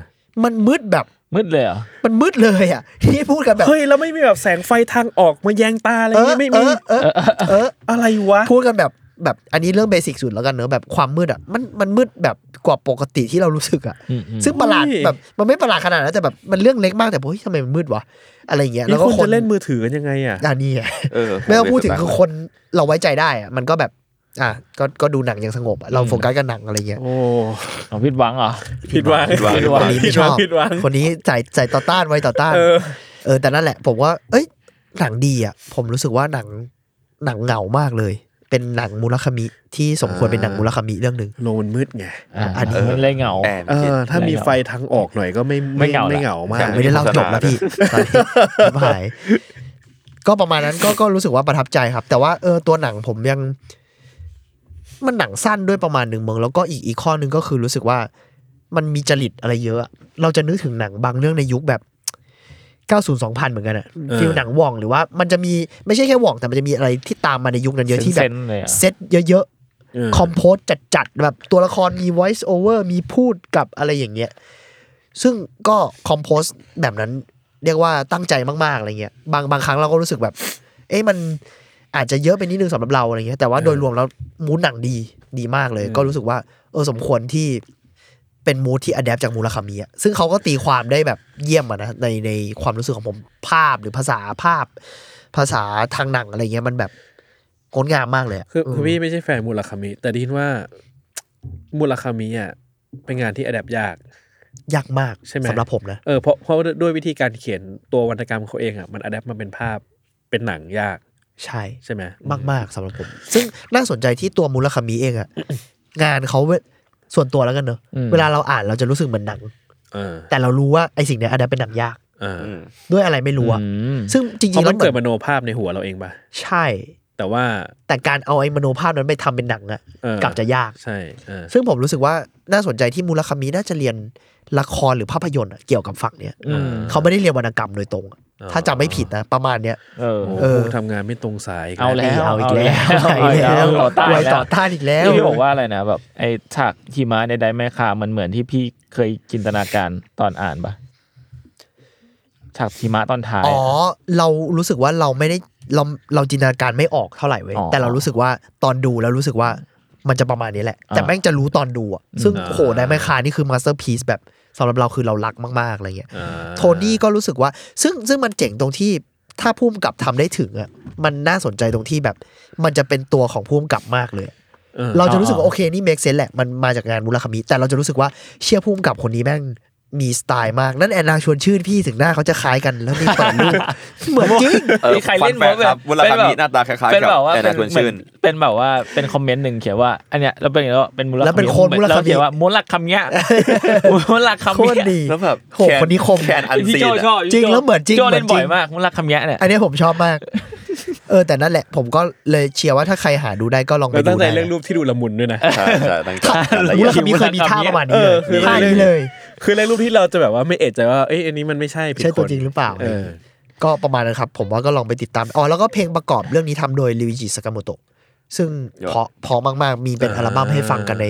มันมืดแบบ มืดเลยเหรอ มันมืดเลยอ่ะที่พูดกันแบบ เฮ้ย แล้วไม่มีแบบแสงไฟทางออกมาแยงตาอะไร เออ เงี้ยไม่ เอ มี อเออเออ อะไรวะ พูดกันแบบแบบอันนี้เรื่องเบสิกสุดแล้วกันเนอะแบบความมืดอ่ะมันมันมืดแบบกว่าปกติที่เรารู้สึกอ่ะ อืมอืม ซึ่งประหลาด อุ้ย แบบมันไม่ประหลาดขนาดนั้นแต่แบบมันเรื่องเล็กมากแต่เฮ้ยทำไมมันมืดวะอะไรอย่างเงี้ยแล้ แล้ว ว ก็ คน คน จะเล่นมือถือกันยังไงอ่ะ อันนี้ไง เออ ไม่ต้องพูดถึงคือคนเราไว้ใจได้อ่ะมันก็แบบอ่ะก็ก็ดูหนังอย่างสงบอะเราโฟกัสกันหนังอะไรเงี้ย โอ้ เอาพิดหวังเหรอ ผิดหวัง ผิดหวัง ผิดห ค วัง นนี้ ผิ ไม่ ด ช หวั อง บ ผิดหวัง คนนี้จ่ายจ่ายต่อต้านไว้ต่อต้าน เออ เออแต่นั่นแหละ ผมว่าเอ้ยหนังดีอ่ะผมรู้สึกว่าหนังหนังเหงามากเลย เป็นหนังมูลคามิที่สมควรเป็นหนังมูลคามิเรื่องหนึ่ง โลกมันมืดไง อ่า อันนี้ มันเลยเหงา แอน เอ คิด อ ถ้ามีไฟทางออกหน่อยก็ไม่ ไม่เหงาละ ไม่เหงามาก ไม่ได้เล่าจบแล้วพี่ตอนนี้ผมหาย ก็ประมาณนั้นก็ก็รู้สึกว่าประทับใจครับ แต่ว่าเออตัวหนังผมยัง มันหนังสั้นด้วยประมาณหนึ่งเมืองแล้วก็อีกอีกข้อหนึ่งก็คือรู้สึกว่า มันมีจริตอะไรเยอะ เราจะนึกถึงหนังบางเรื่องในยุคแบบ 90 2000 เหมือนกันอะ เออ ฟิลหนังหว่องหรือว่ามันจะมีไม่ใช่แค่หว่องแต่มันจะมีอะไรที่ตามมาในยุคนั้นเยอะที่แบ เซ บ นๆเลยอะ เซตเยอะๆ เออ คอมโพสจัดๆแบบตัวละครมี voice over มีพูดกับอะไรอย่างเงี้ย ซึ่งก็คอมโพสแบบนั้นเรียกว่าตั้งใจมากๆอะไรเงี้ยบางบางครั้งเราก็รู้สึกแบบ เอ๊ะมันอาจจะเยอะไปนิดนึงสำหรับเราอะไรเงี้ยแต่ว่าโดยรวมแล้วมูดหนังดีดีมากเลย ก็รู้สึกว่า เออสมควรที่เป็นมูดที่อัดแอปจากมูลคามิอะซึ่งเขาก็ตีความได้แบบเยี่ยมอะนะในในความรู้สึกของผมภาพหรือภาษาภาพ ภาษาทางหนังอะไรเงี้ยมันแบบงดงามมากเลยะ คือคือ ม พี่ไม่ใช่แฟนมูลคามิ แต่ได้ยินว่า มูลคามิอ่ะเป็นงานที่อ d ด p t ยาก ยากมาก ใช่ไหม สำหรับผมนะ เออเพราะเพราะด้วยวิธีการเขียนตัววรรณกรรมเขาเองอ่ะมันอัดแอปมาเป็นภาพเป็นหนังยาก ใช่ ใช่ไหม มากๆสำหรับผม ซึ่งน่าสนใจที่ตัวมูลคามิเองอะ งานเขาเวส่วนตัวแล้วกันเนอะ อืม เวลาเราอ่านเราจะรู้สึกเหมือนหนัง เออ แต่เรารู้ว่าไอสิ่งเนี้ยอาจจะเป็นหนังยาก เออ ด้วยอะไรไม่รู้อะ อืม ซึ่งจ เพ ริงๆ ราะ แล้วน เหมัมื เกิ อ ดม น โนภาพในหัวเราเองปะ ใช่ แต่ว่า แต่การเอาไอ้มโนภาพนั้นไปทำเป็นหนังอะ เออ กลับจะยาก ใช่เออ ซึ่งผมรู้สึกว่าน่าสนใจที่มูลคามิน่าจะเรียนละครหรือภาพยนตร์อะเกี่ยวกับฝั่งเนี้ย อืม เขาไม่ได้เรียนวรรณกรรมโดยตรงอะถ้าจำไม่ผิดนะประมาณเนี้ย เออ โอ้โห เออ ทำงานไม่ตรงสายก เอาแล้ว เอาอีกแล้ว เอาอีกแล้ว เาอีก เอาอีกแล้ว ไว้ต่อต้านอีกแล้ว ที่พี่บอกว่าอะไรนะแบบไอ้ฉากหิมะในไดแม่คามันเหมือนที่พี่เคยจินตนาการตอนอ่านปะฉากหิมะตอนท้าย อ๋อ อะ เรารู้สึกว่าเราไม่ได้เราเราจินตนาการไม่ออกเท่าไหร่เว้ย อ๋อ แต่เรารู้สึกว่าตอนดูแล้วรู้สึกว่ามันจะประมาณนี้แหละ แต่ อ่า แม่งจะรู้ตอนดูอ่ะซึ่งโหได้ไม่คานี่คือมาสเตอร์พีซแบบสำหรับเราคือเรารักมาก ๆ อะไรเงี้ย อ่า โทนี่ก็รู้สึกว่า ซึ่งซึ่งมันเจ๋งตรงที่ถ้าพุ่มกับทำได้ถึงอ่ะมันน่าสนใจตรงที่แบบ มันจะเป็นตัวของพุ่มกับมากเลย เออ เราจะรู้สึกว่า อ่า โอเคนี่ make sense แหละมันมาจากงานมูลคามิแต่เราจะรู้สึกว่าเชื่อพุ่มกับคนนี้แม่ง มีสไตล์มาก นั่นแอนนางชวนชื่นพี่ถึงหน้าเขาจะคล้ายกันแล้วนี่เปิดรูป เหมือนจริง มีใครเล่น แบบ แบบ วุฒิคา เป็น มี แบบ หน้าตาคล้ายๆ เป็น กับ แบบว่า แอนนาชวนชื่น เป็นเป็นแบบว่าเป็นคอมเมนต์หนึ่งเขียนว่าอันเนี้ยแล้วเป็นอย่างนี้ว่าเป็นมูล แล้วเป็นโค้ดมูลคำ แล้วเขียนว่ามูลคำ เนี้ยมูลคำ โคตร เนี้ย ดี แล้วแบบ โหคนนี้คม แคนอัน พี่ ซีน โจช อะ อบพี่ จริง โ แล้วเหมือนจริง โจเล่น เหมือนจริบ่งอยมากมูลคำเนี้ยเนี่ย อันนี้ผมชอบมาก เออแต่นั่นแหละผมก็เลยเชียร์ว่าถ้าใครหาดูได้ก็ลองไป เราตั้ ดู งใจ ได้ เรื่องรูปที่ดูละมุนด้วยนะ ใช่ใช่ตั้งใจละเอียดมูลคำนี้เคยมีท่าประมาณนี้เลย เออคือ ท่านี้เลย คือเรื่องรูปที่เราจะแบบว่าไม่เอะใจว่าเอ้ยอันนี้มันไม่ใช่ผิด ใช่ ค ตัวน จริงหรือเปล่า เออ ก็ประมาณนั้นครับ ผมว่าก็ลองไปติดตามอ๋อแล้วก็เพลงประกอบเรื่องนี้ทำโดยริวิจิสากามโตะซึ่งเพราะเพราะมากๆ มีเป็น อ่า อัลบั้มให้ฟังกันใน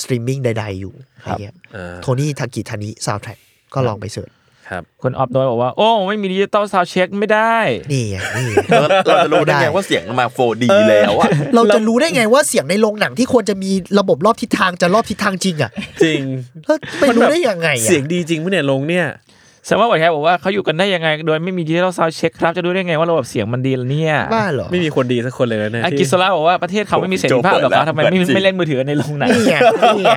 สตรีมมิ่งใด ๆ อยู่อะไรเงี้ย อ่า โทนี่ทากิทานิซาวด์แทร็กก็ลองไปเสิร์ช ครับ คนออฟโดยบอกว่า โอ้ไม่มีดิจิตอลซาวเช็คไม่ได้ นี่ไงนี่ไง เราเราจะรู้ได้ไง ได้ ว่าเสียงมันมา 4D แล้วอะ เราจะรู้ได้ไงว่าเสียงในโรงหนังที่ควรจะมีระบบรอบทิศทางจะรอบทิศทางจริงอ่ะ จริง แล้วไปรู้ได้ยังไงอ่ะ เสียงดีจริงปะเนี่ยลงเนี่ย แซมว่าบอกแค่บอกว่าเขาอยู่กันได้ยังไง โดยไม่มีดิจิทัลซาวเช็คครับจะดูได้ไงว่าระบบเสียงมันดีล่ะเนี่ย บ้าเหร อ ไม่มีคนดีสักคนเลยนะเนี่ย อา ที่ กิโซล่าบอกว่าประเทศเขาไม่มีเสรีภาพหรอกครับทำไมไม่ไม่เล่นมือถือกันในโรงหนัง นี่ไงนี่ไง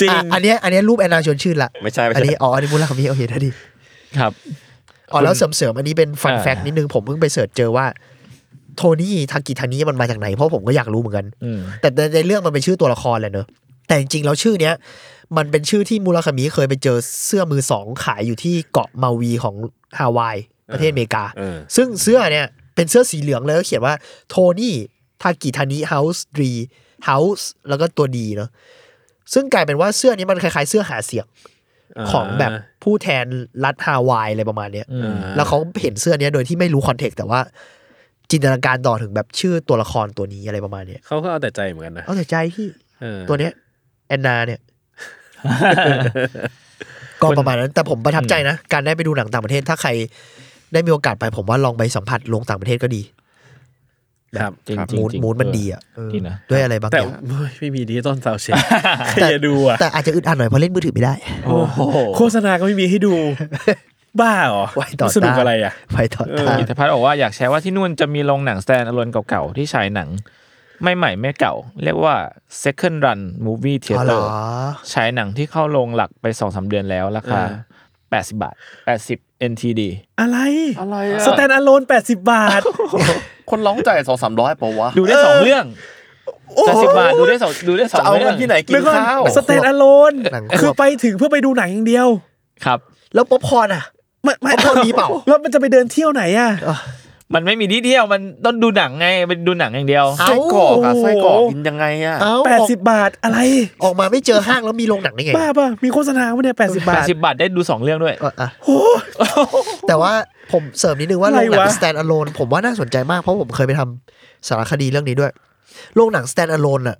จริง อ่ะอันเนี้ยอันเนี้ยรูปแอนนาชวนชื่นละ ไม่ใช่ไม่ อัน ใช่ นี้อ๋ออันนี้มูลคำนี้โอเคนะดิ ครับ อ๋อแล้วเสริมๆอันนี้เป็นฟัน อ่า แฟกนิดนึง ผมเพิ่งไปเสิร์ชเจอว่าโทนี่ทากิทานิมันมาจากไหน เพราะผมก็อยากรู้เหมือนกัน อืม แต่ในในเรื่องมันเป็นชื่อตัวละครแหละเนอะแต่จริงๆแล้วชื่อเนี้ยมันเป็นชื่อที่มูราคามิเคยไปเจอเสื้อมือสองขายอยู่ที่เกาะมาวีของฮาวาย ประเทศอเมริกา เออ ซึ่งเสื้อเนี่ยเป็นเสื้อสีเหลืองเลยแล้วเขียนว่าโทนี่ทากิทานิเฮาส์ดีเฮาส์แล้วก็ตัวดีเนาะซึ่งกลายเป็นว่าเสื้อนี้มันคล้ายๆเสื้อหาเสียง า ของแบบผู้แทนรัฐฮาวายอะไรประมาณเนี้ย อืม อ่ แล้วเขาเห็นเสื้อเนี้ยโดยที่ไม่รู้คอนเทกต์แต่ว่า จินตนาการต่อถึงแบบชื่อตัวละครตัวนี้อะไรประมาณเนี้ย เขาก็เอาแต่ใจเหมือนกันนะ เอาแต่ใจพี่ เออ ตัวเนี้ยแอนนาเนี่ย ก็ประมาณนั้น แต่ผมประทับใจนะ การได้ไปดูหนังต่างประเทศ ถ้าใครได้มีโอกาสไปผมว่าลองไปสัมผัสโรงต่างประเทศก็ดี ครับ จริงๆ มูด จริงๆ มูดมัน เออ ดีอ่ะเออ ดีนะ ด้วยอะไรบาง แต่ อย่าง ไม่ไม่มีดิจิตอลซาวเช็คใคร แต่ จะดูอ่ะ แต่อาจจะอึดอัดหน่อยเพราะเล่นมือถือไม่ได้ โอ้โห โฆษณาก็ไม่มีให้ ดู บ้าเหรอ ไว้ต่อ สนุก ต้าน อะไรอ่ะ ไปต่อ เออ ทาง อิทธิพัฒน์บอกว่าอยากแชร์ว่าที่นู่นจะมีโรงหนังสแตนด์อลนเก่าๆ ที่ฉายหนัง ไม่ใหม่ไม่เก่า เรียกว่า second run movie อ๋อเหร theater อ ฉายหนังที่เข้าโรงหลักไปสองสาเดือนแล้วราคา 80 บาท 80 NTD อะไร อะไร สแตนอะโลน80 บาท คนร้องใจสองสามร้อยปะวะ ดูได้สองเรื่อง80บาทดูได้สองดูได้สอง จะเอา เรื่ เงิ อน ง ที่ไหนกินข้าว สแตนอะโลน หนัง คือ วบ ไปถึงเพื่อไปดูหนังอย่างเดียว ครับ แล้วป๊อปคอร์นอ่ะ ไม่ไม่ เอาเท่านี้เปล่า แล้วมันจะไปเดินเที่ยวไหนอ่ะ มันไม่มีที่เที่ยวมันต้องดูหนังไงไปดูหนังอย่างเดียว เอ้า ไส้กรอกอะ โอ้โห ไส้กรอกกินยังไงอะ เอ้าออก 80 บาทอะไร ออกมาไม่เจอห้างแล้วมีโรงหนังได้ไง บ้าป่ะ มีโฆษณาปะเนี่ย80 บาท 80 บาทได้ดูสองเรื่องด้วย ก็อ่ะแต่ว่าผมเสริมนิดนึงว่า อะ โร ไรง หนัง วะ stand alone ผมว่าน่าสนใจมากเพราะผมเคยไปทำสารคดีเรื่องนี้ด้วยโรงหนัง stand alone อะ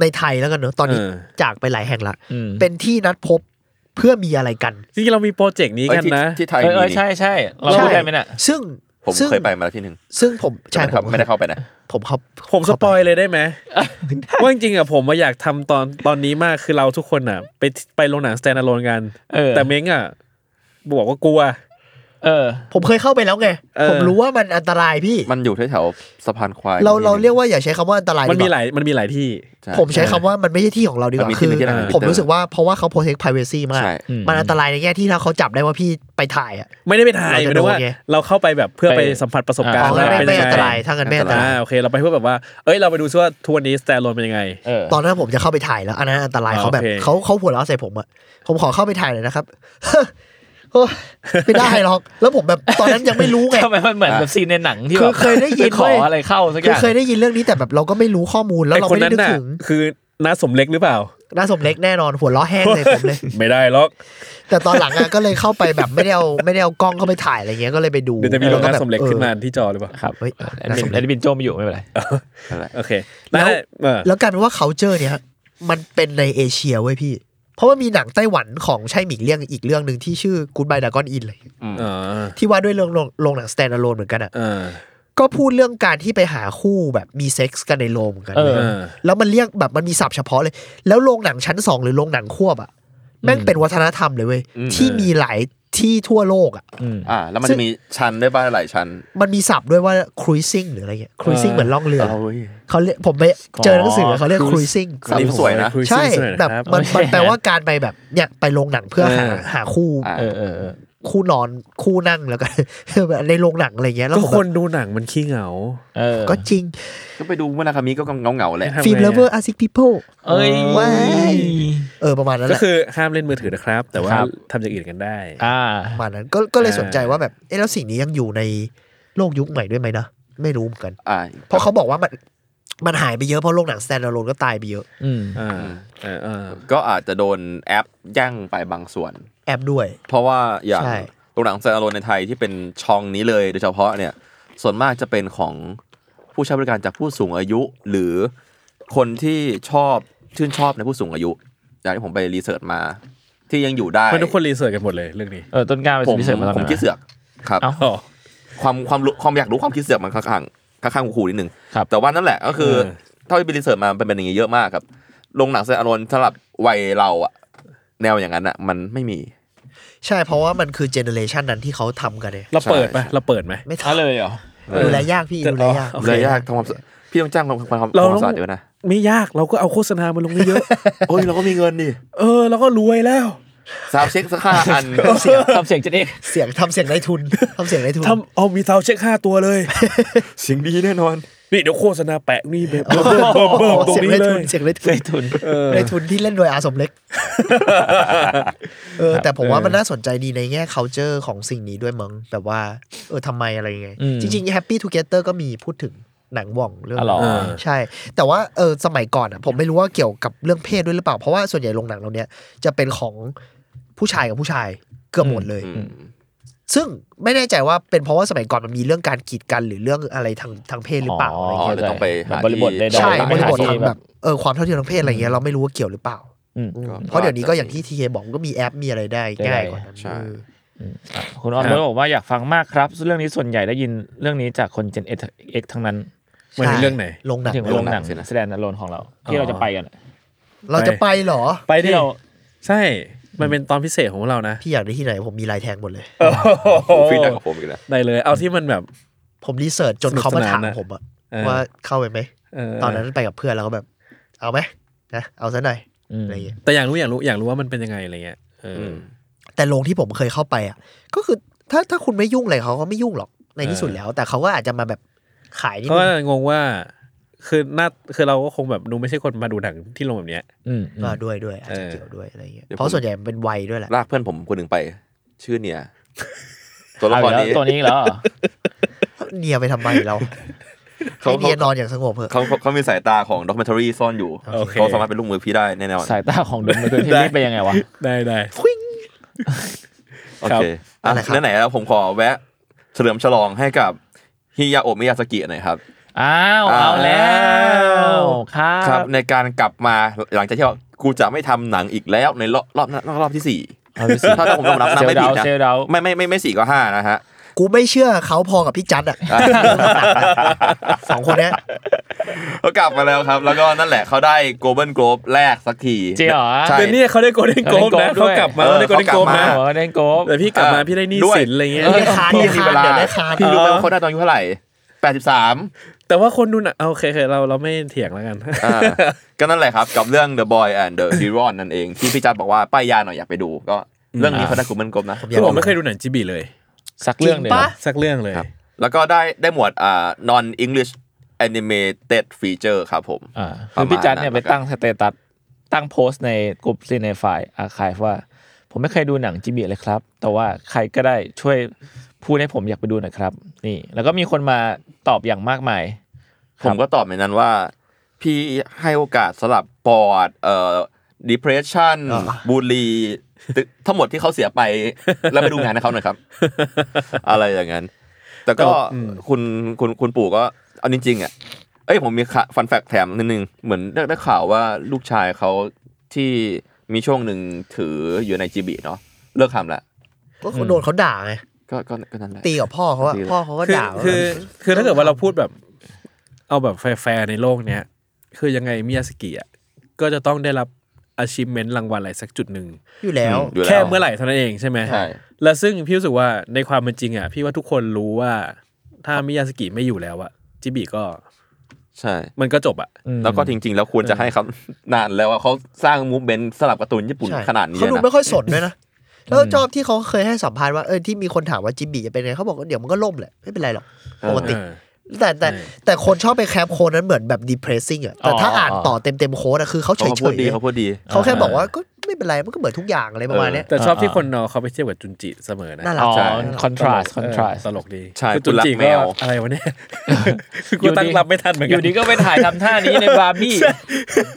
ในไทยแล้วกันเนอะตอนนี้ เออ จากไปหลายแห่งละ อืม เป็นที่นัดพบเพื่อมีอะไรกัน จริงๆเรามีโปรเจกต์นี้ เอ้ย กัน ที่ นะ ที่ไท เอย อเออมีใช่ นี่ ใช่เราพูดได้ไหมน่ะ ซึ่ง ผม ซึ่ง เคยไปมาแล้วที่หนึ่ง ซึ่งผมใช่ แต่ไม่ครับ ผม ไม่ได้เข้าไปนะ ผมเขา ผมสปอยเลยได้ไหมว่าจริงๆอ่ะผมมาอยากทำตอนตอนนี้มากคือเราทุกคนอ่ะ ไปไปโรงหนังสแตนอะโลนกัน เออ แต่เม้งอ่ะบอกว่ากลัว เออ ผมเคยเข้าไปแล้วไง เออ ผมรู้ว่ามันอันตรายพี่ มันอยู่แถวๆสะพานควาย เรา ที่หนึ่ง เราเรียกว่าอย่าใช้คำว่าอันตราย มันมี ดีก ห ว่า ลายมันมีหลายที่ ผมใช้คำว่ามันไม่ใช่ที่ของเราดีก มันมี ว่า ที่ คือ ไม่ใช่ทาง ผมรู้สึกว่าเพราะว่าเขา protect privacy มาก ใช่ อืม มันอันตรายในแง่ที่ถ้าเขาจับได้ว่าพี่ไปถ่ายอ่ะ ไม่ได้ไปถ่าย เราจะ ไม่ได้ว่า โดนไง เราเข้าไปแบบเพื่อไป ไป สัมผัสประสบการ อ๋ ณ์ อ ว่า ไม่ เป็น ไม่ ยัง อันต ไง รายถ้างั้นไม่อันตรา อ่าย โอเคเราไปเพื่อแบบว่า เอ้ยเราไปดูซิว่าทัวร์นี้สแตนโลนเป็นยังไง เออ ตอนนั้นผมจะเข้าไปถ่ายแล้ว อันนั้นอันตราย อ๋อ เขาแบบ โอเค เขาเขาหัวเราะใส่ผมอะผมขอเข้าไปถ่ายเลยนะครับ โอ้ยไม่ได้หรอก แล้วผมแบบตอนนั้นยังไม่รู้ไง ทำไมมันเหมือนแบบซีนในหนังที่ คื แบ อบเคยได้ยิน ปขอ เว้ย อะไรเข้าสักอ คือย่าง เคยได้ยินเรื่องนี้แต่แบบเราก็ไม่รู้ข้อมูลแล้ว ไอ้ เรา คน ไม่ได้นึกนั้นน่ะ ถึง คือน้าสมเล็กหรือเปล่า น่าสมเล็กแน่นอนหัวเราะแห้งเลยผมเลย ไม่ได้หรอก แต่ตอนหลังอะก็เลยเข้าไปแบบไม่ได้เอาไม่ได้เอากล้องเข้าไปถ่ายอะไรเงี้ยก็เลยไปดู เดี๋ยวจะมีร แล้ ถ ว น้า แบบ สมเล็ก ออ ขึ้นมาที่จอหรือเปล่า ครับ เฮ้ย เออแอด น่า มิ ส น นใจ แอดมินโจไม่อยู่ไม่เป็นไร โอเค แล้ว ได้เออ แล้วกลายเป็นว่า culture เนี้ยมันเป็นในเอเชียเว้ยพี่ เพราะว่ามีหนังไต้หวันของใช่หมิงเลี่ยงอีกเรื่องหนึ่งที่ชื่อ Goodbye Dragon Inn เลย อ๋อ ที่ว่าด้วยเรื่องโรงโรงหนัง stand alone เหมือนกันอะ เออ ก็พูดเรื่องการที่ไปหาคู่แบบมีเซ็กส์กันในโรงเหมือนกัน เอ เอ อ อ แล้วมันเรียกแบบมันมีศัพท์เฉพาะเลย แล้วโรงหนังชั้นสองหรือโรงหนังควบอะแม่งเป็นวัฒนธรรมเลยเว้ย ที่มีหลาย ที่ทั่วโลกอ่ะ อืม อ่า แล้วมัน ซึ่ จะ ง มีชั้นด้วยป่ะหลายชั้น มันมีศัพท์ด้วยว่า cruising หรืออะไรเงี้ย cruising เออ เหมือนล่องเรือ โอ้ย เขาเรียกผมไปเจอหนังสือเขาเรียก cruise cruising ศัพท์ สวยนะ ใช่แบบมันมัน โอเค แปลว่าการไปแบบเนี่ยไปลงหนังเพื่อหา เออ หาคู่ อ่า เออเออเออ คู่นอนคู่นั่งแล้วกัน ในโรงหนังอะไรเงี้ยแล้ว ก็ ผม ค แบ น บ ดูหนังมันขี้เหงา เออ ก็จริง ก็ไปดูมุนาคามิก็เงาเงาๆแหละ ทำไงะ ฟิล์มเลเวอร์อาซิกพีเพิล เอ้ย ว้าย เออประมาณนั้นแห ก็ ละ คือห้ามเล่นมือถือนะครับ แต่ว่า ครับ ทำอย่างอื่นกันได้ อ่า ประมาณนั้นก็ก็เลย อ่า สนใจว่าแบบเอ๊ะแล้วสิ่งนี้ยังอยู่ในโลกยุคใหม่ด้วยไหมนะ ไม่รู้เหมือนกัน อ่า เพราะเขาบอกว่ามันมันหายไปเยอะเพราะโรงหนังสแตนด์อะโลนก็ตายไปเยอะ อืม อ่าเออเออ ก็อาจจะโดนแอปแย่งไปบางส่วน แอบด้วย เพราะว่าอย่าง ใช่ ตัวหนังแซนด์อโลนในไทยที่เป็นช่องนี้เลยโดยเฉพาะเนี่ย ส่วนมากจะเป็นของผู้ใช้บริการจากผู้สูงอายุ หรือคนที่ชอบชื่นชอบในผู้สูงอายุอย่างที่ผมไปรีเสิร์ชมา ที่ยังอยู่ได้ เพราะทุกคนรีเสิร์ชกันหมดเลยเรื่องนี้ เออต้นกล้าไป ผม พิเศษมาแล้ว ผ นะ มคิดเสือกครับ เอ้า อ๋อ ความความรู้ความอยากรู้ความคิดเสือกมันค่อนข้างค่อนข้างคูลๆนิดนึง ครับ แต่ว่านั่นแหละก็คือ เออ เท่าที่ไปรีเสิร์ชมามันเป็นอย่างนี้เยอะมากครับลงหนังแซนด์อโลนสำหรับวัยเราอะแนวอย่างนั้นอะมันไม่มี ใช่เพราะว่ามันคือเจเนอเรชันนั้นที่เขาทำกันเนี่ย เราเปิดปะ ใช่ เราเปิดไหม ไม่ท เอาเลยเหรอ ำดูแลยากพี่ เออ ดูแลยาก โอเค เลยยากทำความสะพี่ต้องจ้างความความความ เรา ควาต้อ ม ง สะอาดด้วยนะ ไม่ยากเราก็เอาโฆษณามาลงเยอะ โอ้ยเราก็มีเงินดิ ๆเออเราก็รวยแล้ว สาวเช็คสักห้าอัน ทำเสียงจะเอง เสียงทำเสียงนายทุน ทำเสียงนายทุน ทำเอามีเตาเช็คห้าตัวเลย เสียงดีแน่นอน นี่เดี๋ยวโฆษณาแปะนี่แบบเบิ่มเบิ่มเบิ่มตรง เสียง นี้ นาย เล ทุน ย เสียงนายเลยทุนทุน เออ นายทุนที่เล่นโดยอาสมเล็ก เออ แต่ผมว่ามันน่าสนใจดีในแง่ culture ของสิ่งนี้ด้วยมั้งแบบว่า เออทำไมอะไรยังไง อืม จริงๆ Happy Together ก็มีพูดถึงหนังหว่องเรื่อง อ๋อเหรอ ใช่ แต่ว่าเออสมัยก่อนอ่ะ ผมไม่รู้ว่าเกี่ยวกับเรื่องเพศด้วยหรือเปล่า เพราะว่าส่วนใหญ่โรงหนังเราเนี้ยจะเป็นของผู้ชายกับผู้ชายเกือบหมดเลย ซึ่งไม่แน่ใจว่าเป็นเพราะว่าสมัยก่อนมันมีเรื่องการกีดกันหรือเรื่องอะไรทางทางเพศหรือเปล่าอะไร อ๋อ เงี้ย เลยต้องไปหา บริบทได้ ที่ ใช่ ต้อง บ ไป ริ หา บท ที่ ทางแบบเออความเท่าเทียมทางเพศอะไรเงี้ยเราไม่รู้ว่าเกี่ยวหรือเปล่า อืม อืม ก็ เพราะเดี๋ยวนี้ก็อย่าง อาจจะ ที่ทีเคบอกมันก็มีแอปมีอะไรได้ ได้ ง่ายกว่านั้น ใช่ เออ คุณออน ครับ บอกว่าอยากฟังมากครับซึ่งเรื่องนี้ส่วนใหญ่ได้ยินเรื่องนี้จากคน Gen X ทั้งนั้น หมายถึง ใช่ เรื่องไหน ลงหนัง ถึง ล โรง ง ห หนันัง ง สินะ แสดงโลนของเรา ที่เราจะไปกันอะ เราจะไปเหรอ ไปดิ ที่เรา ใช่ มันเป็นตอนพิเศษของพวกเรานะ พี่อยากได้ที่ไหนผมมีลายแทงหมดเลย ฟีดแบ็กกับผมอีกแล้ว ได้เลย เอาที่มันแบบ ผมรีเสิร์ชจนเขามาถาม สนุกสนานนะ ผมอะ เออ ว่าเข้าไปไหม เออ ตอนนั้นไปกับเพื่อนแล้วก็แบบ เอาไหมนะเอาซะหน่อย อืม อะไรอย่างเงี้ย แต่อยากรู้อยากรู้อยากรู้ว่ามันเป็นยังไงอะไรเงี้ยเอออ แต่โรงที่ผมเคยเข้าไปอ่ะ ก็คือถ้าถ้าคุณไม่ยุ่งอะไรเขาก็ไม่ยุ่งหรอกในที่สุดแล้ว แต่เขาก็อาจจะมาแบบขายนิด เขา นึงก็งงว่าคือหน้าคือเราก็คงแบบดูไม่ใช่คนมาดูหนังที่โรงแบบเนี้ย อืมอืม อ่าด้วยด้วยอาจจะ เออ เกี่ยวด้วยอะไรอย่างเงี้ย เดี๋ยว เพราะ ผม ส่วนใหญ่มันเป็นวัยด้วยแหละ ลากเพื่อนผมคนหนึ่งไป ชื่อเนี่ย ตัวละ เอา คร อีกแล้ว นี้ ตัวนี้อีกแล้วเหรอ เนียไปทำไมเรา เขา ให้เนียนอนอย่างสงบเถอะ เขาเขาเขามีสายตาของด็อก m e n t a r y ซ่อนอยู่ โอเค เขาสามารถเป็นลูกมือพี่ได้แน่น อน สายตาของดมมันคือที่นี่ไปยังไงวะ ได้ได้ โอ ครับ เคอ่ะ นั่นแหละคไหรับนๆแล้วผมขอแวะ เฉลิมฉลองให้กับฮิยาโอะมิยาสกิหน่อยครับ อ้าว เอาแล้ว ครั ครับ บ ในการกลับมาหลังจากที่ว่ากูจะไม่ทำหนังอีกแล้วในรอบรอบรอบที่สี่ถ้าถ้าผมจำนับนับ เซล ไม่ ล์ ผิ ดา ด ว นะ เซลล์ดาว ไม่ไม่ไม่ไม่สี่ก็ห้านะ ฮะ กูไม่เชื่อเขาพอกับพี่จั ดอะ สองคนเนี้ย ก็กลับมาแล้วครับ แล้วก็นั่นแหละเขาได้ Golden Globe แรกสักที จริงเหรอ ใช่ เป็นเนี่ยเขาได้โกลเด้นโกลบนะ เขา เขา ได้ Golden Globe ด้วย กลับมาเขาเออเขากลับบ มาได้โกลเด้นโกลนะ โอ้เล่นโกบ แต่พี่กลับมาพี่ได้หนี้ ด้วย สินอะไรเงี้ย เออ ค้าน พี่มีเวลา เดี๋ยวได้ค้าน พี่รู้ไหมว่าเขาได้ตอนอายุเท่าไหร่แปดสิบสาม แต่ว่าคนดูหนังเอาโอเคโอเคเราเราไม่เถียงแล้วกัน ก็นั่นแหละครับ กับเรื่อง The Boy and the Heron นั่นเองที่พี่จัดบอกว่าป้ายยาหน่อยอยากไปดู ก็เรื่องนี้เขาได้ Golden Globe นะ ผมอ คื ยาก อผม รู้ ไม่เคยดูหนังจิบีเลย สักเรื่องหนึ่ง จริงปะ สักเรื่องเลย ครับ แล้วก็ได้ได้หมวดอ่า non English animated feature ครับผม อ่าคือพี่จัดเนี่ยไปตั้งสเตตัสตั้งโพสต์ในกลุ่มซีเนฟายอาคายว่า ผมไม่เคยดูหนังจิบีเลยครับ แต่ว่าใครก็ได้ช่วยพูดให้ผมอยากไปดูหน่อยครับ นี่ แล้วก็มีคนมาตอบอย่างมากมาย ค ผ รับ มก็ตอบเหมือนนั้นว่า พี่ให้โอกาสสลับปอดเอ่อ depression อ่า บูลลีตึทั้งหมดที่เขาเสียไป แล้วไปดูงานให้เขาหน่อยครับ อะไรอย่างนั้น แต่ก็คุณคุณคุณปู่ก็เอาจริงๆอ่ะเอ้ยผมมีฟันแฟกแถมนิดนึง เหมือนได้ได้ข่าวว่าลูกชายเขาที่มีช่วงหนึ่งถืออยู่ในจีบีเนาะเลิกทำละ ก็เขาโดนเขาด่าไง ก็ก็ก็นั่นแหละ ตีกับพ่อเขาอะ ตีเลย พ่อเขาก็ คือ ด่าว่า คือคือถ้าเกิดว่าเราพูดแบบ เอาแบบแฟร์ๆในโลกเนี้ย คือยังไงมิยาสกิอ่ะก็จะต้องได้รับ achievement รางวัลอะไรสักจุดหนึ่ง อยู่แล้ว อืม ยู่แล้ว แค่เมื่อไหร่เท่านั้นเองใช่ไหม ใช่ แล้วซึ่งพี่รู้สึกว่าในความเป็นจริงอ่ะ พี่ว่าทุกคนรู้ว่า ถ้ามิยาสกิไม่อยู่แล้วอะจิบิก็ ใช่ มันก็จบอะ อืม แล้วก็จริง ๆ แล้วควรจะให้เขา นานแล้วว่าเขาสร้างมูฟเมนต์สลับการ์ตูนญี่ปุ่น ใช่ ขนาดนี้ เขาดู นะ ไม่ค่อยสนด้วยนะ แล้วจอบที่เขาเคยให้สัมภาษณ์ว่าเออที่มีคนถามว่าจิบีจะเป็นไงเขาบอกว่าเดี๋ยวมันก็ล่มแหละไม่เป็นไรหรอกปกติ เออ แต่แต่ ใช่ แต่คนชอบไปแคปโค้ดนั้นเหมือนแบบ depressing อ่ะแต่ถ้าอ่านต่อเต็มเต็มๆโค้ดอะคือเขาเฉ เขา ย พูด ๆ ดี เลย เขาพูดดี เขาแค่บอกว่าก็ไม่เป็นไรมันก็เหมือนทุกอย่างอะไรประมาณเนี้ย แต่ชอบที่คนเอาเขาไปเทียบกับจุนจิเสมอนะ น่ารั อ๋ ก อ ใช่ contrast ตลก contrast เออตลกดี ใช่ คือจุนจิ คุณรักแม ก็ ว อะไรวะเนี่ย คือกูตั้งรับไม่ทันเหมือน อ กั ยู่ดีก็ไปถ่ายทำท่านี้ในบาร์บี้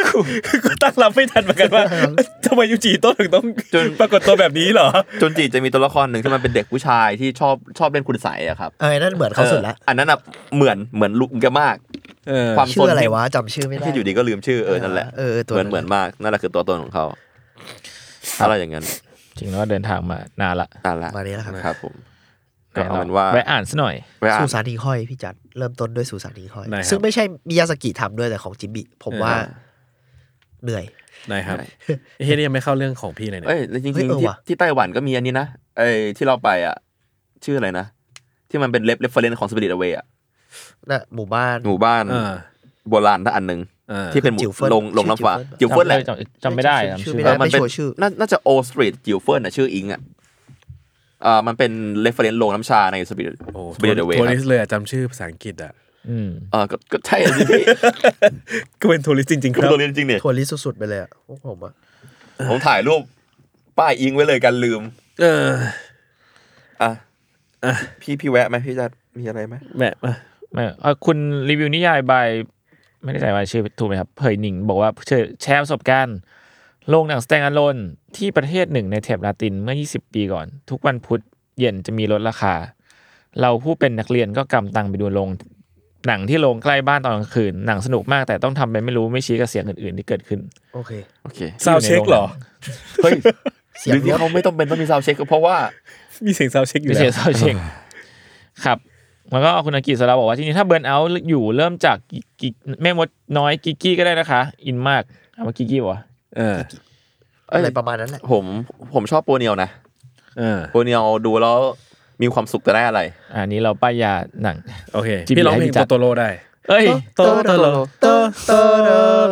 กูกูตั้งรับไม่ทันเหมือนกัน ว่าทำไมยูจิโต้ถึงต้อง จุน ปรากฏตัวแบบนี้เหรอ จนจีจะมีตัวละครหนึ่งที่มันเป็นเด็กผู้ชายที่ชอบชอบเล่นคุณใสยอะครับ เออนั่นเหมือนเขาสุดละ อออันนั้นอะเหมือนเหมือนลุงแกมาก เออ ความ ชื่ ส อน อะไร ที่ วะจำชื่อไม่ได้ ที่อยู่ดีก็ลืมชื่อเออนั่นแหละ เออตัว เหมือนนั้น เหมือนมากนั่นแหละคือตัวตนของเขาอะไรอย่างนั้น จริงแล้วก็เดินทางมานานละ นั่นแหละ มาเนี้ยแหละครับ ครับผม ก็เอาเป็นว่า ไปอ่านซะหน่อย ไปอ่าน สุสานหิงห้อยพี่จัดเริ่มต้นด้วยสุสานหิงห้อย ได้ครับ ซึ่งไม่ใช่มิยาสกิทำด้วยแต่ของจิมบิผมว่าเหนื่อย นะครับเฮียนี่ยังไม่เข้าเรื่องของพี่เลยเนี่ย เอ้ยจริง เฮ้ย ๆ เออ ที่ ว่ะ ที่ไต้หวันก็มีอันนี้นะไอ้ที่เราไปอ่ะ ชื่ออะไรนะ ที่มันเป็นเล็บเรฟเฟรนของสปิริตอเวอ่ะ นะหมู่บ้าน หมู่บ้าน อ่า โบราณท่าอันหนึ่ง อ่า ที่เป็นหมู่ จิ๋วเฟิร์น ลงลงน้ำฟ้า ชื่อจิ๋ จิว ว เฟิ เฟิ ร์ ร์ น น แหละ จำจำไม่ได้ ชื่จำอไม่ ไม่ ได้ ได้ เออมันเป็น ไม่ชัวร์ชื่อ น่าน่าจะโอสตรีทจิวเฟิร์นอ่ะชื่ออิงอ่ะอ่ามันเป็นเรฟเฟรนลงน้ำชาในสปิริต โอ้ สปิริตอเว ทัวริสต์เลยอะจำชื่อภาษาอังกฤษอ่ะ อืม เออก็ก็ใช่อ่ะสิพี่ ก็เป็นทัวริสต์จริงๆค ก็ รับ ตัวเรียนจริง เนี่ย ทัวริสสุดๆไปเลยอะพวกผมอะ ผมถ่ายรูปป้ายอิงไว้เลยกันลืม เออ อ่ะ อ่ะ พี่พี่แวะไหมพี่จะมีอะไรไหม แม่มา ไม่เอ่อคุณรีวิวนิยายบายไม่แน่ใจว่าชื่อถูกไหมครับเผยหนิงบอกว่าเชิญแชร์ประสบการณ์โรงหนังสแตงอ l โลนที่ประเทศหนึ่งในแถบลาตินเมื่อ 20 ปีก่อน ทุกวันพุธเย็นจะมีลดราคา เราผู้เป็นนักเรียนก็กำตังไปดูโรงหนังที่โรงใกล้บ้านตอนกลางคืน หนังสนุกมากแต่ต้องทำเป็นไม่รู้ไม่ชี้กับเสียงอื่นๆที่เกิดขึ้น โอเค โอเค ซาวด์เช็คเหรอ เฮ้ย เสียง ดึง ร ที่ ถ เขาไม่ต้องเป็นต้องมีซาวด์เช็คก็เพราะว่า มีเสียงซาวด์เช็คอยู่ ไม่ แล้ ใช่ ว ซาวเช็คครับ แล้วก็คุณอากิสราบอกว่าทีนี้ถ้าเบิร์นเอาท์อยู่เริ่มจากกิกิแม่มดน้อยกิกกี้ก็ได้นะคะ อินมากเอามากิกกี้ปะวะ เออ เอ้ย อะไรประมาณนั้นแหละ ผมผมชอบโปรเนียวนะ เออ โปรเนียวดูแล้วมีความสุขแต่ได้อะไร อันนี้เราป้ายยาหนัง โอเค จิบหลี พี่ร้องเพ ให้ ล พี่ ง จั โต ด โตโรได้ เอ้ย โตโตเตโรอร์เตอร์เตอร์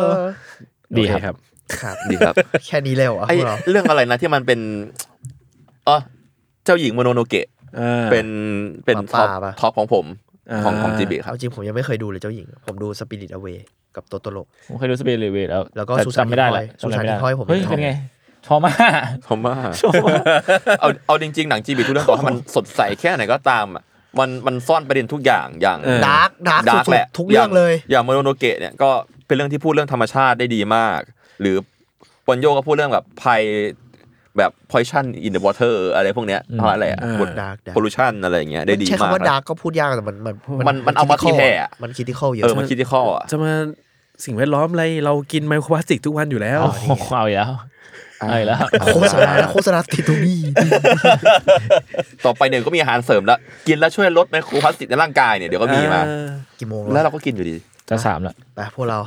ดีครับ โอเครับ ครับ ดีครับ แค่นี้เลยเหรอ ไอ พวกเรา เรื่องอะไรนะที่มันเป็นอ๋อเจ้าหญิงโมโนโนเกะ เออ เป็นเป็น หมา ท็อป ป่าปะ ท็อปของผม อ่า ของของจีบีครั เอา บ จริงผมยังไม่เคยดูเลยเจ้าหญิง ผมดู Spirit Away กับโตโตโร ผมเคยดูสเปรย์เลเวทแล้ว แล้วก็ ต่ สุสาน จำไม่ได้ หิ่ละงห้อย จำอะไรไม่ สุ ได้ สานหิ่งห้อยผม เฮ้ย ไม่ชอบ เป็นไงทอมา ผมว่าเอาเอาจริง ๆ หนังจีบีทุกเรื่องต่อให้มันสดใสแค่ไหนก็ตามอ่ะมันมันซ่อนประเด็นทุกอย่างอย่าง เออ ดาร์กดาร์ก ดาร์ก สุ แห ด ละ ๆทุกเรื่องเลย ย่างโมโนโนเกะเนี่ยก็เป็นเรื่องที่พูดเรื่องธรรมชาติได้ดีมาก หรือปอนโยก็พูดเรื่องแบบภัยแบบ poison in the water อะไรพวกเนี้ย อืม อะไรอะ เออ บท dark dark pollution อะไรอย่างเงี้ยได้ดี ใช้ มาก คำว่า นะ ดาร์กก็พูดยากแต่มันมัน มันมันเอามาที่แพร่อะ มันคิดที่เข้าเยอะ เออมันคิดที่ข้ออะ จะมาสิ่งแวดล้อมอะไร เรากินไมโครพลาสติกทุกวันอยู่แล้ว เอาเอาอีกแล้วเอาอีกแล้ว โฆษณาโฆษณาติดตรงนี้ ต่อไปเนี่ยก็มีอาหารเสริมแล้ว กินแล้วช่วยลดไมโครพลาสติกในร่างกายเนี่ยเดี๋ยวก็มีมา เออ กี่โมง แล้ว แล้ว เราก็กินอยู่ดี จะสามละ ไปพวกเรา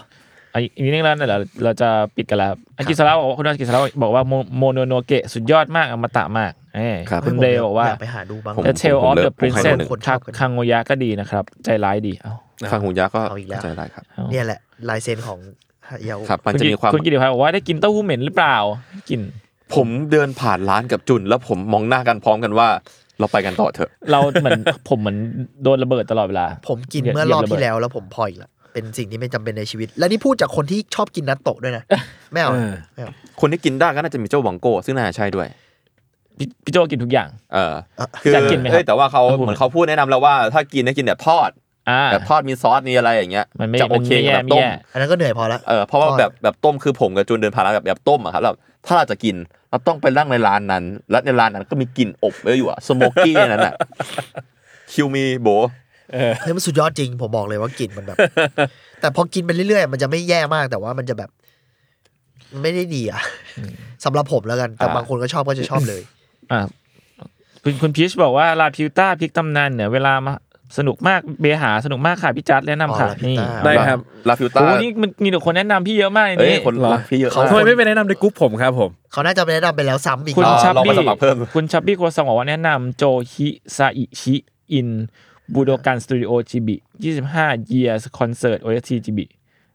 อ่ะอีกนิดนึงแล้วเดี๋ยวเราเราจะปิดกันแล้วอากิสราบอกว่าคุณอากิสราบอกว่าโมโนโนเกะสุดยอดมากอมตะมากเอ้ย ครับ คุณเรบอกว่า อยากไปหาดูบ้าง ผม The Tale of เลิก the ผมให้ห Princess นึ่ง ทักคังโงยะก็ดีนะครับ ใจร้ายดีเอ้า ฟังหูยะก็ เอาอีกแล้ว ใจได้ครับ เนี่ยแหละ ลายเซ็นของฮายาโอ ครับ มันจะมีความ คุณกิติพัฒน์บอกว่าได้กินเต้าหู้เหม็นหรือเปล่ากิน ผมเดินผ่านร้านกับจุน แล้วผมมองหน้ากันพร้อมกันว่า เราไปกันต่อเถอะ เราเหมือน ผมเหมือนโดนระเบิดตลอดเวลา ผมกินเมื่อรอบที่แล้วแล้วผมพออีกละเป็นสิ่งที่ไม่จำเป็นในชีวิต และนี่พูดจากคนที่ชอบกินนัตโตะด้วยนะ ไม่เอา เออ ไม่เอา คนที่กินได้ก็น่าจะมีเจ้าหวังโก้ซึ่งน่าจะใช่ด้วย พี่พี่โจกินทุกอย่าง เออคือ อยากกินไหมครับ เอ้ยแต่ว่าเขา ลองพูด เหมือนเขาพูดแนะนำแล้วว่าถ้ากินให้กินแบบทอด อ่า แบบทอดมีซอสมีอะไรอย่างเงี้ย มันไม่ จะโอเคกับ มันไม่แย่ แบบต้ ไม่ ม แย่ อันนั้นก็เหนื่อยพอละ เออเพราะว่า ทอด แบบแบบต้มคือผมกับจูนเดินผ่านร้านแบบแบบต้มอะครับแล้วถ้าเราจะกินเราต้องไปร่างในร้านนั้น และในร้านนั้นก็มีกลิ่นอบไว้อยู่อะสโมกกี้นั้นอะคิวมีโบ เฮ้ยมันสุดยอดจริง ผมบอกเลยว่ากลิ่นมันแบบ แต่พอกินไปเรื่อยๆ มันจะไม่แย่มากแต่ว่ามันจะแบบมันไม่ได้ดีอะสำหรับผมแล้วกันแต่บางคนก็ชอบก็จะชอบเลย อ่าคุณคุณพีชบอกว่าลาพิวต้าพลิกตำนานเหนือเวลามา สนุกมากเบหาสนุกมากค่ะพี่จัดแนะนำค่ะ อ๋อแล้วนี่พี่ต้า ได้ครับ ลาฟิว โอ้ ต้า โหนี่มันมีแต่คนแนะนำพี่เยอะมากใน เอ้ย นี้ คนรักพี่เยอะ เขา มาก ทำไมไม่ไปแนะนำในกรุ๊ปผมครับผม เขาน่าจะไปแนะนำไปแล้วซ้ำอีก คุณ รอบ ชับ ลอง บี้ มาสมัครเพิ่ม คุณชับบี้ครัวซองบอกว่าแนะนำโจฮิซาอิชิอินบูโดกันสตูดิโอจิบิ25 years concert OST จิบิ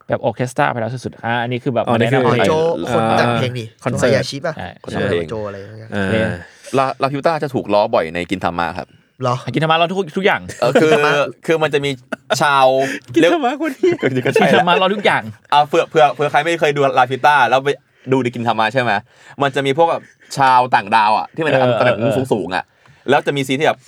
แบบออร์เคสตราไปแล้วสุดๆอ่าอันนี้คือแบบ อ๋อนี่คือ อ๋อโจ อ่า คนแต่งเพลงนี่ คอนเสิร์ต โจยาชิป่ะ ใช่ คน เอ ทำเพลง อโจอะไรอย่างเงี้ย อ่า ลาลาฟิวต้าจะถูกล้อบ่อยในกินธรรมะครับ เหรอ กินธรรมะเราทุกทุกอย่าง เออคือคือมันจะมีชาว กิน เรียก ธรรมะคนที่ ก็ กิ ใช่ นธรร ละ มะเราทุกอย่าง เอาเผื่อเผื่อเผื่อใครไม่เคยดูลาฟิวต้าแล้วไปดูในกินธรรมะใช่ไหมมันจะมีพวกแบบชาวต่างดาวอ่ะที่มันตำแหน่งสูงๆอ่ะแล้วจะมีซีนที่แบบ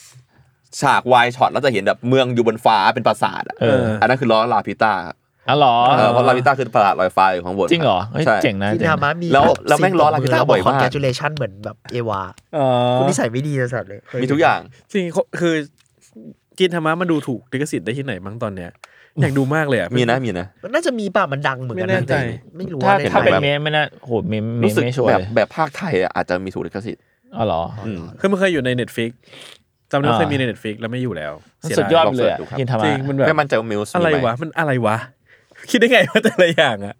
ฉากวายช็อตแล้วจะเห็นแบบเมืองอยู่บนฟ้าเป็นปราสาทอะ เออ อันนั้นคือล้อลาพิต้าครับ อ๋อเหรอ เออเพราะลาพิต้าคือปราสาทลอยฟ้าอยู่ข้างบน จริงเหรอเฮ้ย ใช่ เจ๋งนะ ที่ เจ๋ง ทามามี แล้วแล้วแม่งล้อลาพิต้าบ่อยมาก คอนแกจูเลชันเหมือนแบบเอวา อ๋อ คุณนิสัยไม่ดีนะสัตว์เลย มีทุกอย่าง จริงๆคือ กินธรรมะมันดูถูกลิขสิทธิ์ได้ที่ไหนบ้างตอนเนี้ยอยากดูมากเลยอ่ะ มีนะมีนะ มันน่าจะมีป่ะมันดังเหมือนกัน ไม่แน่ นะ ใจ ไม่รู้ ถ้า ว่าได้ ถ้า ไหม เป็นเมมไม่น่าโหเมมเม รู้ ม สึก ไม่ชัวร์ แบบ เลย แบบภาคไทยอะอาจจะมีถูกลิขสิทธิ์ อ๋อเหรอ อืม คือมันเคยอยู่ใน Netflix จำได้ว่า อ่า เคยมีใน Netflix แล้วไม่อยู่แล้วเสี สุดยอดไปเลย ลองเสิร์ชดูครับ กินธรร จ มะ ริงมันแบบ ไม่มั่นใจว่ามิวส์ อะไรวะมันอะไรวะ คิดได้ไงว่าแต่ละอย่างอ่ะ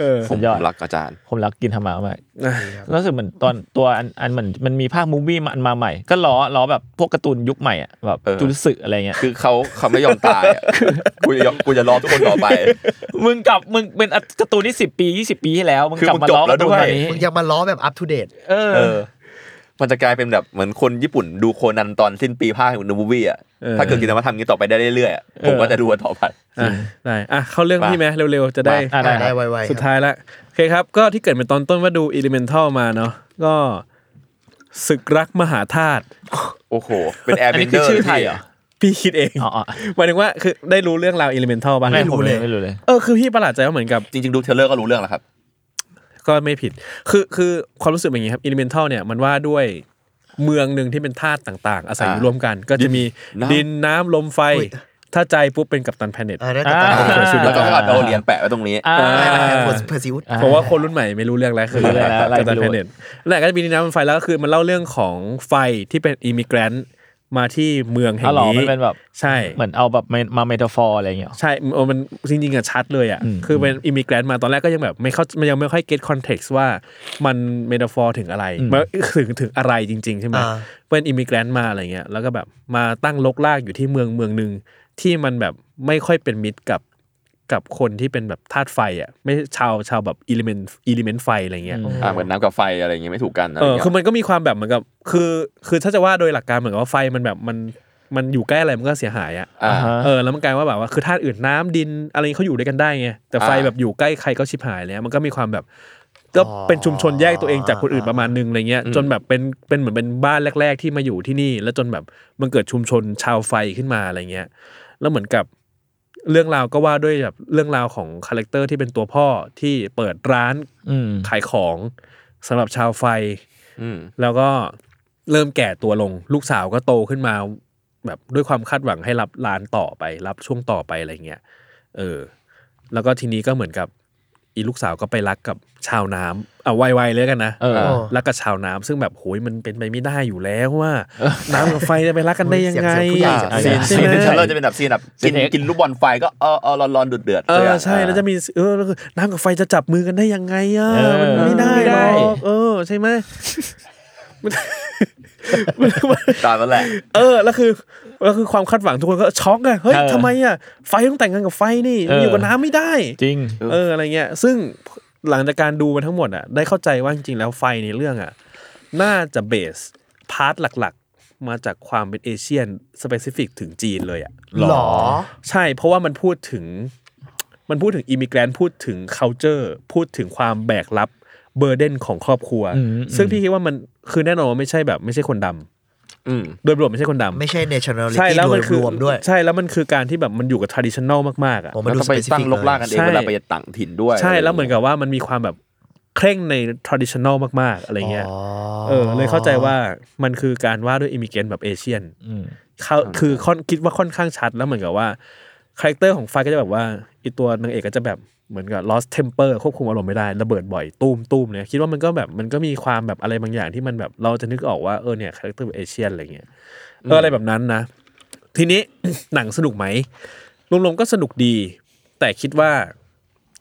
เออ ผมรักอาจารย์ ผมรักกินธรรมะมาก อ่ะ รู้สึกเหมือนตอนตัวอันอันเหมือนมันมีภาคมูฟวี่มาอันมาใหม่ ก็ล้อล้อแบบพวกการ์ตูนยุคใหม่อ่ะแบบ เออ จุลสึอะไรเงี้ย คือเขาเขาไม่ยอมตายอะ กูจะยอมกูจะรอทุกคนต่อไป มึงกลับมึงเป็นการ์ตูนที่สิบปียี่สิบปีที่แล้วมึง คือก ลับ มึง มา จบ ล้อกาแล้ว ร์ตูน ด้วย แบบนี้ มึงยังมาล้อแบบอัปทูเดต เออ เออ มันจะกลายเป็นแบบเหมือนคนญี่ปุ่นดูโคนันตอนสิ้นปีภาคของนูบูวี่อ่ะถ้าเกิดกินมาทำอย่างนี้ต่อไปได้เรื่อยๆอะผมก็จะดูต่อไป อ่ะได้อ่ะเข้าเรื่อง มา พี่ไหมเร็วๆ จะได้ อ่ะได้ ได้ไวๆ สุดท้ายละโอเคครับ ก็ที่เกิดเป็นตอนต้นว่าดู Elemental มาเนาะก็ศึกรักมหาธาตุ โอ้โห เป็นแอร์ อัน เบ นี้ นเด คือ อร์ ชื่อไทยเหรอ พี่คิดเอง อ๋ออ๋อ หมายถึงว่าคือได้รู้เรื่องราว Elemental บ้าง ไม่รู้เลยไม่รู้เลย เออคือพี่ประหลาดใจว่าเหมือนกับ จริงๆ ดูเทรลเลอร์ก็รู้เรื่องแล้วครับ ก็ไม่ผิด คือคือความรู้สึกเป็นอย่างนี้ครับ Elemental เนี่ยมันว่าด้วยเมืองหนึ่งที่เป็นธาตุต่างๆ อาศัยอยู่ อ่า ร่วมกัน ก็จะมี ดินน้ำ ดินน้ำลมไฟ ถ้าใจปุ๊บเป็นกัปตันแพเน็ต เออได้แต่ตอน อ่า นี้ อ่า แล้วก็เอาเหรียญแปะไว้ตรงนี้ อ่า เพอร์ซิวต์ เพราะว่าคนรุ่นใหม่ไม่รู้เรื่องแล้วคือ ไม่รู้แล้วอะไร กัปตัน ไม่รู้ แพเน็ตแหละก็จะมีดินน้ำลมไฟแล้วก็คือมันเล่าเรื่องของไฟที่เป็นอิมิเกรนต์มาที่เมืองแห่ อ๋อง เหรอ นี้ มันเป็นแบบ ใช่ เหมือนเอาแบบมามาเมตาฟอร์อะไรเงี้ย ใช่เออมันจริงๆอะชัดเลยอ่ะ อืม คือเป็นอิมิเกรนต์มาตอนแรกก็ยังแบบไม่เข้ามันยังไม่ค่อยเก็ตคอนเท็กซ์ว่ามันเมตาฟอร์ถึงอะไรมันถึงถึงอะไรจริง ๆ ใช่ไหม อ่า เป็นอิมิเกรนต์มาอะไรเงี้ยแล้วก็แบบมาตั้งลกลากอยู่ที่เมืองเมืองหนึ่งที่มันแบบไม่ค่อยเป็นมิตรกับกับคนที่เป็นแบบธาตุไฟอ่ะไม่ชาวชาวแบบอิเลเมนต์อิเลเมนต์ไฟอะไรเงี้ย อ่าเหมือนน้ำกับไฟอะไรอย่างเงี้ยไม่ถูกกันะไรเออ เงี้ย คือมันก็มีความแบบเหมือนกับคือคือถ้าจะว่าโดยหลักการเหมือนกับว่าไฟมันแบบมันมันอยู่ใกล้อะไรมันก็เสียหายอ่ะ อ่า อ่าฮะ เออแล้วมันกลายว่าแบบว่าคือธาตุอื่นน้ำดินอะไรเขาอยู่ด้วยกันได้ไงแต่ไฟ อ่า แบบอยู่ใกล้ใครก็ชิบหายแล้วมันก็มีความแบบก็เป็นชุมชนแยกตัวเองจากคนอื่นประมาณ ประมาณนึงอะไรเงี้ยจนแบบเป็นเป็นเหมือนเป็นบ้านแรก ๆ ที่มาอยู่ที่นี่ แล้วจนแบบมันเกิดชุมชนชาวไฟขึ้นมาอะไรเงี้ยแล้วเหมือนกับเรื่องราวก็ว่าด้วยแบบเรื่องราวของคาแรคเตอร์ที่เป็นตัวพ่อที่เปิดร้าน อืม ขายของสำหรับชาวไฟ อืม แล้วก็เริ่มแก่ตัวลง ลูกสาวก็โตขึ้นมา แบบด้วยความคาดหวังให้รับร้านต่อไป รับช่วงต่อไปอะไรเงี้ยเออ แล้วก็ทีนี้ก็เหมือนกับอีลูกสาวก็ไปรักกับชาวน้ำเอาไวๆเลยกันนะ เออ รักกับชาวน้ำซึ่งแบบโหยมันเป็นไปไม่ได้อยู่แล้วว่า น้ำกับไฟจะไปรักกันได้ยังไง เสียงเสียงผู้ใหญ่ อ่ะเสียง ซี ใช่นไหม ในเทรลเลอร์จะเป็นแบบซีนแบบกิน CNX กินลูกบอลไฟก็เออเออร้อนร้อนๆเดือดเดือด เอ ลย อะ ใช่แล้วจะมีเออแล้วคือน้ำกับไฟจะจับมือกันได้ยังไงอ่ะ เออ มันไม่ได้ ไม่ หร ได้ อกเออ ใช่ไหมมันมันมัน ตามนั้นแหละ เออแล้วคือแล้วคือความคาดหวังทุกคนก็ช็อกไงเฮ้ย เออ ทำไมอ่ะไฟต้องแต่งงานกับไฟนี่ เอออ อยู่กับน้ำไม่ได้ จริง เอออะไรเงี้ย ซึ่งหลังจากการดูมันทั้งหมดอ่ะ ได้เข้าใจว่าจริงๆแล้วไฟในเรื่องอ่ะ น่าจะเบส พาร์ทหลักๆ มาจากความเป็นเอเชียนสเปซิฟิกถึงจีนเลยอ่ะ หรอ ใช่เพราะว่ามันพูดถึงมันพูดถึงอิมิเกรนพูดถึง c u เจอร์พูดถึงความแบกรับเบอร์เดนของครอบครัว อืม ซึ่งพี่คิดว่ามันคือแน่นอนว่าไม่ใช่แบบไม่ใช่คนดำ อืม โดยรวมไม่ใช่คนดำ ไม่ใช่ nationality ใช่แล้วมัน ร คือ วมๆด้วย ใช่แล้วมันคือการที่แบบมันอยู่กับ traditional มากๆอ่ะ ผม มั มันนดู ต้องไป specific ตั้งลกล่ากกันเอง ใช่ เวลาไปต่างถิ่นด้วย ใช่แล้วเหมือนกับว่ามันมีความแบบเคร่งใน traditional มากๆ อะไรเงี้ย อ๋อ เออเลยเข้าใจว่ามันคือการว่าด้วยอิมิเกนแบบเอเชียน อืม เขาคือค่อนคิดว่าค่อนข้างชัดแล้วเหมือนกับว่าคาแรคเตอร์ของไฟก็จะแบบว่าไอีตัวนางเอกก็จะแบบเหมือนกับ lost temper ควบคุมอารมณ์ไม่ได้ระเบิดบ่อยตุ้มตุ้มเนี่ยคิดว่ามันก็แบบมันก็มีความแบบอะไรบางอย่างที่มันแบบเราจะนึกออกว่าเออเนี่ยคาแรคเตอร์แบบเอเชียนอะไรเงี้ยเอออะไรแบบนั้นนะ ทีนี้ หนังสนุกไหมรวมๆก็สนุกดี แต่คิดว่า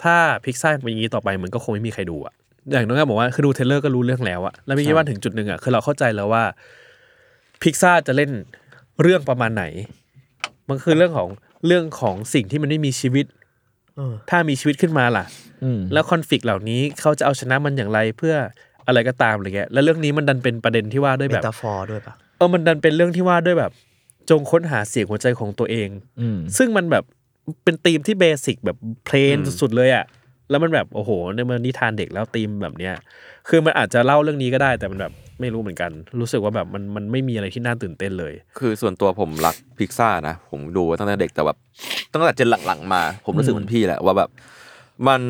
ถ้าพิกซ่าเป็นอย่างนี้ต่อไปมันก็คงไม่มีใครดูอะอย่างน้องก็บอกว่าคือดูเทรลเลอร์ก็รู้เรื่องแล้วอะแล้วไม่คิดว่าถึงจุดหนึ่งอะคือเราเข้าใจแล้วว่าพิกซ่าจะเล่นเรื่องประมาณไหน มันคือเรื่องของเรื่องของสิ่งที่มันไม่มีชีวิต เออ ถ้ามีชีวิตขึ้นมาล่ะ อืม แล้วคอนฟ lict เหล่านี้เขาจะเอาชนะมันอย่างไรเพื่ออะไรก็ตามอะไรเงี้ยแล้วเรื่องนี้มันดันเป็นประเด็นที่ว่าด้วย เม แบบ ตาฟอร์ด้วยปะ เออมันดันเป็นเรื่องที่ว่าด้วยแบบ จงค้นหาเสียงหัวใจของตัวเอง อืม ซึ่งมันแบบเป็นธีมที่เบสิกแบบเพลน อืม สุดๆเลยอะแล้วมันแบบโอ้โหเนี่ยมันนิทานเด็กแล้วธีมแบบเนี้ยคือมันอาจจะเล่าเรื่องนี้ก็ได้แต่มันแบบไม่รู้เหมือนกัน รู้สึกว่าแบบมันมันไม่มีอะไรที่น่าตื่นเต้นเลย คือส่วนตัวผมรักพิกซ่านะ ผมดูตั้งแต่เด็กแต่แบบตั้งแต่เจนหลังๆมา ผมรู้สึกเหมือนพี่แหละว่าแบบ มัน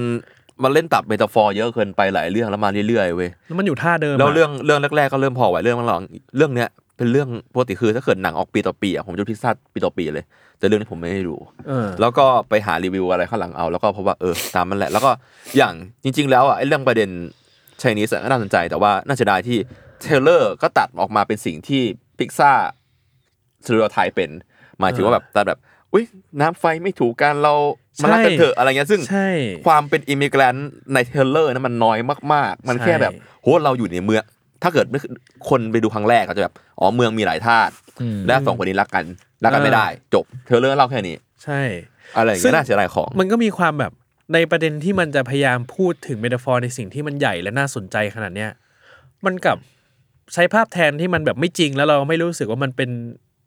มันเล่นตับเมตาฟอร์เยอะเกินไปหลายเรื่องแล้วมาเรื่อยๆเว้ย แล้วมันอยู่ท่าเดิมะ แล้วเรื่องเรื่องแรกๆก็เริ่มพอไหวเรื่องมันหลังเรื่องเนี้ยเป็นเรื่องปกติคือถ้าเกิดหนังออกปีต่อปีอะผมจะดูพิซซ่าปีต่อปีเลย แต่เรื่องนี้ผมไม่ได้ดู เออ แล้วก็ไปหารีวิวอะไรข้างหลังเอา แล้วก็พบว่าเออตามมันแหละ แล้วก็อย่างจริง ๆ แล้วอ่ะไอ้เรื่องประเด็นชนีสก็น่าสนใจ แต่ว่าน่าจะได้ที่เทเลอร์ก็ตัดออกมาเป็นสิ่งที่พิกซ่าสตูดิโอไทยเป็นหมายถึงว่าแบบตัดแบบอุ้ยน้ำไฟไม่ถูกกันเรามารักกันเถอะอะไรเงี้ยซึ่ง ใช่ ความเป็นอิมิเกรนต์ในเทรลเลอร์นั้นมันน้อยมาก ๆ มัน ใช่ แค่แบบโหเราอยู่ในเมือง ถ้าเกิดไม่คนไปดูครั้งแรกเขาจะแบบอ๋อเมืองมีหลายธาตุ อืม และสองคนนี้รักกันรักกันไม่ได้ จบเทรลเลอร์เล่าแค่นี้ ใช่ อะไรอย่าง ซึ่ เงี้ยงน่าเสียดายของ มันก็มีความแบบในประเด็นที่มันจะพยายามพูดถึงเมตาฟอร์ในสิ่งที่มันใหญ่และน่าสนใจขนาดเนี้ยมันกลับใช้ภาพแทนที่มันแบบไม่จริงแล้วเราไม่รู้สึกว่ามันเป็น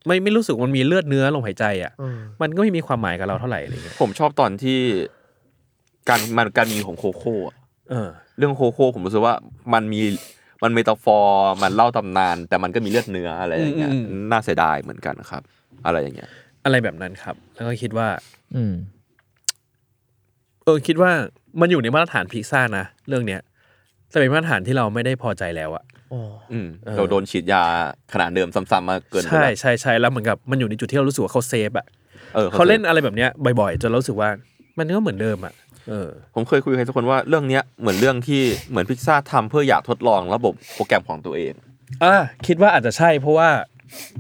ไม่ไม่รู้สึกว่ามันมีเลือดเนื้อลมหายใจอ่ะ อืม มันก็ไม่มีความหมายกับเราเท่าไหร่อะไรเงี้ย ผมชอบตอนที่การมันการมีของโคโค่อะ เออ เรื่องโคโค่ผมรู้สึกว่ามันมีมันเมตาฟอร์มันเล่าตำนาน แต่มันก็มีเลือดเนื้ออะไรอย่างเงี้ย อืมอืม น่าเสียดายเหมือนกันครับ อะไรอย่างเงี้ย อะไรแบบนั้นครับ แล้วก็คิดว่า อืม เออคิดว่ามันอยู่ในมาตรฐานพิซซ่านะเรื่องเนี้ยแต่เป็นมาตรฐานที่เราไม่ได้พอใจแล้วอะ โอ้ อืม เออ เราโดนฉีดยาขนาดเดิมซ้ำๆมาเกินไป ใช่ แล้ว ใช่ใช่แล้วเหมือนกับมันอยู่ในจุดที่เรารู้สึกว่าเขาเซฟอะ ออ เขาเล่นอะไรแบบเนี้ยบ่อยๆจนเรารู้สึกว่า มันก็เหมือนเดิมอะเออ ผมเคยคุยกับใครสักคนว่าเรื่องเนี้ยเหมือนเรื่องที่เหมือนพิซซ่าทำเพื่ออยากทดลองระบบโปรแกรมของตัวเอง อ่าคิดว่าอาจจะใช่เพราะว่า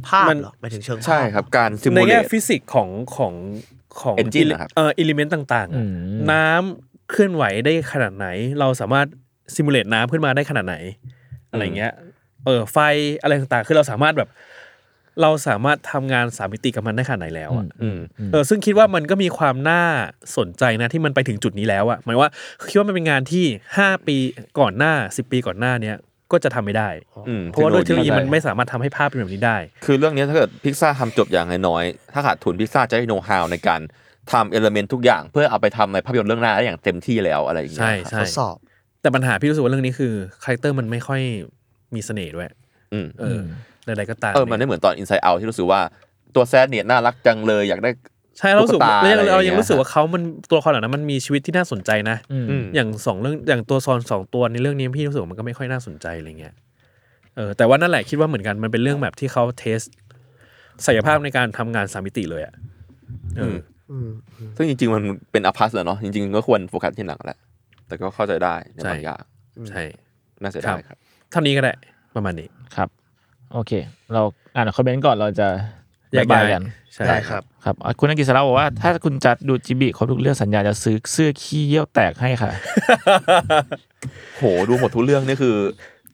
ภาพ มัน เหรอหมายถึงเชิงภาพ ใช่ครับการซิ ใน มูเล แง่ ต ฟิสิกส์ของของของ Engine อิเล นะครับ เอออิเลเมนต์ต่างๆอะ อืม น้ำเคลื่อนไหวได้ขนาดไหน เราสามารถซิมูเลตน้ำขึ้นมาได้ขนาดไหน อะไรเงี้ยเออไฟอะไรต่างๆ คือเราสามารถแบบ เราสามารถทำงานสามมิติกับมันได้ขนาดไหนแล้วอะ อืม เออซึ่งคิดว่ามันก็มีความน่าสนใจนะที่มันไปถึงจุดนี้แล้วอะหมายว่าคิดว่ามันเป็นงานที่ห้าปีก่อนหน้าสิบปีก่อนหน้าเนี้ยก็จะทำไม่ได้ อืม เพราะว่าด้วยเทคโนโลยีมัน ใช่ ไม่สามารถทำให้ภาพเป็นแบบนี้ได้ คือเรื่องเนี้ยถ้าเกิดพิซซ่าทำจบอย่างน้อยๆถ้าขาดทุนพิซซ่าจะได้โน้ตฮาวในการทำเอลเมนต์ทุกอย่าง เพื่อเอาไปทำในภาพยนตร์เรื่องหน้าได้อย่างเต็มที่แล้วอะไรอย่างเงี้ย ใช่ ครับ ใช่ ทดสอบ แต่ปัญหาพี่รู้สึกว่าเรื่องนี้คือคาแรคเตอร์มันไม่ค่อยมีเสน่ห์ด้วย อืม เออใดๆก็ตาม เออมันไม่เหมือนตอนอินไซ e ์เอาที่รู้สึกว่าตัวแซดเนี่ยน่ารักจังเลยอยากได้ ใช่เรารู้สึกว่า ตุ๊กตา เราเรา อะไรอย่างเงี้ ยัง ย รู้สึกว่าเขามันตัวละครเหล่านั้นมันมีชีวิตที่น่าสนใจนะ อืม ม อย่างสองเรื่องอย่างตัวซอนสองตัวในเรื่องนี้พี่รู้สึกว่ามันก็ไม่ค่อยน่าสนใจอะไรเงี้ยเออแต่ว่านั่นแหละคิดว่าเหมือนกันมันเป็นเรื่องแบบที่เขาเทสศักยภาพในการทำงานสามมิติเลยอะเอออ ม อืม ซึ่งจริงๆมันเป็นอพัสเหรอเนาะจริงๆก็ควรโฟกัสที่หนังแหละแต่ก็เข้าใจได้ในบางอย่าง ใช่ น่าเสีย ครั ดาย บ ครับ เท่านี้ก็ได้ประมาณนี้ ครับ โอเค เราอ่านคอมเมนต์ก่อนเราจะ แยก บา ย้าย ยกัน ใช่ ได้ครับ ครับอ่ะคุณนักกิจสาระบอกว่าถ้าคุณจัดดูจิบิครบทุกเรื่องสัญญาจะซื้อเสื้อขี้เยี่ยวแตกให้ค่ะ โหดูหมดทุกเรื่องนี่คือ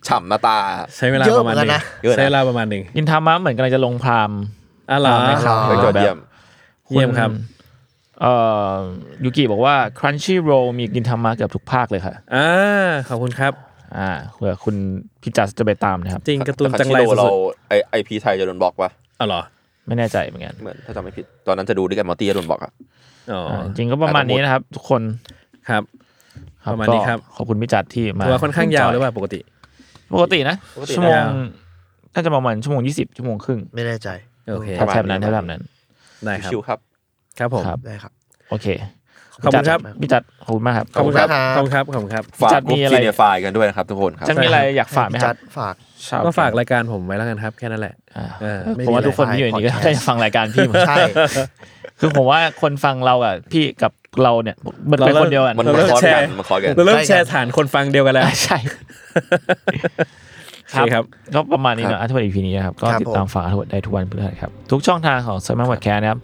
ฉ่ำหน้าตา ใช้เวลา เยอะ ประมาณหนึง เหมือนกันนะ เยอะนะ ใช้เวลาประมาณหนึ่ง ยินทามาเหมือนกำลังจะลงพราม อ่ะเหรอ อ่าไม่ครับ ไปจอดเยี่ยม เยี่ยมครับ เอ่อยูกิบอกว่า Crunchyroll มีกินทามาเกือบทุกภาคเลยค่ะ อ่าขอบคุณครับ อ่าเผื่อคุณพิจัสจะไปตามนะครับ จริงการ์ตูนจังไร แต่คาชิสุโเรา ด ไอไอพีไทยจะโดนบล็อกปะ ๆอ๋อเหรอ ไม่แน่ใจเหมือนกัน เหมือนถ้าจำไม่ผิด ตอนนั้นจะดูด้วยกันมอตี้จะโดนบล็อกอะ อ๋อ อ่าจริงก็ประมาณนี้นะครับ ทุกคน ครับ คบ ประมาณนี้ครับ ก็ขอบคุณพิจัดที่มา ตัวค่อนข้างยาวหรือเปล่าปกติ ปกตินะ ปกตินะ ชั่วโมง ยาว น่าจะประมาณชั่วโมงยี่สิบชั่วโมงครึ่ง ไม่แน่ใจ โอเค ครับ แทบๆนั้นแทบๆนั้น ได้ครับ ชิวๆครับ ครับผม ครับ ได้ครับ โอเค ขอบคุณครับ พิจัดขอบคุณมากครับ ขอบคุณ ครับ ขอบคุณครับขอบคุณครับ ฝาก จัด กรุ๊มีปอะไร ซีเนียร์ไฟล์กันด้วยนะครับทุกคนครับ จะมีอะไรอยากฝากไหมค จั รับดฝาก ชว ก็ฝากรายการผมไว้แล้วกันครับ แค่นั้นแหละ อ่า เออไม่มี ผมว่าทุกคน อะไร ที่อยู่ในนี้ก็ podcast ได้ฟังรายการพี่หมด ใช่ คือผมว่าคนฟังเราอ่ะพี่กับเราเนี่ยมัน เป็น เราเริ่ม คนเดียวกัน มัน เรา มัน เริ่ม คอร์ส แชร์ กันมันคอร์สกัน เราเริ่มแชร์ฐานคนฟังเดียวกันแล้ว อ่าใช่ โอเคครับ ก็ประมาณนี้เนอะอัธวัตอีพีนี้นะครับ ก็ ครับ ติดตาม ผม ฝากอัธวัตได้ทุกวันพฤหัสครับ ทุกช่องทางของ s ซม o นวัดแคร์นะครับ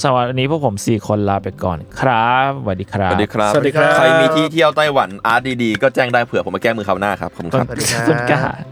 สำหรับวันนี้พวกผม 4 คนลาไปก่อนครับสวัสดีครั ส บ วัสดีครับ สวัสดีครับ ใครมีที่เที่ยวไต้หวันอาร์ตดีๆ ก็แจ้งได้เผื่อผมมาแก้มือคราวหน้าครับ ขอบคุณครับ สวัสดีครั ต้นกล้า บ